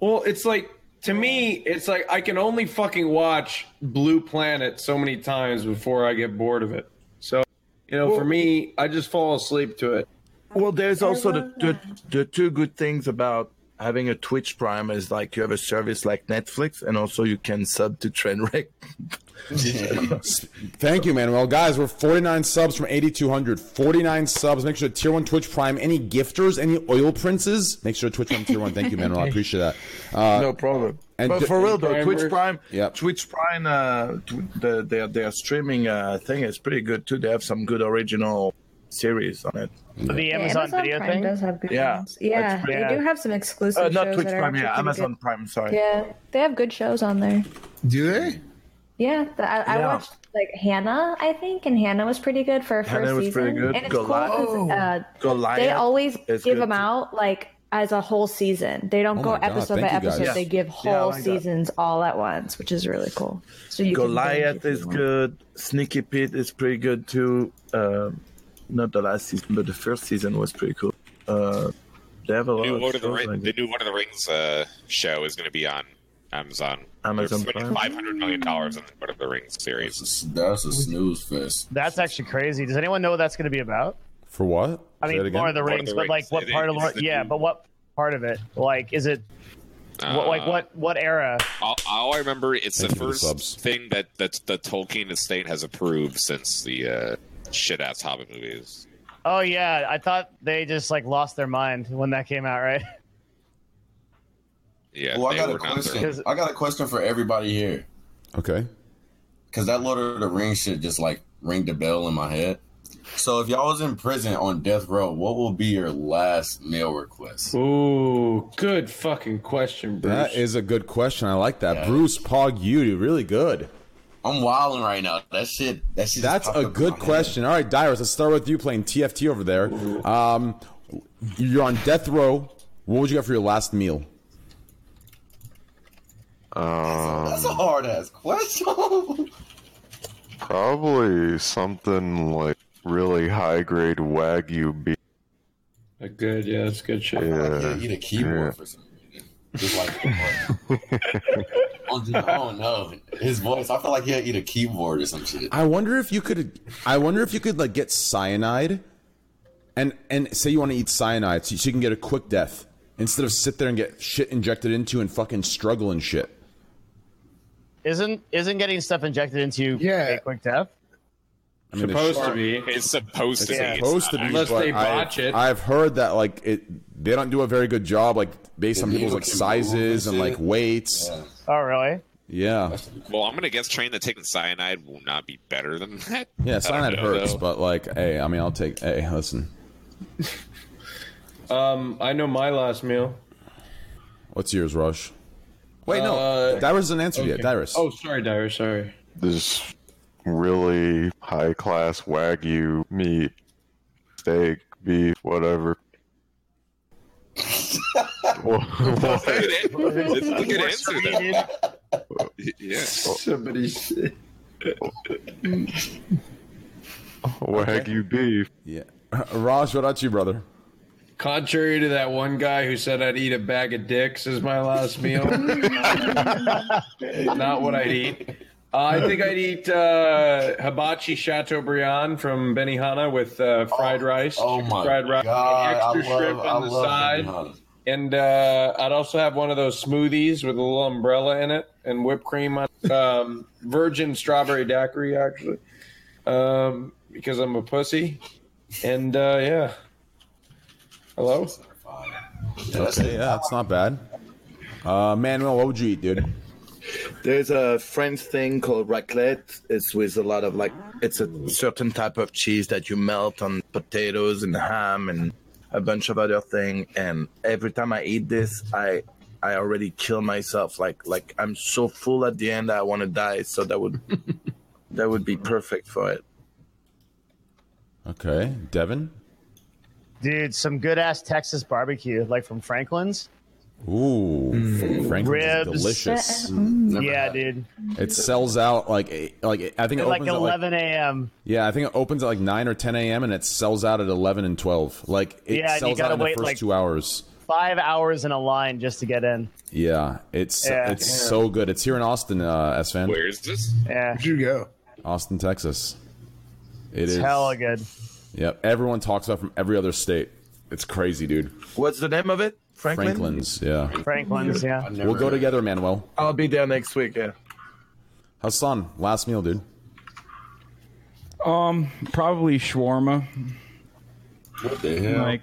Well, it's like to me, it's like I can only fucking watch Blue Planet so many times before I get bored of it. So, you know, for me, I just fall asleep to it.
Well, there's also the, the the two good things about having a Twitch Prime is like you have a service like Netflix, and also you can sub to Trendrec.
(laughs) Thank you, Manuel. Guys, we're 49 subs from 8,200. 49 subs. Make sure to tier one Twitch Prime. Any gifters, any oil princes, make sure to Twitch Prime tier one. Thank you, Manuel. I appreciate that. Uh,
no problem.
and
but
d-
for real though, Twitch
Primer.
Prime,
Yeah.
Twitch Prime, uh, tw- the, their their streaming uh, thing is pretty good too. They have some good original series on it.
Mm.
The
Amazon
video
Prime
thing?
does have good
Yeah,
ones. Yeah,
that's
they
pretty-
do have some exclusive
Uh, not
shows
Twitch
that are
Prime, yeah,
actually pretty
Amazon
good.
Prime. Sorry.
Yeah, they have good shows on there.
Do they?
Yeah, the, I, I
Yeah.
watched like Hannah, I think, and Hannah was pretty good for her first
Hannah was
season.
pretty good.
And it's cool
Goliath-
'cause, uh,
Goliath
they always
is
give
good,
them
too.
out like as a whole season. They don't
Oh
go
my God,
episode by
thank you, guys.
episode.
Yes.
They give
Yeah, I
whole
like that.
seasons all at once, which is really cool. So you
Goliath is good. Sneaky Pete is pretty good too. Um not the last season, but the first season was pretty cool. Uh, they have a lot
New
of
Lord of the
shows
Ring,
like
the new Lord of the Rings uh, show is going to be on Amazon.
Amazon Prime.
five hundred million dollars on the Lord of the Rings series.
That's a snooze fest.
That's actually crazy. Does anyone know what that's going to be about?
For what?
I
Say that
mean,
again?
Lord of the Rings, but like what part of Lord? Yeah, but what part of it? Like, is it what, like
Uh,
what what era?
All, all I remember, it's
Thank
the
you for the
first
subs.
thing that that the Tolkien estate has approved since the uh, shit ass Hobbit movies.
Oh yeah, I thought they just like lost their mind when that came out, right? (laughs)
Yeah.
Well, I
they
got a
were not there.
question. I got a question for everybody here.
Okay.
Cause that Lord of the Rings shit just like ring the bell in my head. So if y'all was in prison on death row, what will be your last meal request?
Ooh, good fucking question, Bruce.
That is a good question. I like that. Bruce Pog you really good.
I'm wilding right now. That shit. That shit.
That's a good question. All right, Dyrus, let's start with you playing TFT over there. Um, you're on death row. What would you get for your last meal?
That's a hard ass question. (laughs)
Probably something like really high grade wagyu beef.
A good, yeah, that's good shit.
Yeah.
eat a keyboard for some Just like I don't know his voice. I feel like he'll eat a keyboard or some shit.
(laughs) I wonder if you could. I wonder if you could like get cyanide, and and say you want to eat cyanide, so, so you can get a quick death instead of sit there and get shit injected into you and fucking struggle and shit.
Isn't isn't getting stuff injected into you a quick death?
I mean,
Supposed
it's-
to be.
It's supposed to
It's
be. It's
supposed to
not
be,
actually-
but I've, I've heard that like it, they don't do a very good job, like based on
The
people's like
needle can move
sizes
and
and like
shit.
weights.
Oh really?
Yeah,
Well, I'm gonna guess train that taking cyanide will not be better than that. I
yeah,
don't
cyanide
know,
hurts,
though.
but like, hey, I mean, I'll take. Hey, listen,
Um, I know my last meal.
what's yours, Rush? Wait, no,
Uh,
Dyrus hasn't answered yet.
okay.
Dyrus.
Oh, sorry, Dyrus. Sorry.
This really high class wagyu meat, steak, beef,
(laughs)
whatever.
Look at it. Look at it.
Somebody shit.
(laughs)
Wagyu beef.
Yeah. (laughs) Raj, what about you, brother?
Contrary to that one guy who said I'd eat a bag of dicks as my last meal,
(laughs)
not what I'd eat. Uh, I think I'd eat uh, hibachi chateaubriand from Benihana with uh, fried rice,
Oh
chicken
my
fried rice,
god!
extra
I love,
shrimp on
I
the
love
side,
Benihana.
and uh, I'd also have one of those smoothies with a little umbrella in it and whipped cream on um, virgin strawberry daiquiri, actually, um, because I'm a pussy. And uh, yeah, hello.
Okay, yeah, that's not bad. Uh, Manuel, what would you eat, dude?
There's a French thing called raclette. It's with a lot of like, it's a certain type of cheese that you melt on potatoes and ham and a bunch of other thing. And every time I eat this, I I already kill myself. Like like I'm so full at the end, I want to die. So that would (laughs) that would be perfect for it.
Okay, Devin.
Dude, some good ass Texas barbecue, like from Franklin's.
Ooh,
Mm.
Franklin's is
Ribs.
delicious.
Mm. Never (laughs) Yeah, had it.
It sells out like eight- like I think it
At like
opens
11
at,
a.m.
yeah, I think it opens at like nine or ten a.m. and it sells out at eleven and twelve. Like it
Yeah, and you
sells out
gotta
in the
wait,
first
like-
two hours.
Five hours in a line just to get in.
Yeah, it's
Yeah.
it's
Yeah.
so good. It's here in Austin, uh, S fan.
Where is this?
Yeah.
Where'd you go?
Austin, Texas. It
It's
is.
hella good.
Yep. Everyone talks about it from every other state. It's crazy, dude.
What's the name of it? Franklin.
Franklin's, yeah.
Franklin's, yeah.
We'll go together, Manuel.
I'll be there next week. Yeah.
Hassan, last meal, dude.
Um, probably shawarma.
What
the hell?
Like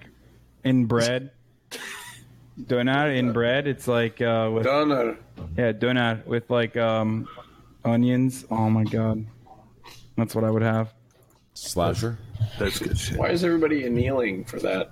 in bread. Donut in bread. It's like uh with
donut.
Yeah, donut with like um onions. Oh my god. That's what I would have.
Slasher.
That's good shit.
Why is everybody annealing for that?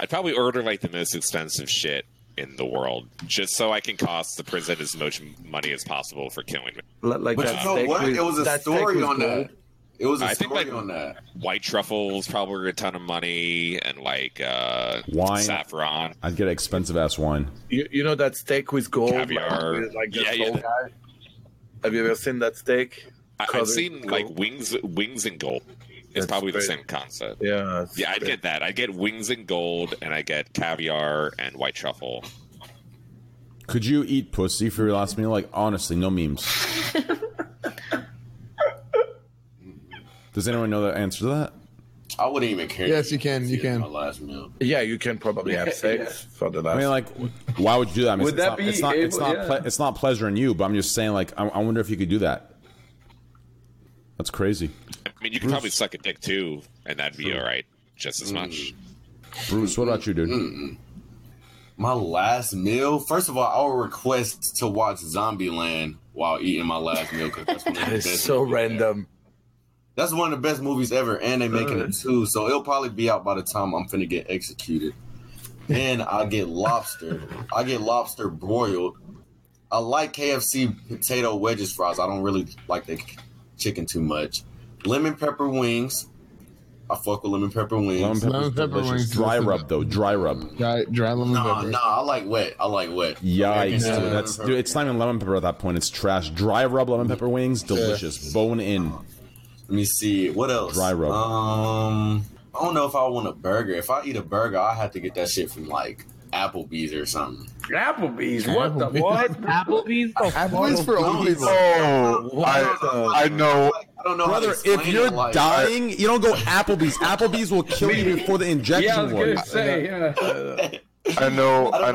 I'd probably order like the most expensive shit in the world just so I can cost the prison as much money as possible for killing me.
Like
but
that
you know
steak
what?
was-
it was a
that steak
story
was
on
good.
that. It was a
I think,
story
like,
on that.
White truffles probably were a ton of money and like uh
Wine.
saffron.
I'd get expensive ass wine.
You, you know that steak with gold, like,
Caviar.
with, like the
Yeah, yeah.
soul guy? Have you ever seen that steak?
I- I've
covered
seen
in
like
gold?
wings wings and gold. It's
That's
probably the
great.
same concept.
Yeah.
Yeah, I'd get that. I'd get wings and gold and I get caviar and white truffle.
Could you eat pussy for your last meal? Like, honestly, no
(laughs)
memes. Does anyone know the answer to that?
I wouldn't even care.
Yes, you can. You can.
Yeah, you can
(laughs)
probably (laughs) have sex for the last.
I mean, like, why would you do that? I mean,
Would
it's,
that
not,
be
it's not, it's
able-
not,
yeah.
ple- it's not pleasure in you, but I'm just saying, like, I, I wonder if you could do that. That's crazy.
I mean you
Mm.
could probably suck a dick too, and that'd be alright just as
Mm.
much.
Bruce, what about you, dude?
My last meal. First of all, I will request to watch Zombieland while eating my last meal because that's
(laughs)
one of the
That is
best
so random.
That's one of the best movies ever, and they making it too. So it'll probably be out by the time I'm finna get executed. Then I get lobster. I get lobster broiled. I like KFC potato wedges fries. I don't really like the chicken too much. Lemon pepper wings. I fuck with lemon pepper wings.
Lemon pepper's Lemon pepper delicious. wings. Dry rub, though. Dry rub.
Dry, dry lemon
nah, Nah, I like wet. I like wet. American
Yikes,
style
dude.
lemon
That's
pepper
dude, it's not even lemon pepper at that point. It's trash. Dry rub lemon pepper wings, delicious. Bone in.
Let me see. What else?
Dry rub.
Um, I don't know if I want a burger. If I eat a burger, I have to get that shit from like Applebee's or something.
Applebee's. What the
(laughs)
what?
(laughs)
Applebee's.
Applebee's for old people.
Oh,
I, I know.
I don't know.
Brother, if you're dying, you don't go Applebee's. Applebee's will kill you before the injection
Yeah, I was
works.
gonna say. Yeah.
(laughs)
I know. I know what I
Hold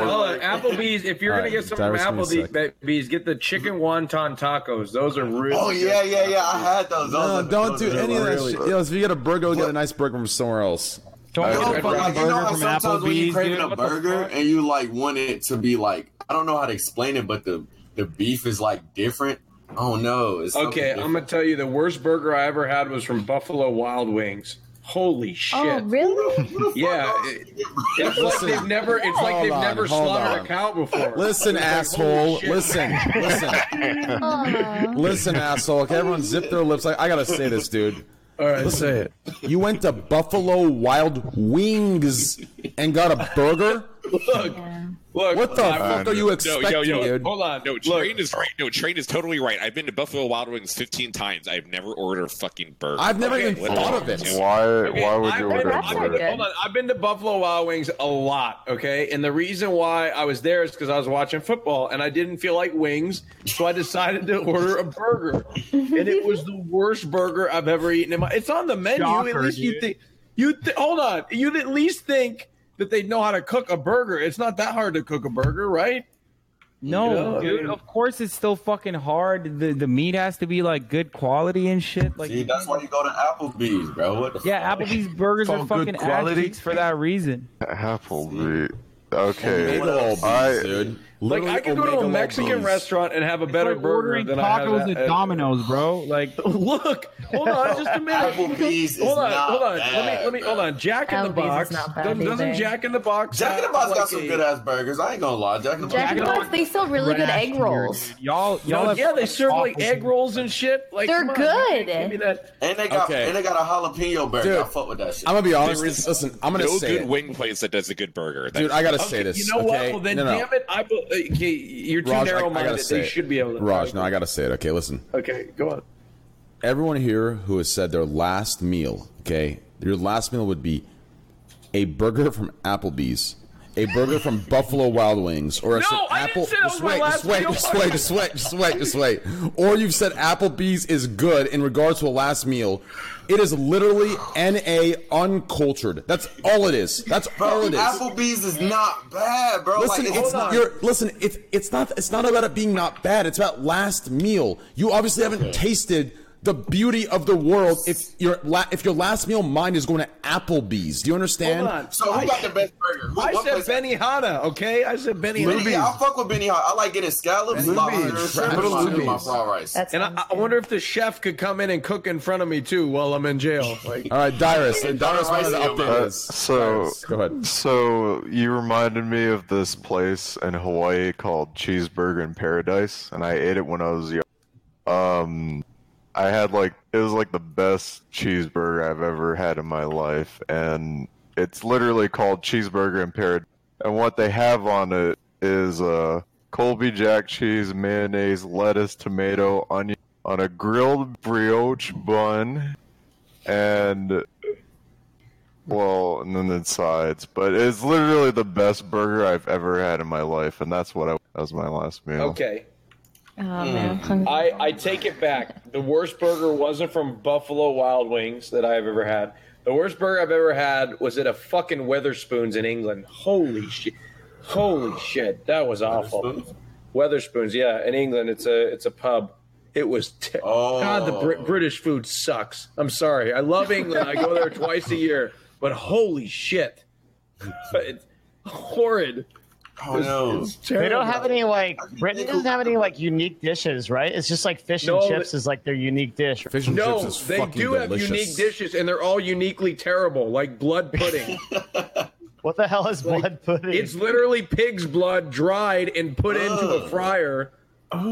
on, hold
want.
on. Applebee's. If you're
All
gonna
right,
get something from
Tyrus, give me a
Applebee's, get the chicken wonton tacos. Those are really.
Oh yeah, yeah, yeah. I had those. Those
No,
are-
don't
those
do
are
any of that
really-
shit. Yo, if you get a burger, go get a nice burger from somewhere else.
No, but like, you know how sometimes when you're craving a burger and you like want it to be like I don't know how to explain it, but the the beef is like different. I don't know. It's something
Okay, I'm
different.
gonna tell you the worst burger I ever had was from Buffalo Wild Wings. Holy shit!
Oh,
(laughs)
really?
Yeah, it- it's like
Listen.
they've never. It's like
Hold
they've
on,
never
hold
slaughtered
on.
a cow before.
Listen,
It's like, holy
asshole.
shit.
Listen, listen,
(laughs)
listen, asshole. Okay, everyone zip their lips. I, I gotta say this, dude.
All right, say it.
You went to Buffalo Wild Wings and got a burger.
Look, look.
What the
I-
fuck are you expecting,
no, yo, yo,
dude?
Hold on. No, train is right. No, train is totally right. I've been to Buffalo Wild Wings 15 times. I've never ordered a fucking burger.
I've never even
what
thought
the
of it.
fuck?
Why? Why would
I've
you
been,
order a
I've been-
burger?
hold on. I've been to Buffalo Wild Wings a lot, okay? And the reason why I was there is because I was watching football and I didn't feel like wings, so I decided to order a burger. and it was the worst burger I've ever eaten in my It's on the menu.
Shocker,
at least you
dude.
think you th- hold on. You'd at least think that they'd know how to cook a burger. It's not that hard to cook a burger, right?
No,
Yeah.
dude. Of course, it's still fucking hard. The the meat has to be like good quality and shit. Like,
See, that's why you go to Applebee's, bro. What the
yeah, Applebee's burgers
For
are
good
fucking ass
quality?
cheeks for that reason.
Applebee's. Okay.
Potato
I,
dude.
Like I could go to a Mexican restaurant and have a better
like
burger
ordering
than I have
tacos
at-
at Domino's,
(laughs)
bro. (laughs) Like,
look, hold on, just a minute.
Applebee's is
hold on,
not
hold on.
bad,
Let me, let me, hold on. Jack in the
Applebee's
Box.
is not bad
Doesn't, doesn't
either.
Jack in the Box?
Jack in the
have,
Box
like,
got some
a-
good ass burgers. I ain't gonna lie. Jack in the Box.
Jack in the Box, they sell really good egg rolls.
Y'all,
y'all
No,
have
yeah, they serve like
awful-
egg rolls and shit. Like
They're
come on,
good.
Give me that.
And they got
Okay.
and they got a jalapeno burger.
Dude,
I fuck with that shit.
I'm gonna be honest.
There is
Listen, I'm gonna
no
say
good
it.
wing place that does a good burger. That-
Dude, I gotta
Okay,
say this.
You know
okay?
what? Oh, Well, then,
No, no.
damn it, I. be- Okay, you're too
Raj, I- I gotta
narrow-minded.
say
They
it.
should be able to.
Raj, no, I gotta say it. Okay, listen.
Okay, go on.
Everyone here who has said their last meal, okay, your last meal would be a burger from Applebee's, a burger from Buffalo Wild Wings, or a
No, Oh, I didn't
apple.
say that was
just
my
wait,
last
just wait,
meal.
just wait, just wait, just wait, just wait. Or you've said Applebee's is good in regards to a last meal. It is literally na uncultured. That's all it is. That's all it is.
Applebee's is not bad, bro.
Listen,
like,
it's
hold
not.
on.
You're, listen, it's it's not. It's not about it being not bad. It's about last meal. You obviously haven't tasted the beauty of the world. If your la- if your last meal mind is going to Applebee's, do you understand?
Hold on.
So who got the best burger? Who-
I
what
said
place-
Benny Hanna, okay? I said Benny
Benny, yeah, I
Hanna.
fuck with Benny Hot. I like getting scallops, lobsters, shrimp, lobster, my fried rice.
And I, I wonder if the chef could come in and cook in front of me too while I'm in jail. Like,
All right, Uh,
(laughs)
Dyrus. And Dyrus wanted to
Rice,
update
uh,
us.
So,
Go ahead.
so you reminded me of this place in Hawaii called Cheeseburger in Paradise, and I ate it when I was young. Um, I had like it was like the best cheeseburger I've ever had in my life, and it's literally called Cheeseburger in Paradise. And what they have on it is uh, Colby Jack cheese, mayonnaise, lettuce, tomato, onion on a grilled brioche bun, and well, and then the sides, but it's literally the best burger I've ever had in my life, and that's what I that was my last meal.
okay. Hmm.
Oh man, I'm hungry.
I, I take it back. The worst burger wasn't from Buffalo Wild Wings that I've ever had. The worst burger I've ever had was at a fucking Weatherspoons in England. Holy shit. Holy shit. That was awful. Weatherspoons, yeah, in England it's a it's a pub. It was te- God, the Brit- British food sucks. I'm sorry. I love England. I go there twice a year, but holy shit. (laughs) It's horrid.
Oh, no.
They don't have any like Britain doesn't have any like unique dishes, right? It's just like fish
No,
and chips is like their unique dish.
Fish
No, they do have unique dishes, and they're all uniquely terrible,
(laughs)
like blood pudding.
What the hell is blood pudding?
it's literally pig's blood dried and put into a fryer.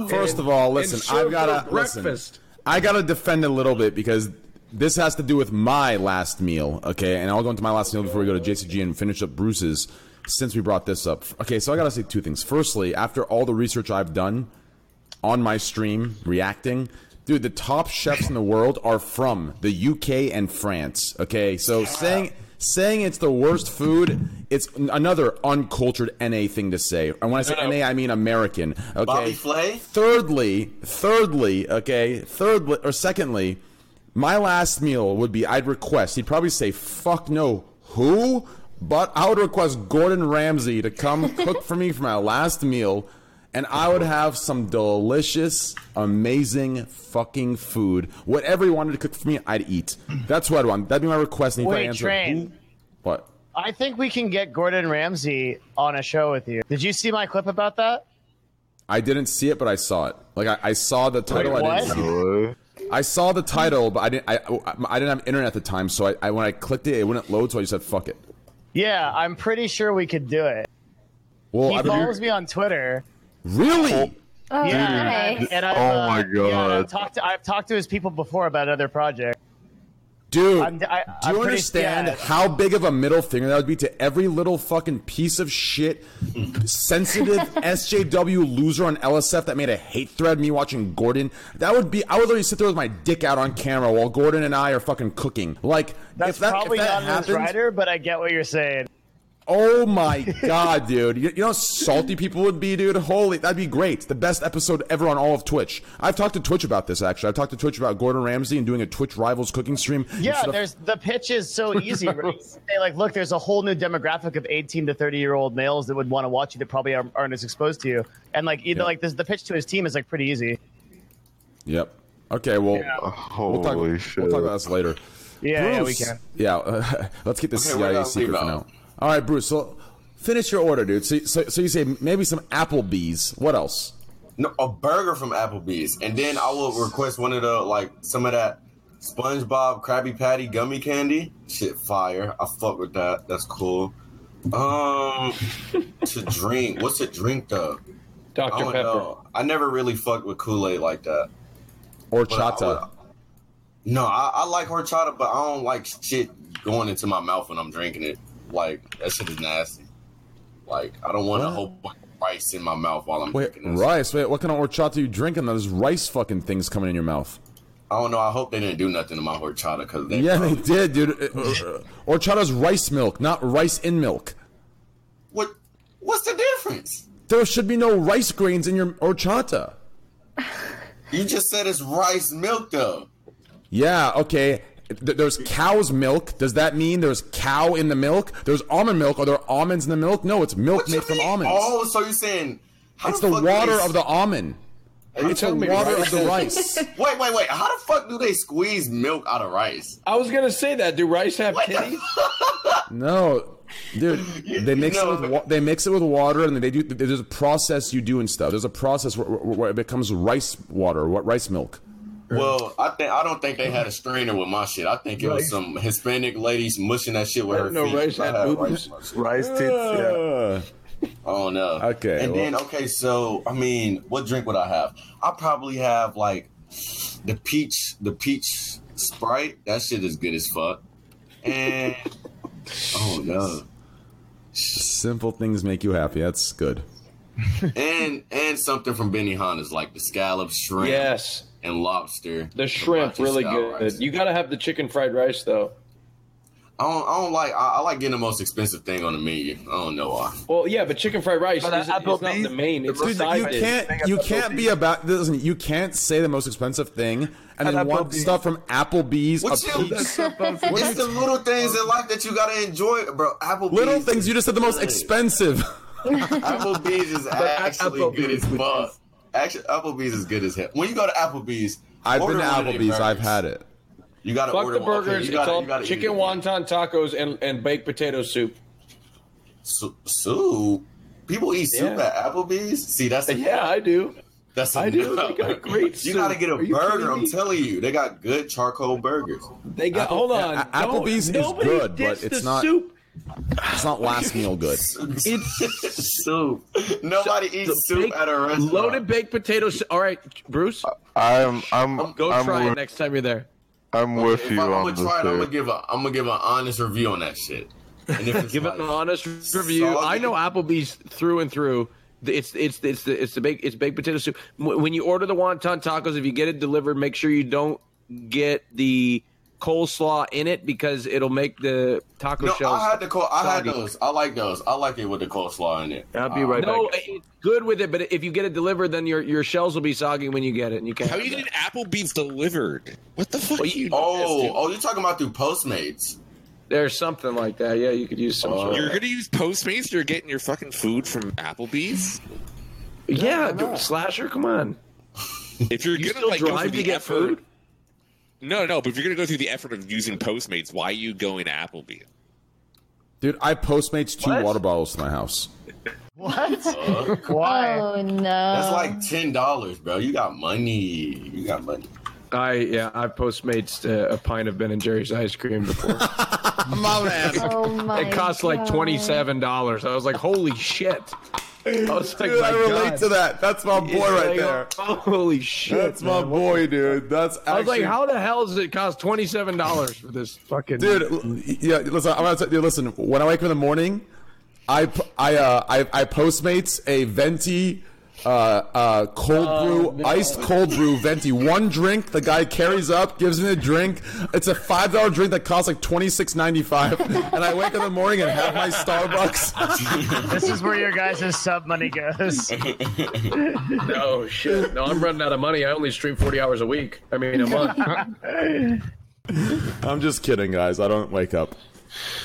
First
and-
of all,
and
listen, I've
served
got
for
to listen.
breakfast.
I got to defend a little bit because this has to do with my last meal, okay? And I'll go into my last meal before we go to JCG and finish up Bruce's since we brought this up. Okay, so I got to say two things. Firstly, after all the research I've done on my stream reacting, dude, the top chefs in the world are from the UK and France, okay? So saying saying it's the worst food, it's another uncultured NA thing to say. And when I say NA, I mean American, okay?
Bobby Flay?
Thirdly, thirdly, okay, thirdly or secondly, my last meal would be I'd request. He'd probably say, "Fuck no, who?" But I would request Gordon Ramsay to come cook for me for my last meal, and I would have some delicious, amazing fucking food. Whatever he wanted to cook for me, I'd eat. That's what I'd want. That'd be my request. And he'd probably
Wait,
answer,
train.
"Who?" What?
I think we can get Gordon Ramsay on a show with you. Did you see my clip about that?
I didn't see it, but I saw it. Like I, I saw the title.
Wait,
I didn't
what?
see it. I saw the title, but I didn't. I, I, I didn't have internet at the time, so I, I when I clicked it, it wouldn't load. So I just said, "Fuck it."
Yeah, I'm pretty sure we could do it.
Well,
he
I
follows me on Twitter.
really.
Oh,
yeah, and, and I've,
Oh my
uh, yeah, and I've
god.
talked to I've talked to his people before about other projects.
Dude,
I'm- I-
do
I'm
you
pretty
understand
sad.
how big of a middle finger that would be to every little fucking piece of shit,
(laughs)
sensitive SJW loser on LSF that made a hate thread me watching Gordon? That would be. I would literally sit there with my dick out on camera while Gordon and I are fucking cooking. Like
That's
if that,
probably
if that
not
happens,
his writer, but I
(laughs)
get what you're saying.
Oh my god, dude! You, you know how salty people would be, dude. Holy, that'd be great. The best episode ever on all of Twitch. I've talked to Twitch about this actually. I've talked to Twitch about Gordon Ramsay and doing a Twitch Rivals cooking stream.
Yeah,
Instead of-
there's the pitch is
(laughs)
so easy. Right? You Say like, look, there's a whole new demographic of 18 to 30 year old males that would want to watch you that probably aren't, aren't as exposed to you. And like, either
Yeah.
like this, the pitch to his team is like pretty easy.
Yep. Okay. Well, we'll talk,
Holy
we'll
shit.
talk about this later.
Yeah, yeah, we
Bruce-
can.
Yeah. (laughs) uh, let's keep this
Okay, we're
CIA
not
secret for
leaving
now.
out.
All right, Bruce. So Finish your order, dude. So, so, so you say maybe some Applebee's. What else?
No, a burger from Applebee's, and then I will request one of the like some of that SpongeBob Krabby Patty gummy candy. Shit, fire! I fuck with that. That's cool. Um, to drink. What's a drink though?
Dr.
I don't
Pepper.
know. I never really fucked with Kool Aid like that.
Or
chata. No, I, I like horchata, but I don't like shit going into my mouth when I'm drinking it. Like that shit is nasty. Like I don't want a
What?
whole bunch of rice in my mouth while I'm
Wait, rice. Wait, what kind of horchata are you drinking? Now There's rice fucking things coming in your mouth.
I don't know. I hope they didn't do nothing to my horchata because they.
Yeah, they did, dude. Uh, uh, Horchata's rice milk, not rice in milk.
What? What's the difference?
There should be no rice grains in your horchata.
You just said it's rice milk though.
Yeah, okay. Th- There's cow's milk. Does that mean there's cow in the milk? There's almond milk. Are there almonds in the milk? No, it's milk made from almonds.
Oh, so you're saying how
it's
the
the
fuck do they
water
s-
of the almond. It's the water of the rice.
(laughs) wait, wait, wait. How the fuck do they squeeze milk out of rice?
I was gonna say that. Do rice have titties?
No, dude,
(laughs)
they mix it with wa- they mix it with water, and they do. There's a process you do and stuff. There's a process where, where, where it becomes rice water, what rice milk.
Well, I think I don't think they had a strainer with my shit. I think it was some Hispanic ladies mushing that shit with her
No,
feet.
rice
I
had boobies.
rice,
Rice tits, yeah.
Oh no.
Okay.
And
well-
then okay, so I mean, what drink would I have? I probably have like the peach, the peach Sprite. That shit is good as fuck. And (laughs) oh
(laughs)
no.
Simple things make you happy. That's good.
and and something from Benihana's like the scallop shrimp.
Yes.
And lobster.
The shrimp
Sriracha
really
style
good.
rice.
You gotta have the chicken fried rice though.
I don't, I don't like. I, I like getting the most expensive thing on the menu. I don't know why.
Well, yeah, but chicken fried rice
Oh,
But, uh,
isn't, is not
Applebee's-
the main. It's
Dude,
side
you
dish.
can't you can't be about listen, you can't say the most expensive thing and then want
Applebee's.
stuff from Applebee's.
What
a
you?
peach-
(laughs)
It's the little things in life that you gotta enjoy, bro. Applebee's.
little things. You just said the most expensive.
(laughs) Applebee's is actually good as fuck. Actually, Applebee's is good as hell. When you go to Applebee's,
I've
order
been to
one of their
Applebee's. I've
burgers.
had it.
You gotta
Fuck
order
the
one. Okay,
burgers.
you gotta- you
it's all
gotta eat
chicken
it.
wonton tacos and, and baked potato soup.
Su- soup. People eat soup
Yeah.
at Applebee's. See, that's
Yeah, I do.
That's
I do. They got great
You
soup.
gotta get a
Are you kidding
burger. I'm
me?
telling you, they got good charcoal burgers.
They got. hold on. Don't- nobody dissed the Soup.
It's not last meal
(laughs)
good.
(laughs) It's soup. Nobody eats
The
soup
baked-
at a restaurant.
Loaded baked potato. s- All right, Bruce.
I'm I'm
Go
I'm
try it
with,
next time you're there.
I'm with you
If I, am
on
gonna
this.
try it. I'm
dude.
gonna give a. I'm gonna give an honest review on that shit. And if it's
(laughs) Give
like,
it an honest review.
Soggy.
I know Applebee's through and through. The- It's it's it's the it's the baked it's baked potato soup. Wh- When you order the wonton tacos, if you get it delivered, make sure you don't get the coleslaw in it because it'll make the taco
no,
shells.
I had the col- I had
soggy.
those. I like those. I like it with the coleslaw in it.
I'll be right
No,
back.
it's good with it, but if you get it delivered, then your your shells will be soggy when you get it, and you can't.
How are you getting Applebee's delivered? What the fuck? are you
Oh, oh, you're talking about through Postmates. Oh,
There's something like that. Yeah, you could use some. sort of-
You're gonna use Postmates? You're getting your fucking food from Applebee's?
yeah, dude, slasher. Come on.
If you're
You
gonna
still
like go
drive
through
to
the
get
effort,
food?
no, no. But if you're gonna go through the effort of using Postmates, why are you going to Applebee's?
Dude, I postmates two
What?
water bottles to my house.
What? (laughs) Oh no.
That's like ten dollars, bro. You got money. You got money.
I yeah, I've postmates uh, a pint of Ben and Jerry's ice cream
(laughs)
before.
My man.
(laughs) Oh my.
it cost like
God.
twenty seven dollars. I was like, holy shit. I was like,
Dude, I
my
relate
God.
to that. That's my
It's
boy right
like,
there.
Holy shit.
That's my
man.
boy, dude. That's actually.
I was like, how the hell does it cost twenty seven dollars for this fucking
dude. l- Yeah, listen. I'm gonna tell you, listen. When I wake up in the morning, I p- I uh, I, I postmates a venti. Uh, uh, cold brew, iced cold brew, venti. One drink. The guy carries up, gives me a drink. It's a five dollar drink that costs like twenty six ninety five. And I wake up in the (laughs) morning and have my Starbucks.
(laughs) This is where your guys' sub money goes.
No shit. No, I'm running out of money. I only stream forty hours a week. I mean
(laughs)
a month.
I'm just kidding, guys. I don't wake up.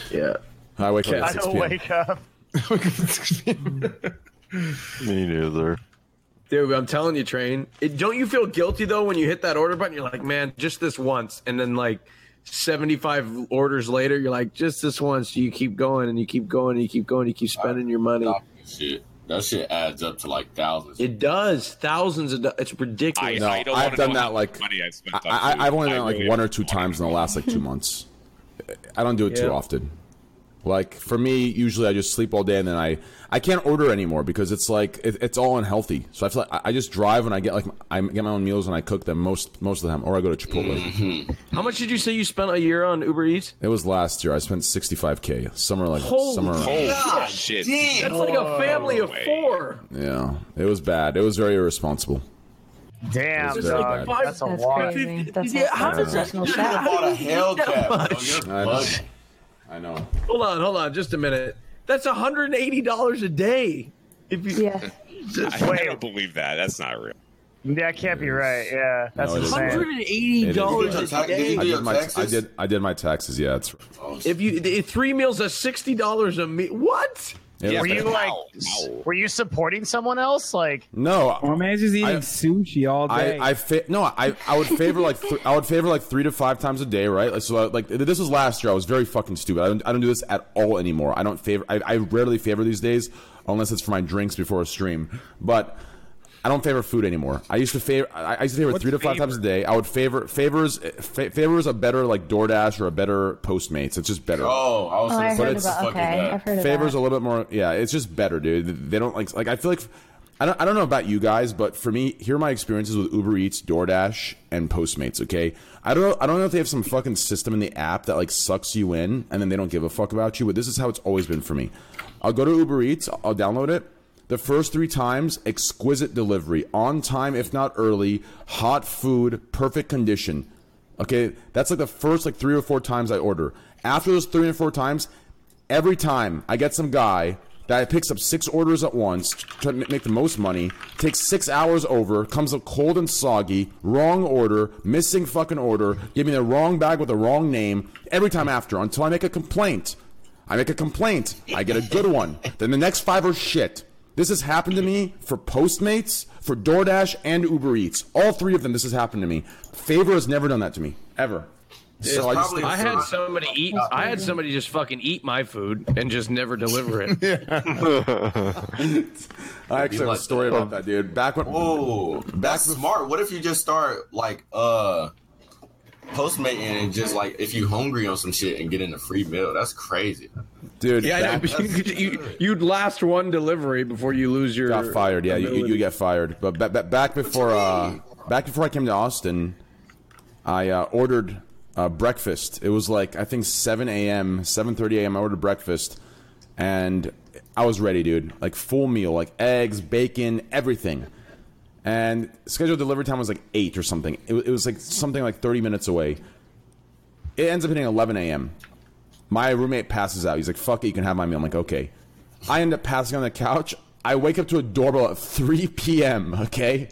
Yeah,
I wake up. At
I
6
don't
p.m.
wake up.
Me neither.
Dude, I'm telling you, train. It, don't you feel guilty though when you hit that order button? You're like, man, just this once, and then like 75 orders later, you're like, just this once, you keep going and you keep going and you keep going, you keep spending your money.
Shit, that shit adds up to like thousands.
It does. Thousands of do- It's ridiculous.
No, I've done that like I, I, have only done it like one or two times in the last like two months. I don't do it
Yeah.
too often. Like for me, usually I just sleep all day and then I I can't order anymore because it's like it, it's all unhealthy. So I feel like I, I just drive and I get like I get my own meals and I cook them most most of the time, or I go to Chipotle.
How much did you say you spent a year on uh, Uber Eats?
It was last year. I spent sixty five k somewhere like
Holy
somewhere. around-
God,
shit.
That's like a family of four.
Yeah, it was bad. It was very irresponsible.
(laughs) Damn,
It's very
dog.
bad.
That's a lot.
yeah, how does that?
Personal
how
shop.
do you eat that much?
I know. I know.
Hold on, hold on, just a minute. That's $180 a day. If you
yeah.
I, I don't believe that. That's not real.
That can't be right. Yeah, that's
No, it is not.
insane.
It is.
$180 a day.
I did, my, I did. I did my taxes. Yeah, it's.
If you if three meals are sixty dollars a meal, what?
It
were
was
you
bad.
like, were you supporting someone else? Like,
No,
Man's just eating
I-
sushi all day.
I, I fa- no, I, I would favor like th- I would favor like three to five times a day, right? Like, so, I, like this was last year. I was very fucking stupid. I don't, I don't do this at all anymore. I don't favor. I, I rarely favor these days unless it's for my drinks before a stream. But I don't favor food anymore. I used to favor. I, I used to favor three to five times a day. I would favor favors fa- favors a better like DoorDash or a better Postmates. It's just better.
Oh, I was
Oh,
gonna
I
say
heard
it's
about.
fucking
Okay,
bad.
I've heard of
favors a
that.
little bit more. Yeah, it's just better, dude. They don't like like I feel like I don't I don't know about you guys, but for me, here are my experiences with Uber Eats, DoorDash, and Postmates. Okay, I don't know, I don't know if they have some fucking system in the app that like sucks you in and then they don't give a fuck about you. But this is how it's always been for me. I'll go to Uber Eats, I'll download it. The first three times, exquisite delivery, on time if not early, hot food, perfect condition. Okay, that's like the first like three or four times I order. After those three or four times, every time I get some guy that picks up six orders at once, trying to make the most money, takes six hours over, comes up cold and soggy, wrong order, missing fucking order, give me the wrong bag with the wrong name, every time after until I make a complaint. I make a complaint, I get a good one. Then the next five are shit. This has happened to me for Postmates, for DoorDash, and Uber Eats. All three of them, this has happened to me. Favor has never done that to me, ever. So I, just,
I had somebody eat. I had somebody just fucking eat my food and just never deliver
(laughs)
it.
I actually have a story about that, dude. Back when
Whoa, that's smart. What if you just start like uh postmating and just like if you hungry on some shit and get in a free meal? That's crazy.
dude.
Yeah, I know,
back-
but (laughs) you, you, you'd last one delivery before you lose your.
got fired. Yeah, you, you
ability.
get fired. But ba- ba- back before uh, back before I came to Austin, I uh, ordered uh, breakfast. It was like I think seven a.m., seven thirty a.m. I ordered breakfast, and I was ready, dude. Like full meal, like eggs, bacon, everything. And scheduled delivery time was like eight or something. It, wa- it was like something like thirty minutes away. It ends up hitting eleven a.m. My roommate passes out. He's like, "Fuck it, you can have my meal." I'm like, "Okay." I end up passing on the couch. I wake up to a doorbell at 3 p.m. Okay,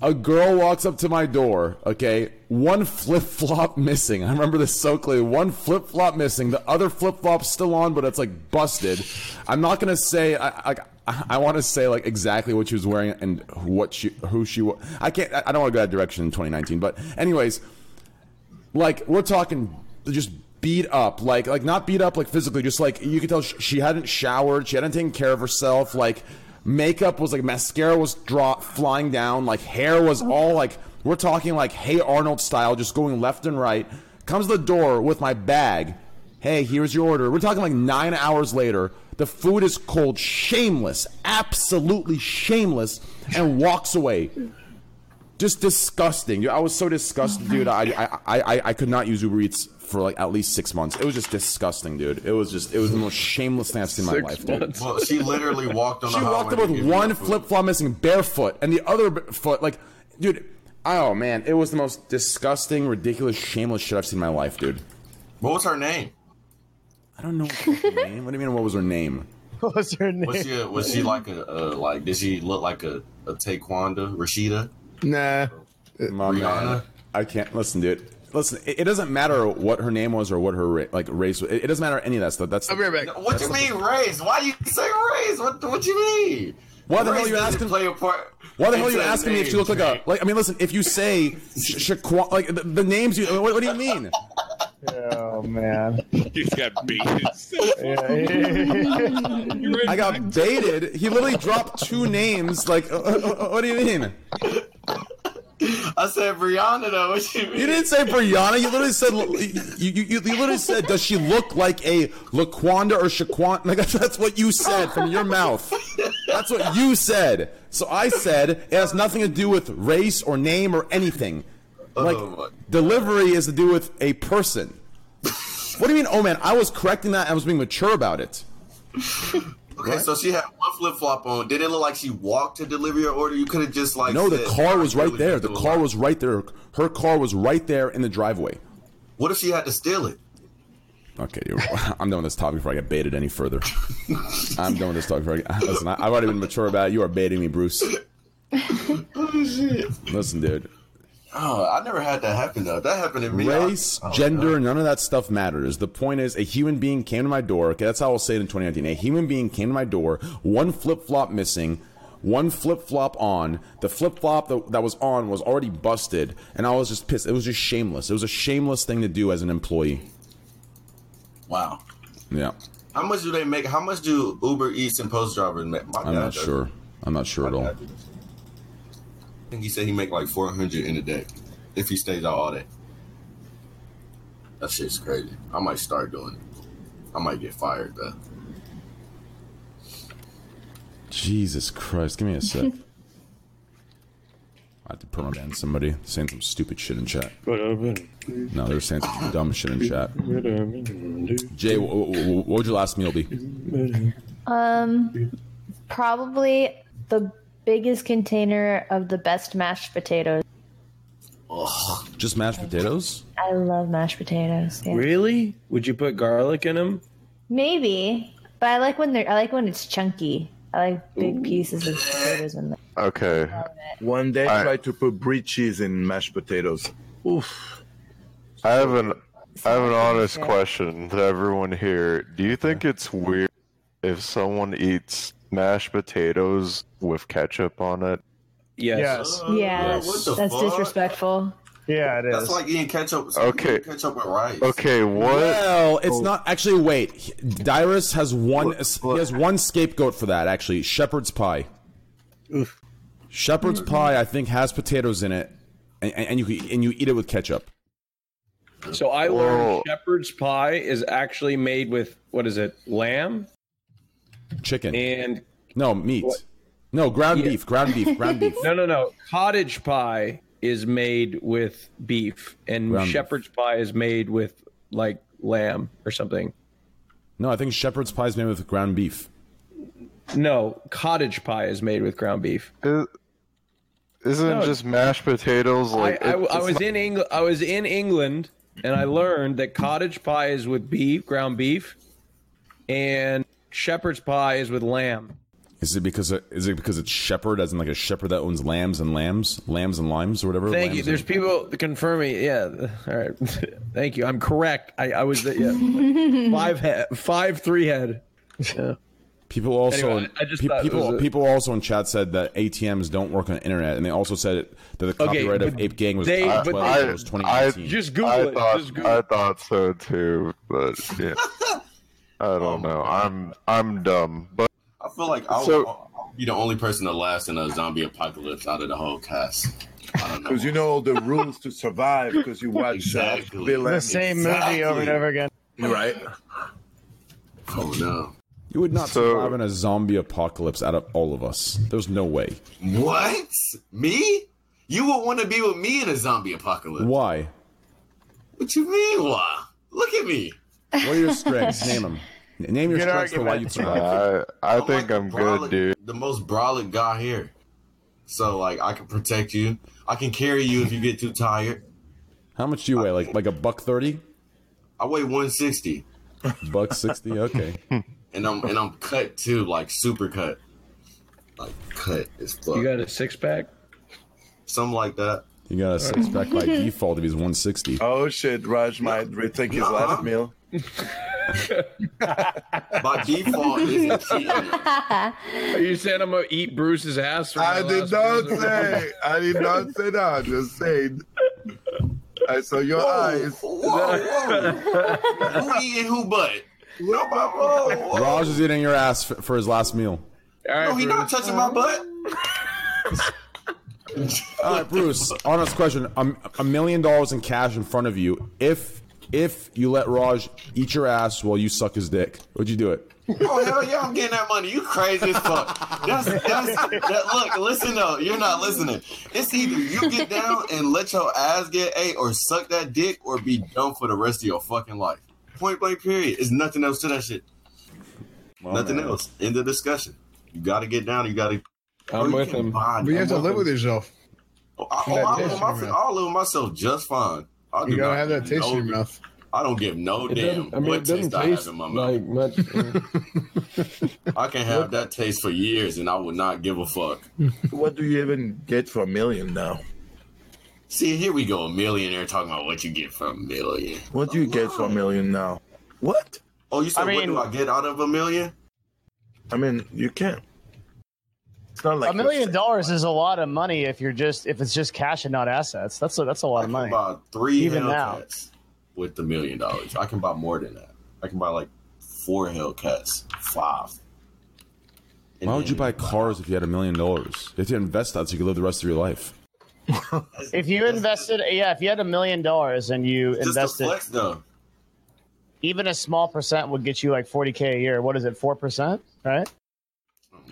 a girl walks up to my door. Okay, one flip flop missing. I remember this so clearly. One flip flop missing. The other flip flop still on, but it's like busted. I'm not gonna say. I, I, I want to say like exactly what she was wearing and what she, who she was. I can't. I I don't want to go that direction in 2019. But anyways, like we're talking just beat up like like not beat up like physically just like you could tell sh- she hadn't showered she hadn't taken care of herself like makeup was like mascara was drop flying down like hair was all like we're talking like hey arnold style just going left and right comes to the door with my bag hey here's your order we're talking like nine hours later the food is cold shameless absolutely shameless and walks away just disgusting. Dude, I was so disgusted,
Oh
dude. I, I I I- I could not use Uber Eats for like at least six months. It was just disgusting, dude. It was just it was the most shameless thing I've seen in my life, dude.
Well, she literally walked on.
She
the highway
walked up
to
with
give you
one
that food.
flip flop missing, barefoot, and the other b- foot, like, dude. Oh man, it was the most disgusting, ridiculous, shameless shit I've seen in my life, dude.
What was her name?
I don't know what her name. What do you mean? What was her name?
(laughs) what was her name?
(laughs) Was she a, was she like a, a like? Did she look like a, a Taekwonda Rashida?
Nah.
My man, I can't listen, dude. Listen, it, it doesn't matter what her name was or what her ra- like race. was. It, it doesn't matter any of that stuff. That's
I'll be right back.
What you mean race? Why do you say race? What what you mean?
Why the hell
Race
you
doesn't
asking-
Play a part.
Why the hell are
It
you
says
asking me if she
names,
looked like
man.
a like? I mean, listen, if you say Shaquan, like the, the names you, what, what do you mean?
Oh man.
He's got baited. (laughs)
I got baited. He literally dropped two names. Like, uh, uh, uh, what do you mean?
I said Brianna though. What you mean?
You didn't say Brianna. You literally said you you, you, you literally said, does she look like a Laquanda or Shaquan? Like that's, that's what you said from your mouth. That's what you said. So I said it has nothing to do with race or name or anything. Like
Oh,
delivery is to do with a person. What do you mean? Oh man, I was correcting that. I was being mature about it.
Okay, so she had one flip flop on. Did it look like she walked to deliver your order? You could have just like
no, the
said,
car was right there. The car was right there. Her car was right there in the driveway.
What if she had to steal it?
Okay, you're, (laughs) I'm done with this topic before I get baited any further. I'm done with this topic. Before I get, (laughs) listen, I, I've already been mature about it. You are baiting me, Bruce.
Oh shit!
Listen, dude.
Oh, I never had that happen though. That happened to me.
Race, gender, none of that stuff matters. The point is, a human being came to my door. Okay, that's how I'll say it in 2019. A human being came to my door, one flip flop missing, one flip flop on. The flip flop that, that was on was already busted, and I was just pissed. It was just shameless. It was a shameless thing to do as an employee.
Wow.
Yeah,
How much do they make? How much do Uber Eats and Post drivers make? My
I'm
dad
not
does.
sure. I'm not sure at all.
I think he said he make like 400 in a day if he stays out all day. That shit's crazy. I might start doing it. I might get fired though.
Jesus Christ, give me a sec. I had to put on ban somebody saying some stupid shit in chat. No, they're saying some dumb shit in chat. Jay, wh- wh- wh- what would your last meal be?
Um, probably the biggest container of the best mashed potatoes.
Just mashed potatoes?
I love mashed potatoes. Yeah.
Really? Would you put garlic in them?
Maybe, but I like when they're. I like when it's chunky. I like big
Ooh.
pieces of potatoes in there.
Okay.
One day,
I-
try to put brie cheese in mashed potatoes. Oof.
I have an I have an honest question to everyone here. Do you think it's weird if someone eats mashed potatoes with ketchup on it?
Yes.
Uh,
Yeah.
Yes. What
That's,
the
that's
fuck?
disrespectful. (laughs)
Yeah, it
That's like eating ketchup. it's like
Okay.
eating ketchup with rice.
Okay, what? Oh.
Well, it's not actually. Wait, he- Dyrus has one. He has one scapegoat for that. Actually, shepherd's pie. Shepherd's pie, I think, has potatoes in it, and, and you could- and you eat it with ketchup.
So I learned shepherd's pie is actually made with what is it? Lamb
Chicken.
and
No meat. No ground beef. Ground beef. Ground beef.
(laughs) No, no, no. Cottage pie is made with beef, and
Ground beef.
shepherd's pie is made with like lamb or something.
No, I think shepherd's pie is made with ground beef.
No, cottage pie is made with ground beef.
Is, isn't
No.
it just mashed potatoes
I,
like
I,
it-
I
it's
was
not-
in England. I was in England, and I learned that cottage pie is with beef, ground beef, and shepherd's pie is with lamb.
Is it because is it because it's shepherd, as in like a shepherd that owns lambs and lambs, lambs and limes or whatever?
Thank
Lambs
you.
and-
There's people confirming. Yeah. All right. (laughs) Thank you. I'm correct. I, I was yeah. five head, five three head. Yeah.
People also
Anyway, I just
pe-
thought it
people
was a-
people also in chat said that ATMs don't work on the internet, and they also said that the copyright of
but
Ape Gang was
they-
out
but
well,
they-
it was
I,
2019.
Just Google
I
it.
thought,
Just Google
I thought so too, but
(laughs)
yeah. I
Oh
don't know. I'm I'm dumb, but
I feel like I'll,
So-
I'll be the only person to last in a zombie apocalypse out of the whole cast.
Because you know all the rules to survive because you watch
Exactly.
uh, Bill
The
and-
same movie over and over again.
Right.
Oh no.
you would not
So-
survive in a zombie apocalypse out of all of us. There's no way.
What? Me? You would want to be with me in a zombie apocalypse.
Why?
What you mean? Why? Look at me.
What are your (laughs)
(laughs)
strengths? Name them. Name your
Good
strengths for why
argument.
you survive.
I I think I'm
Brolic-
good, dude.
The most brolic guy here. So like I can protect you. I can carry you if you get too tired.
How much do you weigh? Like like a buck thirty,
I weigh 160
buck sixty. Okay.
(laughs) and I'm and I'm cut too, like super cut. Like cut as fuck.
You got a six pack?
Something like that.
You got a six pack
(laughs)
by default if he's 160.
Oh shit, Raj might rethink his last meal.
By default, is
(laughs) Are you saying I'm gonna eat Bruce's ass? for
I
my
did
last
not
meal?
say. I did not say that. I'm just saying. I saw your eyes.
whoa, whoa. who eating who but? No, but whoa, whoa.
Raj is eating your ass for, for his last meal.
no, he not touching my butt.
All right, Bruce. Honest question: a, a million dollars in cash in front of you. If if you let Raj eat your ass while you suck his dick, would you do it?
Oh hell yeah, I'm getting that money. You crazy as fuck. That's that's that. Look, listen though, you're not listening. It's either you get
(laughs)
down and let your ass get ate, or suck that dick, or be dumb for the rest of your fucking life. Point blank. Period. It's nothing else to that shit. nothing
man.
else. End of discussion. You got to get down. You got to.
I'm with him.
But you have to live with yourself.
I,
You
oh,
got
I,
that
live my,
taste in your
I live myself just fine. I do
You gotta
not
have that
give
taste in
no-
your mouth.
I don't give no
It
damn
doesn't- I mean,
what
it doesn't
taste I have
taste uh,
in my mouth. (laughs) I can have that taste for years, and I would not give a fuck.
(laughs) what do you even get for a million now?
See, here we go, a millionaire talking about what you get from a million.
What do you get for a million now? What?
Oh, you said
I
what
mean-
do I get out of a million?
I mean, you can't. It's not like
a million dollars is a lot of money if you're just if it's just cash and not assets. That's a, that's a lot of money.
Three
even now.
Hellcats with the million dollars. I can buy more than that. I can buy like four Hellcats, five.
Why would you buy cars if you had a million dollars? You have to invest that so you can live the rest of your life.
If you invested, yeah, if you had a million dollars and you invested,
though.
even a small percent would get you like forty k a year. What is it, four percent? Right?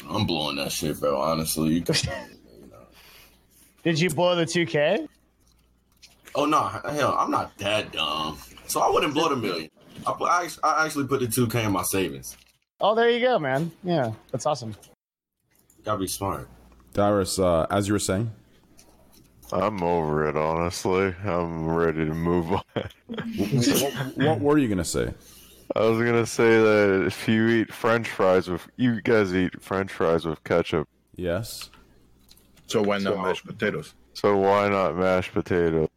I'm blowing that shit, bro. Honestly, you can-
Did you blow the two k?
oh no, hell, I'm not that dumb. So I wouldn't blow the million. I, put, I, act- I actually put the two K in my savings.
Oh, there you go, man. Yeah, that's awesome.
Gotta be smart.
Dyrus, uh, as you were saying,
I'm over it, honestly. I'm ready to move on.
what, (laughs) what were you gonna say?
I was gonna say that if you eat French fries with you guys eat French fries with ketchup.
Yes.
So why not mashed potatoes?
So why not mashed potatoes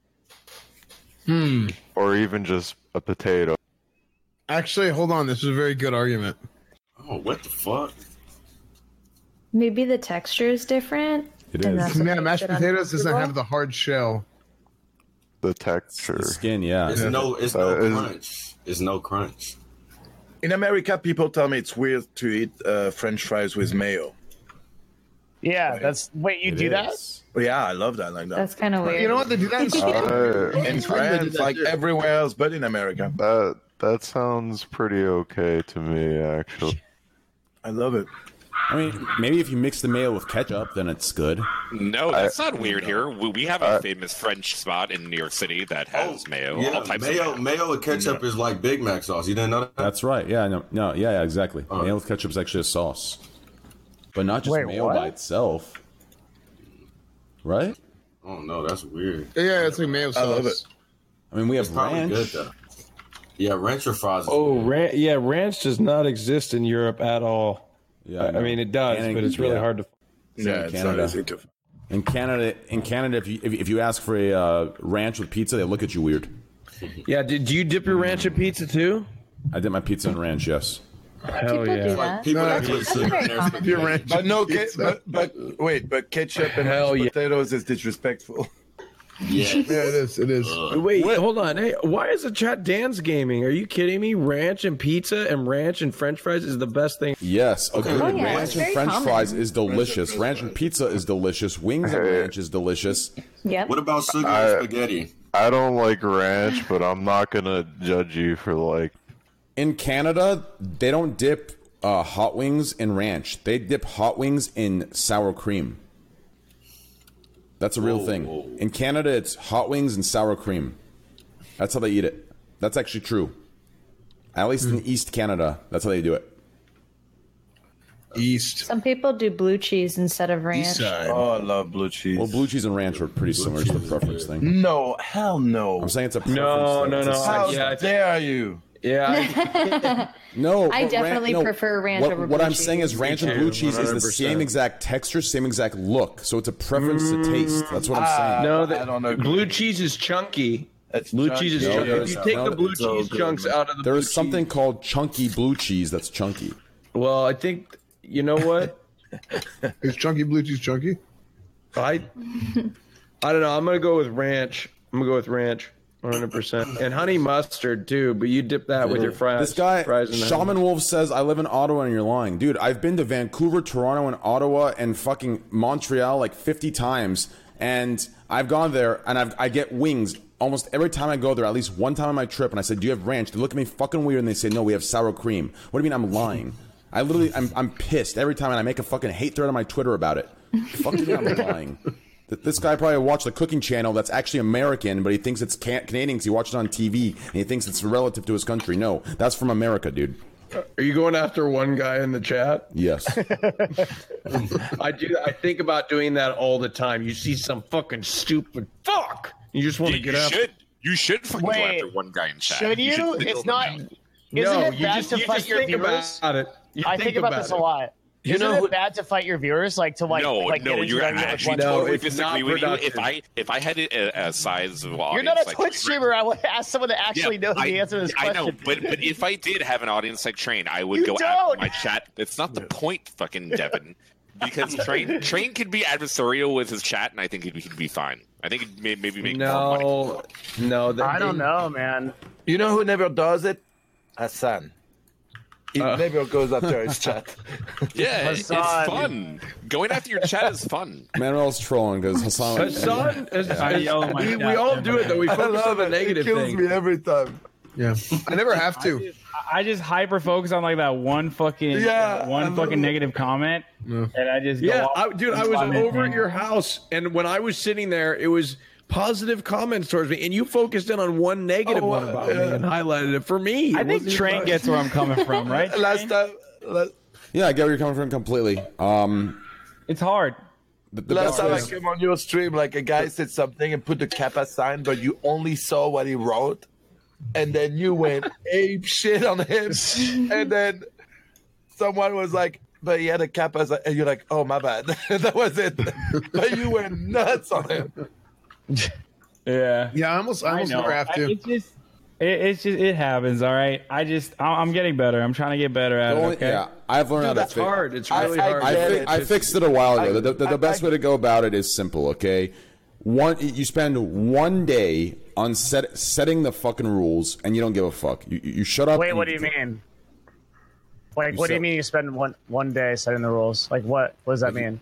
Hmm.
or even just a potato?
Actually, hold on. This is a very good argument.
Oh, what the fuck?
Maybe the texture is different.
It
and that's what
Man,
makes
mashed
it
potatoes doesn't have
uncomfortable.
the hard shell.
The texture, the
skin, yeah.
It's no, it's
Uh,
no
is-
crunch. It's no crunch.
In America, people tell me it's weird to eat uh, French fries with mayo.
Yeah, that's wait, you do that?
that? Yeah, I love that like that.
That's kinda weird. You know what, they do that in
(laughs)
Spain.
Uh,
They
in
do
France,
that
like
too.
everywhere else, but in America,
That that sounds pretty okay to me, actually.
I love it.
(laughs) I mean, maybe if you mix the mayo with ketchup, then it's good.
No, that's
I- Uh,
not weird here. We, we have a famous French spot in New York City that
Oh,
has mayo,
Yeah,
all types
mayo,
of mayo.
mayo with ketchup is like Big Mac sauce. You didn't know that?
That's right. Yeah. No. No. Yeah. yeah exactly. Mayo with ketchup is actually a sauce, but not just
Wait,
mayo
what?
by itself, right?
Oh no, that's weird.
Yeah, it's like mayo sauce.
I mean, we have
probably
ranch.
good though. Yeah, ranch or fries.
Oh, ran- yeah, ranch does not exist in Europe at all.
Yeah,
I, I mean it does,
Canada-
but it's really
yeah.
hard to.
Same in Canada. In Canada, in Canada, if you if, if you ask for a uh, ranch with pizza, they look at you weird.
Yeah, did do you dip your ranch in pizza too?
I did my pizza in ranch. Yes.
Hell
People
yeah!
do that. People that put That's very common.
Your ranch.
But no, ke- but, but wait, but ketchup and mashed potatoes is disrespectful.
Yes.
(laughs) yeah, it is. It is.
Wait, hold on. Hey, why is the chat Dan's gaming? Are you kidding me? Ranch and pizza and ranch and French fries is the best thing.
Yes. Okay.
Oh, yeah,
ranch
it's
and
very
French
common.
fries is delicious. Ranch and pizza is delicious. Wings and ranch is delicious.
Yep.
What about sugar
I-
and spaghetti?
I don't like ranch, but I'm not gonna judge you for like
In Canada, they don't dip uh, hot wings in ranch. They dip hot wings in sour cream. That's a real thing. In Canada, it's hot wings and sour cream. That's how they eat it. That's actually true. At least
Hmm.
in East Canada, that's how they do it.
East.
Some people do blue cheese instead of ranch.
Oh, I love blue cheese.
Well, blue cheese and ranch are pretty similar. It's the preference thing.
No, hell no.
I'm saying it's a preference
No,
thing.
no,
It's a
no.
sex
How
thing.
dare you?
Yeah.
(laughs)
No,
I
but ran-
definitely
no,
prefer ranch
what,
over
What
blue
I'm saying is
cheese.
ranch and
Me
blue
too,
cheese is the
100%.
same exact texture, same exact look. So it's a preference to taste. That's what I'm saying.
Ah, no, that, Blue cheese is chunky. blue cheese is
No,
chunky.
there
If
is-
you take
no,
the blue
it's all
cheese
good,
chunks
man.
out of the
there
blue
is something called chunky blue cheese that's chunky.
Well, I think you know what?
(laughs) Is chunky blue cheese chunky?
I I don't know. I'm gonna go with ranch. I'm gonna go with ranch. 100. percent And honey mustard too, but you dip that with your fries.
This guy,
fries and honey.
Shaman Wolf says, I live in Ottawa and you're lying. Dude, I've been to Vancouver, Toronto, and Ottawa and fucking Montreal like 50 times. And I've gone there and I've, I get wings almost every time I go there, at least one time on my trip. And I said, Do you have ranch? They look at me fucking weird and they say, No, we have sour cream. What do you mean I'm lying? I literally, I'm, I'm pissed every time and I make a fucking hate thread on my Twitter about it. Fuck you, I'm lying. Th- This guy probably watched the cooking channel that's actually American, but he thinks it's can- Canadian 'cause he watched it on TV and he thinks it's relative to his country. No, that's from America, dude.
Uh, Are you going after one guy in the chat? (laughs)
Yes.
I do. I think about doing that all the time. You see some fucking stupid fuck. You just want to get
you
up.
should. You should fucking go
Wait,
after one guy in chat.
Should you?
should single them
it's not.
out.
Isn't
No,
it
you
bad
just-
to
you
fight
just
your
think
viewers?
about it. You
I think,
think
about
about
this a
it.
lot.
You
Isn't
know-
it bad to fight your viewers? Like to like
no,
like
no,
get into
you're
them
I
with
actually
one-
totally
it's not
disagree with you. If
productive.
I if I had uh, a, a size of audience,
You're not a
like,
Twitch streamer. I would ask someone that actually knows the answer to this
I
question.
know, but but if I did have an audience like Train, I would
You
go
don't.
after my chat. That's not the point, fucking
(laughs)
Devin. Because Train Train could be adversarial with his chat, and I think he'd, he'd be fine. I think he'd may, maybe make more
(laughs)
money.
(laughs)
No, no. that-
I don't know, man.
You know who never does it? Hassan. He
Uh.
never goes after
(laughs)
his chat.
Yeah, it's
Hassan.
fun. Going after your chat is fun.
Manuel's trolling because Hassan.
Hassan is-
Yeah.
is- we, we all do it though. We
I
focus on
love
the
it.
negative
it kills
thing.
me every time.
Yeah. I never have to.
I just hyper focus on like that one fucking
Yeah,
that one
I'm-
fucking negative comment, and I just go
Yeah,
off
I, dude, I was
on it,
over at
man.
your house, and when I was sitting there, it was positive comments towards me, and you focused in on one negative
Oh,
one about
uh,
me and highlighted it for me.
I think Train gets where I'm coming from, right?
Last time, la-
uh,
Yeah, I get where you're coming from completely. Um,
it's hard.
The, the
last
best
time I
is,
came on your stream, like a guy said something and put the kappa sign, but you only saw what he wrote, and then you
(laughs)
went ape shit on him, and then someone was like, "But he had a kappa," sign," and you're like, "Oh my bad," (laughs) that was it. but you went nuts on him.
Yeah.
Yeah, I almost, I almost
know.
never have
I-
to.
It's just, it, it's just, it happens. All right. I just, I- I'm getting better. I'm trying to get better at
The
it.
only-
Okay.
yeah, I've learned how to
that's
fi-
hard. It's really hard.
I, fi- I fixed it a while ago. the, the,
I-
the best way to go about it is simple. Okay, one you spend one day on set, setting the fucking rules, and you don't give a fuck. You, you you shut up.
Wait,
and
what do you mean? Like,
You
what do you
said-
mean you spend one one day setting the rules? Like, what what does that mean?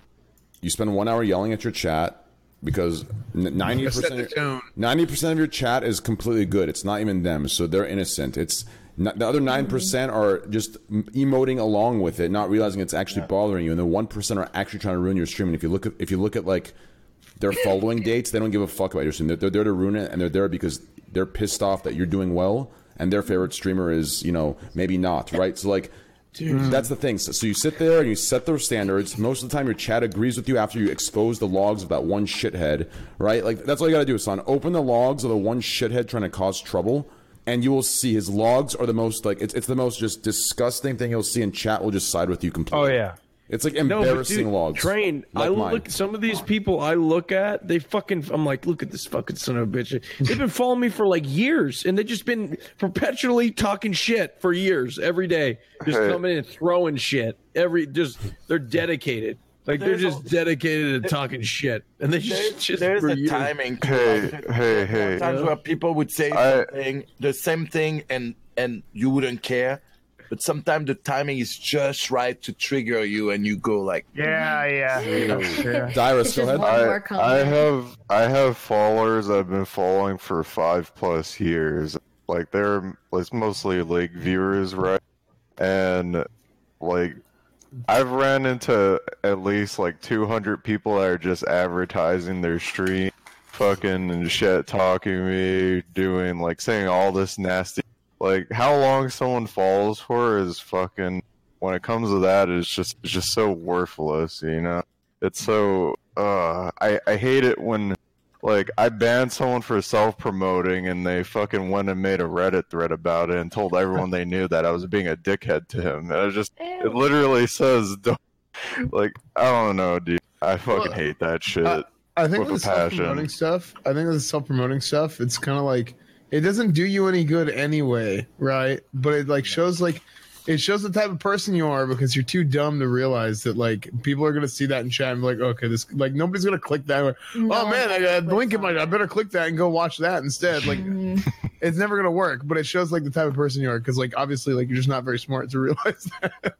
You spend one hour yelling at your chat because ninety
Set the tone.
percent ninety percent of your chat is completely good. It's not even them, so they're innocent. It's not, the other nine percent are just m- emoting along with it, not realizing it's actually bothering you, and the one percent are actually trying to ruin your stream. And if you look at if you look at like their following dates, they don't give a fuck about your stream. They're, they're there to ruin it, and they're there because they're pissed off that you're doing well, and their favorite streamer is you know maybe not right. So like. Mm. That's the thing. So, so you sit there and you set those standards. Most of the time, your chat agrees with you after you expose the logs of that one shithead, right? Like that's all you got to do, son. Open the logs of the one shithead trying to cause trouble, and you will see his logs are the most like it's, it's the most just disgusting thing you'll see. And chat will just side with you
Oh,
completely.
yeah.
it's like
No, but dude,
embarrassing logs.
Train.
like
I
mine.
look some of these people I look at. They fucking. I'm like, look at this fucking son of a bitch. They've been following me for like years, and they've just been perpetually talking shit for years, every day, just
Hey.
coming in and throwing shit. Every just they're dedicated. Like they're
There's
just dedicated to talking shit, and they
There-
just, just
there's
for
a
years.
timing. to
Hey,
it.
hey, hey.
Times where people would say
I-
something, the same thing, and and you wouldn't care. But sometimes the timing is just right to trigger you, and you go like,
Yeah, yeah. Oh, (laughs)
Dyrus, go ahead.
I, I have I have followers I've been following for five plus years. Like they're it's mostly league viewers, right? And like I've ran into at least like two hundred people that are just advertising their stream, fucking and shit talking me, doing like saying all this nasty like how long someone follows for is fucking when it comes to that it's just it's just so worthless you know it's so uh i i hate it when like i banned someone for self-promoting and they fucking went and made a reddit thread about it and told everyone they knew that i was being a dickhead to him and it just it literally says don't, like i don't know dude i
Well,
fucking hate that shit
I think
with
with
a
the
passion
self-promoting stuff, I think with the self-promoting stuff, it's kind of like it doesn't do you any good anyway, right? But it like shows like It shows the type of person you are because you're too dumb to realize that like people are gonna see that in chat and be like, okay, this like nobody's gonna click that. Like,
No
oh man, I got a link in my. I better click that and go watch that instead. Like, it's never gonna work. But it shows like the type of person you are because like obviously like you're just not very smart to realize (laughs) that.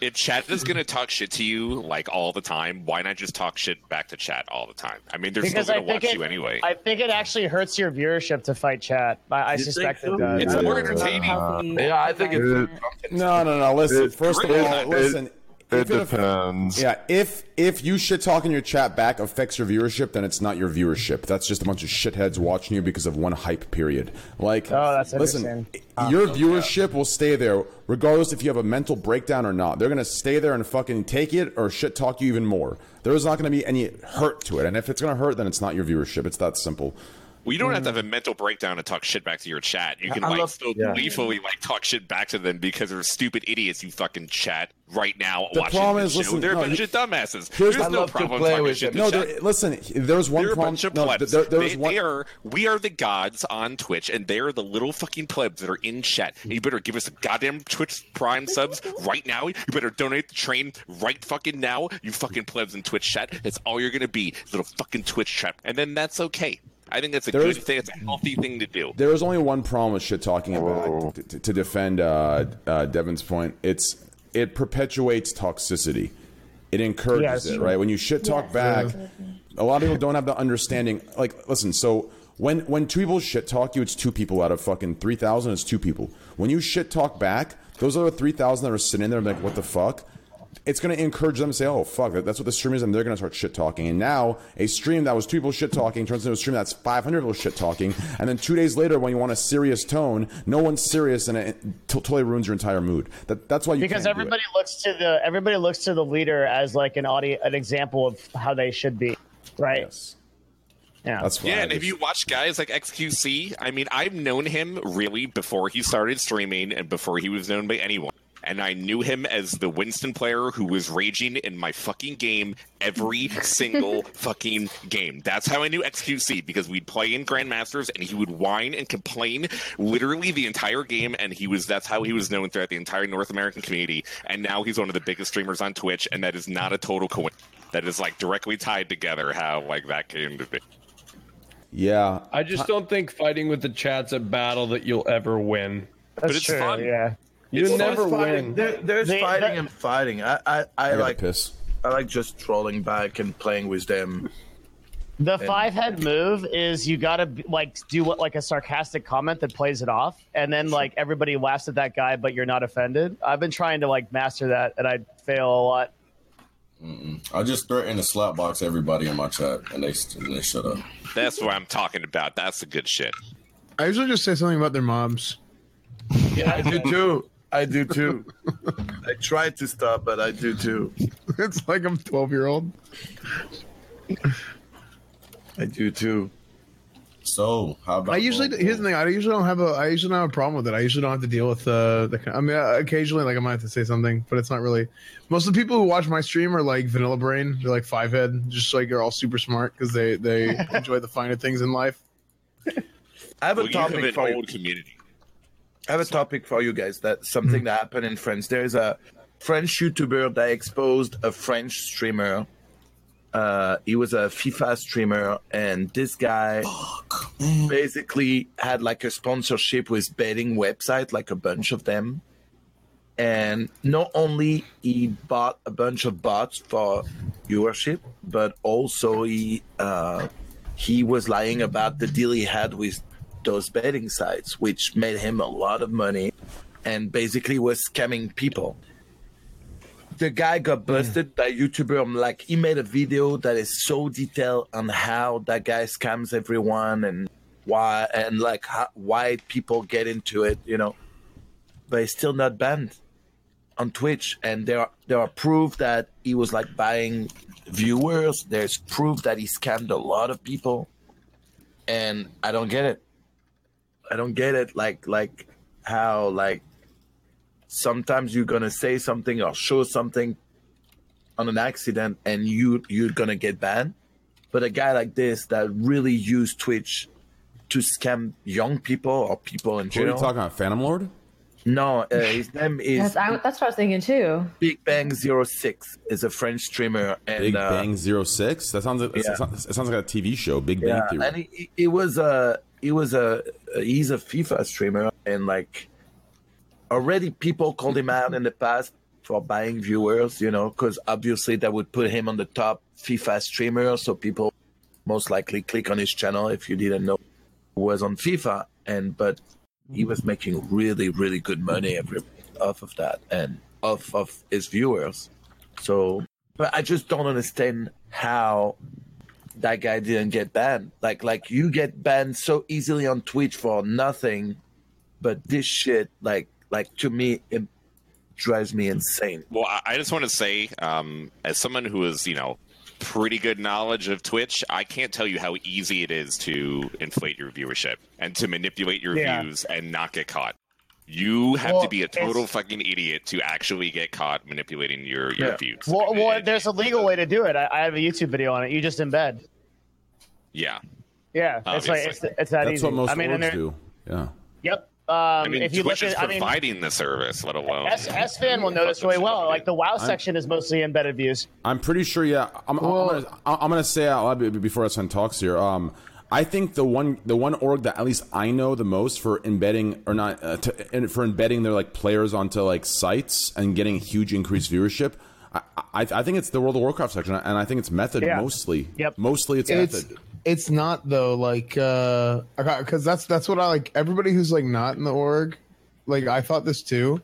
If chat is gonna talk shit to you like all the time, why not just talk shit back to chat all the time? I mean, they're still gonna watch
it,
you anyway.
I think it actually hurts your viewership to fight chat. I, I
You think
suspect
so?
it does.
It's more entertaining.
yeah, I think it's.
No, no, no. Listen.
It-
first of
it-
all,
it-
listen.
it
if aff-
depends.
Yeah, if if you shit talking your chat back affects your viewership, then it's not your viewership. That's just a bunch of shitheads watching you because of one hype period. Like,
Oh, that's
listen,
interesting.
your viewership will stay there regardless if you have a mental breakdown or not. They're gonna stay there and fucking take it or shit talk you even more. There's not gonna be any hurt to it, and if it's gonna hurt, then it's not your viewership. It's that simple.
Well, you don't have to have a mental breakdown to talk shit back to your chat. You
Mm. I-
can
I
like
love-
still
yeah.
gleefully like talk shit back to them because they're stupid idiots. You fucking chat right now
The
watching
problem
this
is,
show.
listen,
They're a
no,
bunch
you-
of dumbasses.
here's- I
There's no
love to
problem
play
talking
with
shit.
them. No,
to
there-
chat.
listen, there was one
They're a
problem-
bunch of
no,
plebs.
there- there was
they,
one-
they are. We are the gods on Twitch, and they are the little fucking plebs that are in chat. And you better give us some goddamn Twitch Prime subs right now. You better donate the train right fucking now. You fucking plebs in Twitch chat. That's all you're gonna be, little fucking Twitch chat. And then that's okay. I think that's a
There
good
is-
thing. It's a healthy thing to do.
There was only one problem with shit talking about to, to defend uh, uh, Devin's point. It's it perpetuates toxicity. It
Yes.
encourages it, right? When you shit talk
Yes.
back,
Absolutely.
a lot of people don't have the understanding. Like, listen, so when when two people shit talk you, it's two people out of fucking three thousand. It's two people. When you shit talk back, those other three thousand that are sitting there, and like, what the fuck? It's gonna encourage them to say, "Oh fuck, that- that's what the stream is," and they're gonna start shit talking. And now a stream that was two people shit talking turns into a stream that's five hundred people shit talking, and then two days later, when you want a serious tone, no one's serious, and it t- totally ruins your entire mood. That, that's why you
because
can't do it.
everybody looks to the everybody looks to the leader as like an audi- an example of how they should be, right? Yeah,
that's
Yeah, and if you watch guys like XQC, I mean, I've known him really before he started streaming and before he was known by anyone. And I knew him as the Winston player who was raging in my fucking game every single fucking game. That's how I knew XQC because we'd play in Grandmasters and he would whine and complain literally the entire game. And he was that's how he was known throughout the entire North American community. And now he's one of the biggest streamers on Twitch. And that is not a total coincidence. That is like directly tied together how like that came to be.
Yeah,
I just don't think fighting with the chat's a battle that you'll ever win.
That's it's true, fun. yeah.
You
It's
never
fun.
win.
There, there's fighting and fighting. I, I, I,
I gotta
like
piss.
I like just trolling back and playing with them.
The
Yeah.
five head move is you gotta be- like do what like a sarcastic comment that plays it off, and then like everybody laughs at that guy, but you're not offended. I've been trying to like master that, and I fail a lot.
I just threatened to slapbox everybody in my chat, and they and they shut up.
That's what I'm talking about. That's the good shit.
I usually just say something about their mobs.
Yeah, I do too. I do too. I try to stop, but I do too.
(laughs) it's like I'm 12 year old.
I do too.
So how about
I usually here's the thing. I usually don't have a. I usually don't have a problem with it. I usually don't have to deal with uh, the. I mean, uh, occasionally, like I might have to say something, but it's not really. Most of the people who watch my stream are like vanilla brain. They're like five head, just like they're all super smart because they they enjoy the finer things in life.
I have a
Well, you have
topic
an
for you.
old community.
I have a topic for you guys. That something that happened in France. There is a French YouTuber that exposed a French streamer. Uh, he was a FIFA streamer, and this guy basically had like a sponsorship with betting website, like a bunch of them. And not only he bought a bunch of bots for viewership, but also he uh, he was lying about the deal he had with those betting sites, which made him a lot of money, and basically was scamming people. The guy got busted by YouTuber. Like he made a video that is so detailed on how that guy scams everyone and why and like how, why people get into it, you know. But he's still not banned on Twitch, and there are, there are proof that he was like buying viewers. There's proof that he scammed a lot of people, and I don't get it. I don't get it. Like like how like sometimes you're gonna say something or show something on an accident, and you you're gonna get banned. But a guy like this that really used Twitch to scam young people or people in
Who are you
general.
talking about, Phantom Lord?
No, uh, his name is
That's, I, that's what I was thinking too.
Big Bang 06. Is a French streamer. And,
Big
uh,
Bang Zero Six. That sounds. Like,
Yeah.
that sounds that sounds like a TV show. Big Bang
yeah,
Theory.
and he, he- he was a he was a he's a FIFA streamer, and like already people called him out in the past for buying viewers, you know, because obviously that would put him on the top FIFA streamer, so people most likely click on his channel if you didn't know who was on FIFA, and but he was making really really good money every off of that and off of his viewers, so. But I just don't understand how that guy didn't get banned. Like like you get banned so easily on Twitch for nothing, but this shit like like to me it drives me insane.
Well, I, I just want to say, um, as someone who is, you know, pretty good knowledge of Twitch, I can't tell you how easy it is to inflate your viewership and to manipulate your
Yeah.
views and not get caught. You have
Well,
to be a
it's-
total fucking idiot to actually get caught manipulating your, your views.
Well, well, there's a legal way to do it. I, I have a YouTube video on it. You just embed.
Yeah.
Yeah, it's like
Obviously.
it's, it's that
That's
easy.
what most
I mean, and
orgs
there-
do.
Yeah.
Yep. Um,
I mean,
if you
Twitch
look
is
at, I mean,
providing the service, let alone.
S, S fan will notice really well. Like the WoW
I'm-
section is mostly embedded views.
I'm pretty sure. Yeah, I'm. I'm- I'm, gonna, I'm gonna say out loud be- before someone talks here. Um, I think the one the one org that at least I know the most for embedding or not uh, to, and for embedding their like players onto like sites and getting huge increased viewership. I, I, I think it's the World of Warcraft section, and I think it's Method
Yeah.
mostly.
Yep.
Mostly it's,
it's
Method.
it's not though like uh i got because that's that's what i like everybody who's like not in the org like i thought this too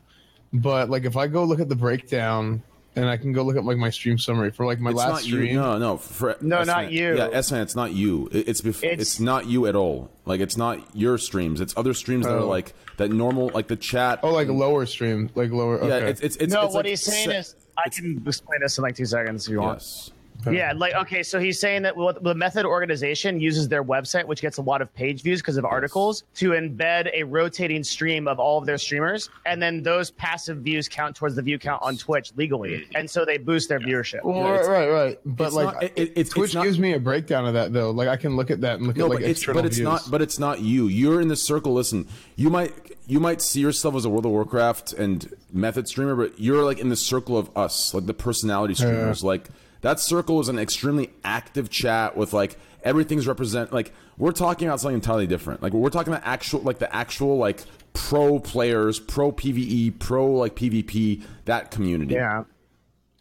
but like if i go look at the breakdown and i can go look at like my stream summary for like my
it's
last
not
stream
you. No, no, for,
No,
S-Man.
not you.
Yeah, S man, it's not you. It- It's, bef- it's
It's-
not you at all. Like it's not your streams. It's other streams that are
Oh.
like that normal, like the chat.
Oh, like lower stream, like lower.
Yeah,
okay.
it's it's, it's
no,
it's
what
like
he's saying
se-
is, I can explain this in like two seconds if you want.
Yes.
Yeah, like okay, so he's saying that what the method organization uses their website, which gets a lot of page views because of articles, to embed a rotating stream of all of their streamers, and then those passive views count towards the view count on Twitch legally, and so they boost their viewership.
Well, right, right, right. But
Mm-hmm. it's
like,
not- it- it- it's-
Twitch
it's not-
gives me a breakdown of that though. Like, I can look at that and look
No,
at like
but it's
external
but it's
views.
not but it's not you. You're in the circle. Listen, you might you might see yourself as a World of Warcraft and method streamer, but you're like in the circle of us, like the personality
Yeah.
streamers. Like that circle is an extremely active chat with like everything's represent. Like we're talking about something entirely different. Like we're talking about actual like the actual like pro players, pro PVE, pro like PvP that community.
Yeah.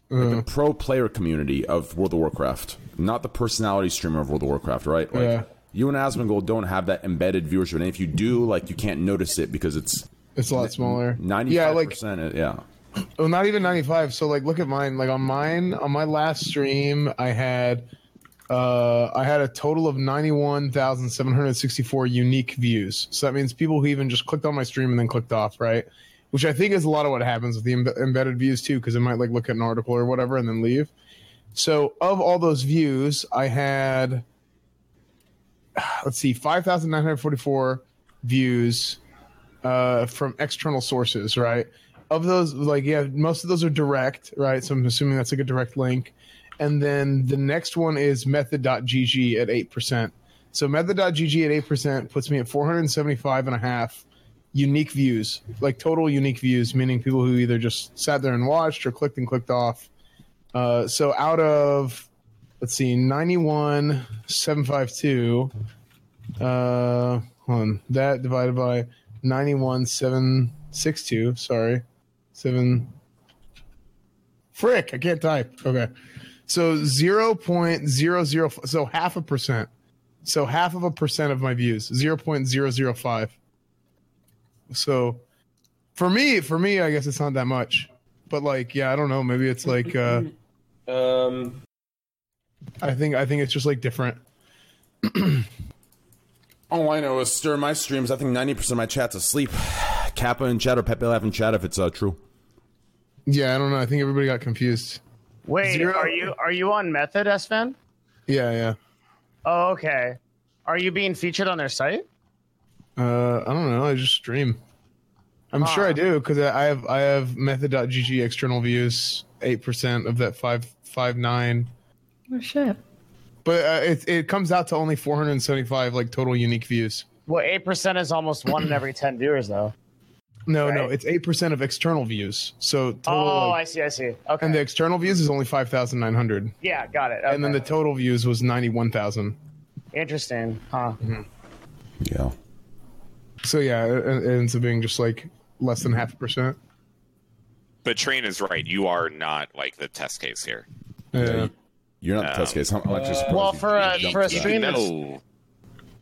Like
Mm.
the pro player community of World of Warcraft, not the personality streamer of World of Warcraft, right? Like,
Yeah.
You and Asmongold don't have that embedded viewership, and if you do, like, you can't notice it because it's
It's a lot smaller. Yeah,
Ninety-five
like
percent, yeah.
Well, not even 95. So like look at mine. Like on mine, on my last stream, I had uh I had a total of 91,764 unique views. So that means people who even just clicked on my stream and then clicked off, right? Which I think is a lot of what happens with the embe- embedded views too cuz they might like look at an article or whatever and then leave. So of all those views, I had let's see 5,944 views uh, from external sources, right? Of those, like, yeah, most of those are direct, right? So I'm assuming that's like a direct link. And then the next one is method.gg at 8%. So method.gg at 8% puts me at 475 and a half unique views, like total unique views, meaning people who either just sat there and watched or clicked and clicked off. Uh, so out of, let's see, 91,752, uh, hold on. That divided by ninety-one seven six two. Sorry, seven. Frick! I can't type. Okay, so zero point zero zero. So half a percent. So half of a percent of my views. Zero point zero zero five. So, for me, for me, I guess it's not that much. But like, yeah, I don't know. Maybe it's like. uh
Um,
I think I think it's just like different.
All Oh, I know is stir my streams. I think ninety percent of my chat's asleep. Kappa and chat or Pepe Laugh in chat if it's uh, true.
Yeah, I don't know. I think everybody got confused.
Wait,
Zero-
are you are you on Method, S fan?
Yeah, yeah.
Oh, okay. Are you being featured on their site?
Uh, I don't know. I just stream. I'm sure I do because I I have I have method.gg external views eight percent of that five five nine,
Oh shit.
but uh, it it comes out to only 475 like total unique views.
Well, eight percent is almost one in every ten viewers, though.
No, no, it's eight percent of external views. So total,
oh,
like-
I see, I see. Okay.
and the external views is only five thousand nine hundred,
yeah, got it.
and then the total views was ninety one thousand.
Interesting, huh?
Yeah.
So yeah, it, it ends up being just like less than half a percent.
But Train is right. You are not like the test case here.
Yeah.
You're not the test case. How much is
well, for a
You
for a
don't
streamer,
know.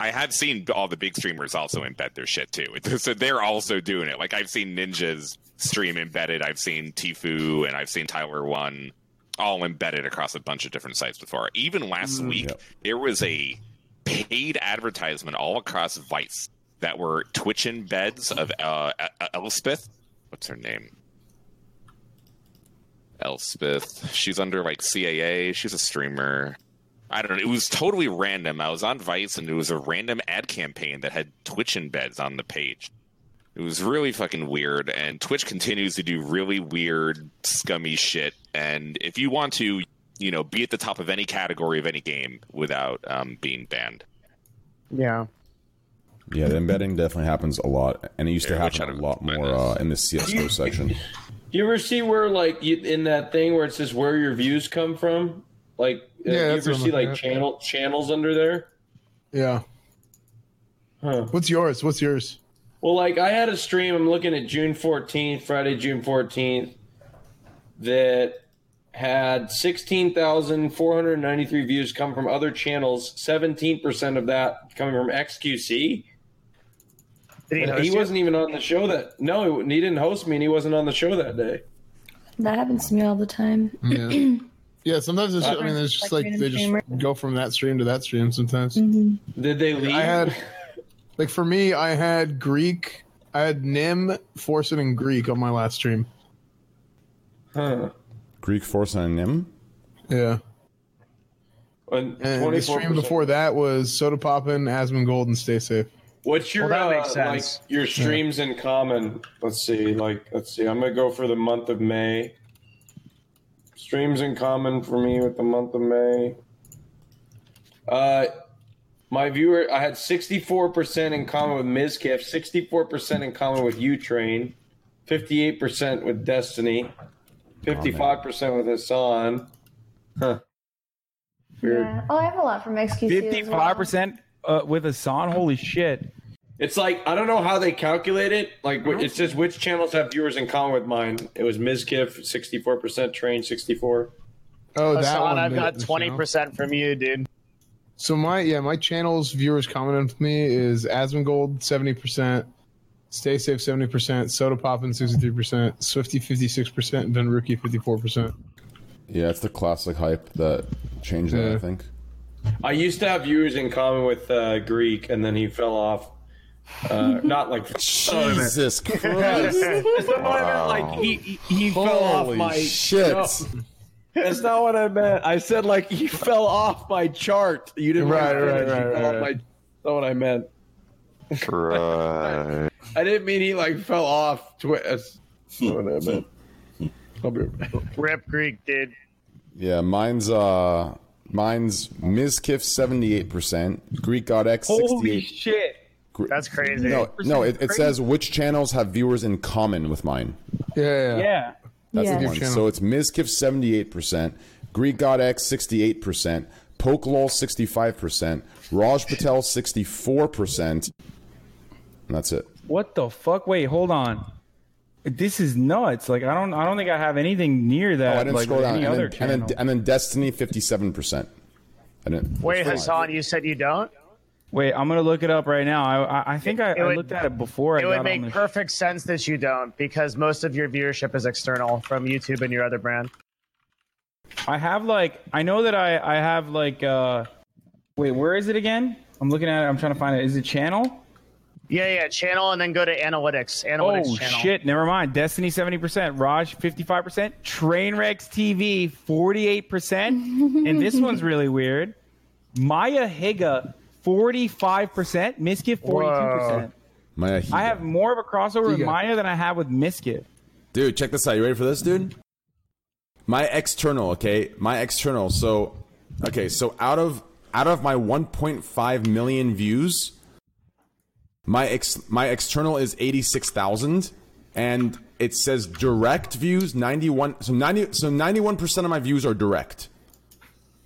I have seen all the big streamers also embed their shit too. (laughs) So they're also doing it. Like I've seen ninjas stream embedded. I've seen Tifu and I've seen Tyler One all embedded across a bunch of different sites before. Even last
Mm.
week,
Yep.
there was a paid advertisement all across Vice that were Twitch embeds of uh, E- Elspeth. What's her name? Elspeth. She's under like CAA. She's a streamer. I don't know. It was totally random. I was on Vice and it was a random ad campaign that had Twitch embeds on the page. It was really fucking weird. And Twitch continues to do really weird, scummy shit. And if you want to, you know, be at the top of any category of any game without um, being banned.
yeah.
Yeah, the embedding definitely happens a lot, and it used to happen a lot more uh, in the CS:GO section.
You ever see where like you, in that thing where it says where your views come from? Like uh,
Yeah,
you
that's
ever
what I'm looking
see like
at.
channel channels under there?
Yeah. What's yours? What's yours?
Well, like I had a stream. I'm looking at June 14th, Friday, June 14th, that had 16,493 views come from other channels. 17% of that coming from XQC.
Did
And
host
he
you?
wasn't even on the show that. No, he didn't host me, and he wasn't on the show that day.
That happens to me all the time.
Yeah. (clears throat) Yeah, sometimes it's.
Uh,
I mean, it's just like
Like
they just
random
go from that stream to that stream. Sometimes.
Mm-hmm. Did they leave?
I had, like, for me, I had Greek. I had Nim, Forsen, and Greek on my last stream.
Huh.
Greek force and Nim.
Yeah.
And,
the stream
24%.
before that was Soda Poppin, Asmongold, and Stay Safe.
What's your
Well, that
uh,
makes sense.
like your streams in common? Let's see. Like let's see. I'm gonna go for the month of May. Streams in common for me with the month of May. Uh, my viewer, I had 64% in common with Mizkiff, 64% in common with U Train, 58% with
Oh,
Destiny, 55% with Hassan. Huh. Weird.
Yeah. Oh, I have a lot from XQC. as well.
Fifty-five percent uh, with a son. Holy shit!
It's like I don't know how they calculate it. Like wh- it says which channels have viewers in common with mine. It was Mizkiff, sixty four percent, Train sixty four.
Oh, that
Hassan,
one.
I've
made it
got
in the
twenty percent from you, dude.
So my yeah, my channel's viewers commenting with me is Asmongold seventy percent, Stay Safe seventy percent, Soda Poppin sixty three percent, Swifty fifty six percent, and Benruki fifty four percent.
Yeah, it's the classic hype that changed that. I think.
I used to have viewers in common with uh, Greek, and then he fell off. Uh, not like (laughs)
Jesus
Christ! That's not what I meant. Like he he, he fell off
Holy
my
shit.
No. that's not what I meant. I said like he fell off my chart. You didn't
Right,
write it.
right, right,
He fell off
right,
my-
right.
That's not what I meant.
Right.
I didn't mean he like fell off. Twi- that's
Hmm.
not what I meant. I'll be right back.
Rip Greek, dude.
Yeah, mine's uh, mine's Mizkiff seventy eight percent, Greek God X sixty
Holy
eight.
shit! That's crazy.
No, no, it, it says which channels have viewers in common with mine.
Yeah.
Yeah.
That's the one. So it's Mizkiff seventy eight percent, Greek God X sixty eight percent, Poke Lol sixty five percent, Raj Patel sixty four percent, and that's it.
What the fuck? Wait, hold on. This is nuts. Like I don't, I don't think I have anything near
Oh,
that.
I didn't
like
scroll down.
any
And
other
then, and then and then Destiny fifty seven percent. I didn't.
Wait,
That's
Hassan, you said you don't.
Wait, I'm gonna look it up right now. I, I, I think I,
It
I
would-
looked at it before.
It
I
would
got on
make
the
perfect sense that you don't, because most of your viewership is external from YouTube and your other brand.
I have like I know that I I have like uh wait where is it again? I'm looking at it. I'm trying to find it. Is it channel?
Yeah, yeah. Channel, and then go to analytics. Analytics
oh
channel.
shit! Never mind. Destiny seventy percent, Raj fifty five percent, Trainwrecks TV forty eight percent, and this one's really weird. Maya Higa forty five percent, Miskit forty two percent.
My
I have more of a crossover with Maya than I have with Miskit.
Dude, check this out. You ready for this, dude? My external, okay? My external. So, okay, so out of out of my 1.5 million views, my ex my external is 86,000 and it says direct views 91 so 90 so 91% of my views are direct.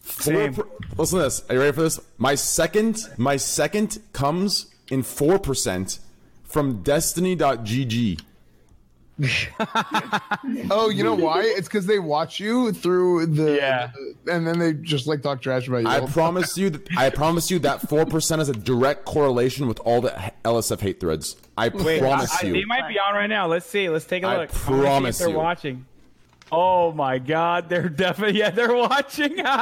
Four
Same.
per- listen to this. Are you ready for this? My second my second comes in 4% from destiny.gg.
Oh, you know why? It's because they watch you through the, and then they just like talk trash about you.
I promise you. That, I promise you that four percent is a direct correlation with all the h- LSF hate threads. I
Wait,
promise
I- I-
you.
They might be on right now. Let's see. Let's take a
I
look. I'm gonna see if
promise
they're
you.
watching. Oh my God, they're definitely yeah, they're watching. (laughs) oh,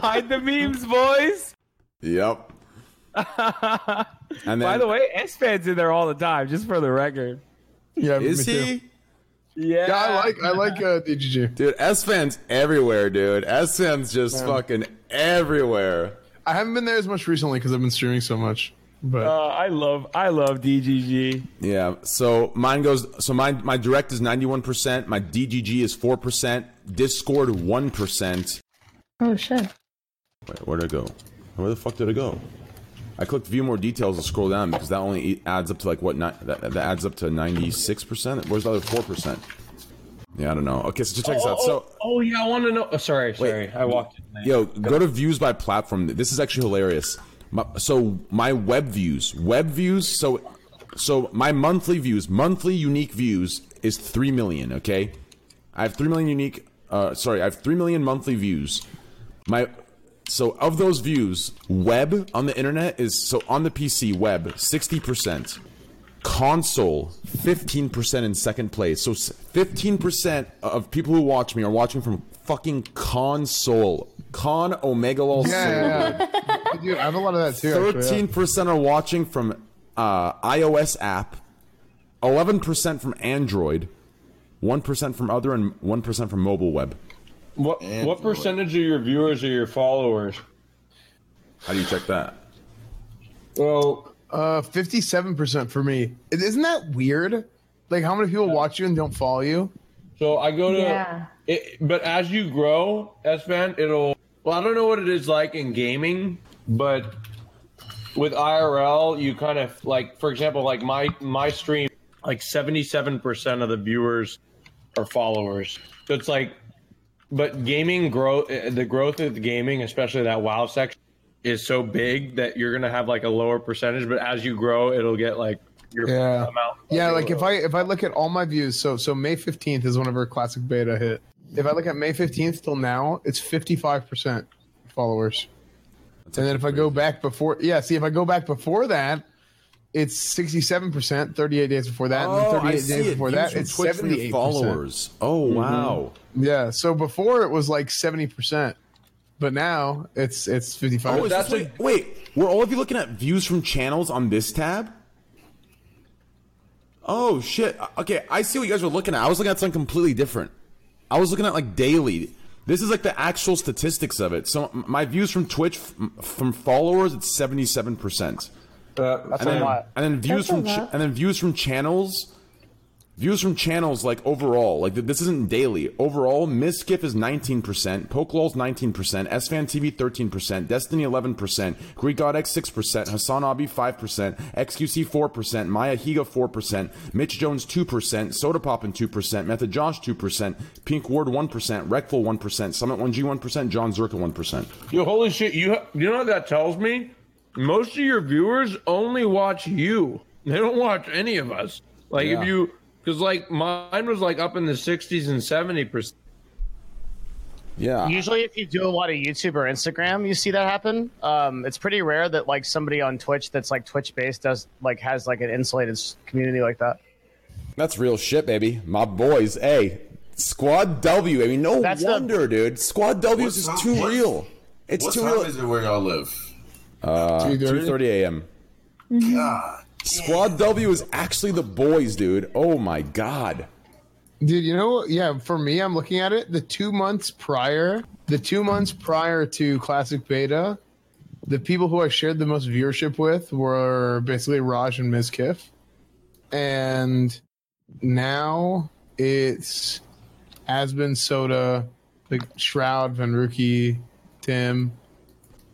hide the memes, boys.
Yep.
(laughs)
And
By
then-
the way, S fans in there all the time, just for the record.
Yeah,
Is me too. he?
Yeah.
I like I like uh, DGG.
Dude, S fans everywhere, dude. S fans just
Yeah.
fucking everywhere.
I haven't been there as much recently because I've been streaming so much. But
Uh, I love I love DGG.
Yeah. So mine goes. So mine. My direct is ninety-one percent. My DGG is four percent. Discord one percent.
Oh shit.
Wait, where'd it go? Where the fuck did it go? I clicked view more details and scroll down because that only e- adds up to like what ni- that, that adds up to ninety six percent. Where's the other four percent? Yeah, I don't know. Okay, so check this out. So
oh, oh, yeah, I want to know. Oh, sorry, sorry, I walked. in late.
Yo, go to views by platform. This is actually hilarious. My, so my web views, web views. So, so my monthly views, monthly unique views is three million. Okay, I have three million unique. Uh, sorry, I have three million monthly views. My so of those views, web on the internet is so on the PC web sixty percent console 15% in second place so s- 15% of people who watch me are watching from fucking console con omega lol
yeah,
Silver.
yeah. (laughs) dude, I have a lot of that too. actually, yeah.
13% are watching from uh, ios app 11% from android 1% from other and 1% from mobile web
What what percentage of your viewers are your followers?
how do you check that
Well,
uh, fifty-seven percent for me. It- Isn't that weird? Like, how many people watch you and don't follow you?
So I go to.
Yeah.
It, but as you grow, S fan, it'll. Well, I don't know what it is like in gaming, but with IRL, you kind of like, for example, like my my stream, like seventy-seven percent of the viewers are followers. So it's like, but gaming growth, the growth of the gaming, especially that WoW section, is so big that you're gonna have like a lower percentage. But as you grow, it'll get like your
Yeah,
amount.
yeah. Like if I if I look at all my views, so so May fifteenth is whenever classic beta hit. If I look at May fifteenth till now, it's fifty-five percent followers. and then if I go back before, yeah, see if I go back before that, it's sixty-seven percent. Thirty-eight days before that, and then
Oh, I
thirty-eight
see
days
it.
before
Views
that,
from
it's
Twitch from your
seventy-eight
followers. Oh, wow.
Mm-hmm. Yeah. So before it was like seventy percent, but now it's it's fifty-five.
oh, is this what- wait were all of you looking at views from channels on this tab Oh shit. Okay, I see what you guys were looking at. I was looking at something completely different. I was looking at like daily. This is like the actual statistics of it. So m- my views from Twitch f- from followers it's 77%.
Uh, that's
and
a
then,
lot.
And then views
That's a
from ch-
lot.
and then views from channels views from channels like overall like th- this isn't daily overall miskiff is 19% pokelol's 19% sfan tv 13% destiny 11% greek god x 6% hassan abi 5% xqc 4% maya higa 4% mitch jones 2% soda poppin 2% method josh 2% pink ward 1% recful 1% summit 1g 1% john zerka 1%
Yo, holy shit! You you know what that tells me? Most of your viewers only watch you. They don't watch any of us. Like
Yeah.
if you, because like mine was like up in the sixties and seventy percent.
yeah
Usually, if you do a lot of YouTube or Instagram, you see that happen. Um, it's pretty rare that like somebody on Twitch that's like Twitch based does like has like an insulated s- community like that.
That's real shit, baby. My boys, hey, Squad W. I mean, no
That's the-
wonder, dude. Squad W
What's
is just
up?
too
What-
real. It's
what
too
time
real.
is it where y'all live?
Uh,
2:30?
2:30 a.m. Uh,
Ah,
God.
Squad W is actually the boys, dude. Oh my god.
Dude, you know, yeah, for me, I'm looking at it. The two months prior, the two months prior to Classic Beta, the people who I shared the most viewership with were basically Raj and Ms. Kiff. And now it's Asbin, Soda, like Shroud, Vanruki, Tim.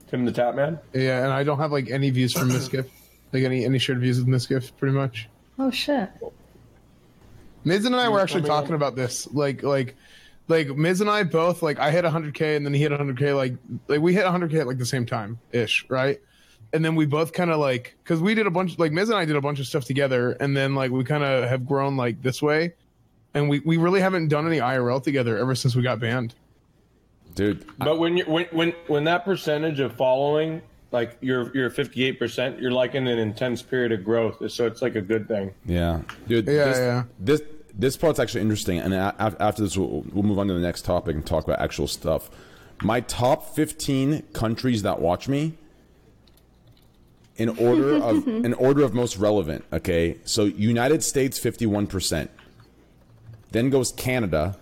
Tim the Tap Man?
Yeah, and I don't have like any views from Ms. Kiff. Like any any shared views with Misgift, pretty much.
Oh shit.
Miz and I were actually talking about this. Like like like Miz and I both like I hit 100k and then he hit 100k like like we hit 100k at like the same time ish, right? And then we both kind of like cuz we did a bunch like Miz and I did a bunch of stuff together and then like we kind of have grown like this way and we we really haven't done any IRL together ever since we got banned.
Dude,
But when you when when when that percentage of following, like you're you're fifty eight percent, you're like in an intense period of growth. So it's like a good thing.
Yeah, dude.
Yeah,
this,
yeah.
This this part's actually interesting, and a- af- after this, we'll, we'll move on to the next topic and talk about actual stuff. My top fifteen countries that watch me, in order of in order of most relevant. Okay, so United States fifty one percent, then goes Canada,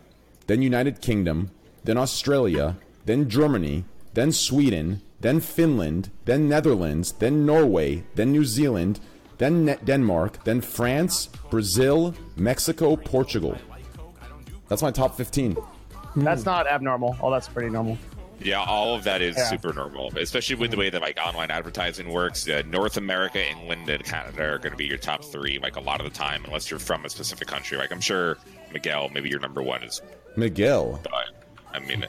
then United Kingdom, then Australia, then Germany, then Sweden, then Finland, then Netherlands, then Norway, then New Zealand, then Ne- Denmark, then France, Brazil, Mexico, Portugal. That's my top 15.
That's not abnormal. Oh, that's pretty normal.
Yeah, all of that is
Yeah.
super normal, especially with the way that like online advertising works. Uh, North America, England, and Canada are going to be your top three, like a lot of the time, unless you're from a specific country. Like I'm sure Miguel, maybe your number one is,
Miguel.
but I mean,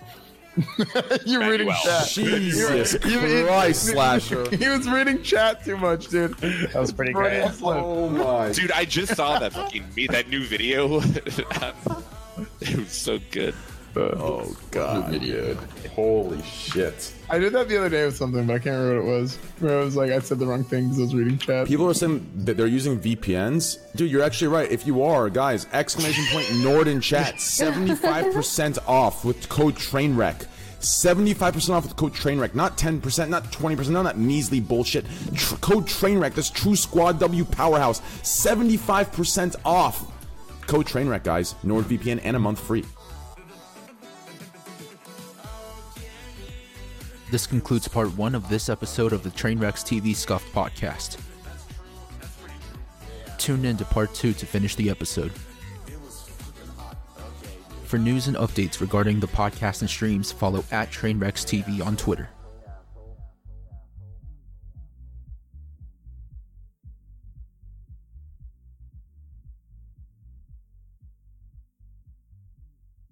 You're reading
Manuel.
chat.
Jesus
You're- you're-
Christ, Slasher.
(laughs) He was reading chat too much, dude. That was pretty
great.
Oh my.
dude, I just saw that fucking me that new video. (laughs) it was so good.
Oh god, dude! Holy shit!
I did that the other day with something, but I can't remember what it was. Where I was like, I said the wrong thing because I was reading chat.
People are saying that they're using VPNs. Dude, you're actually right. If you are, guys, exclamation point Nord in chat, 75% off with code TRAINWRECK. 75% off with code TRAINWRECK. Not 10%, not 20%, none of that measly bullshit. Tr- code TRAINWRECK, this true squad W powerhouse. 75% off. Code TRAINWRECK, guys. NordVPN and a month free.
This concludes part one of this episode of the Trainwrecks TV Scuffed podcast. Tune in to part two to finish the episode. For news and updates regarding the podcast and streams, follow at Trainwrecks TV on Twitter.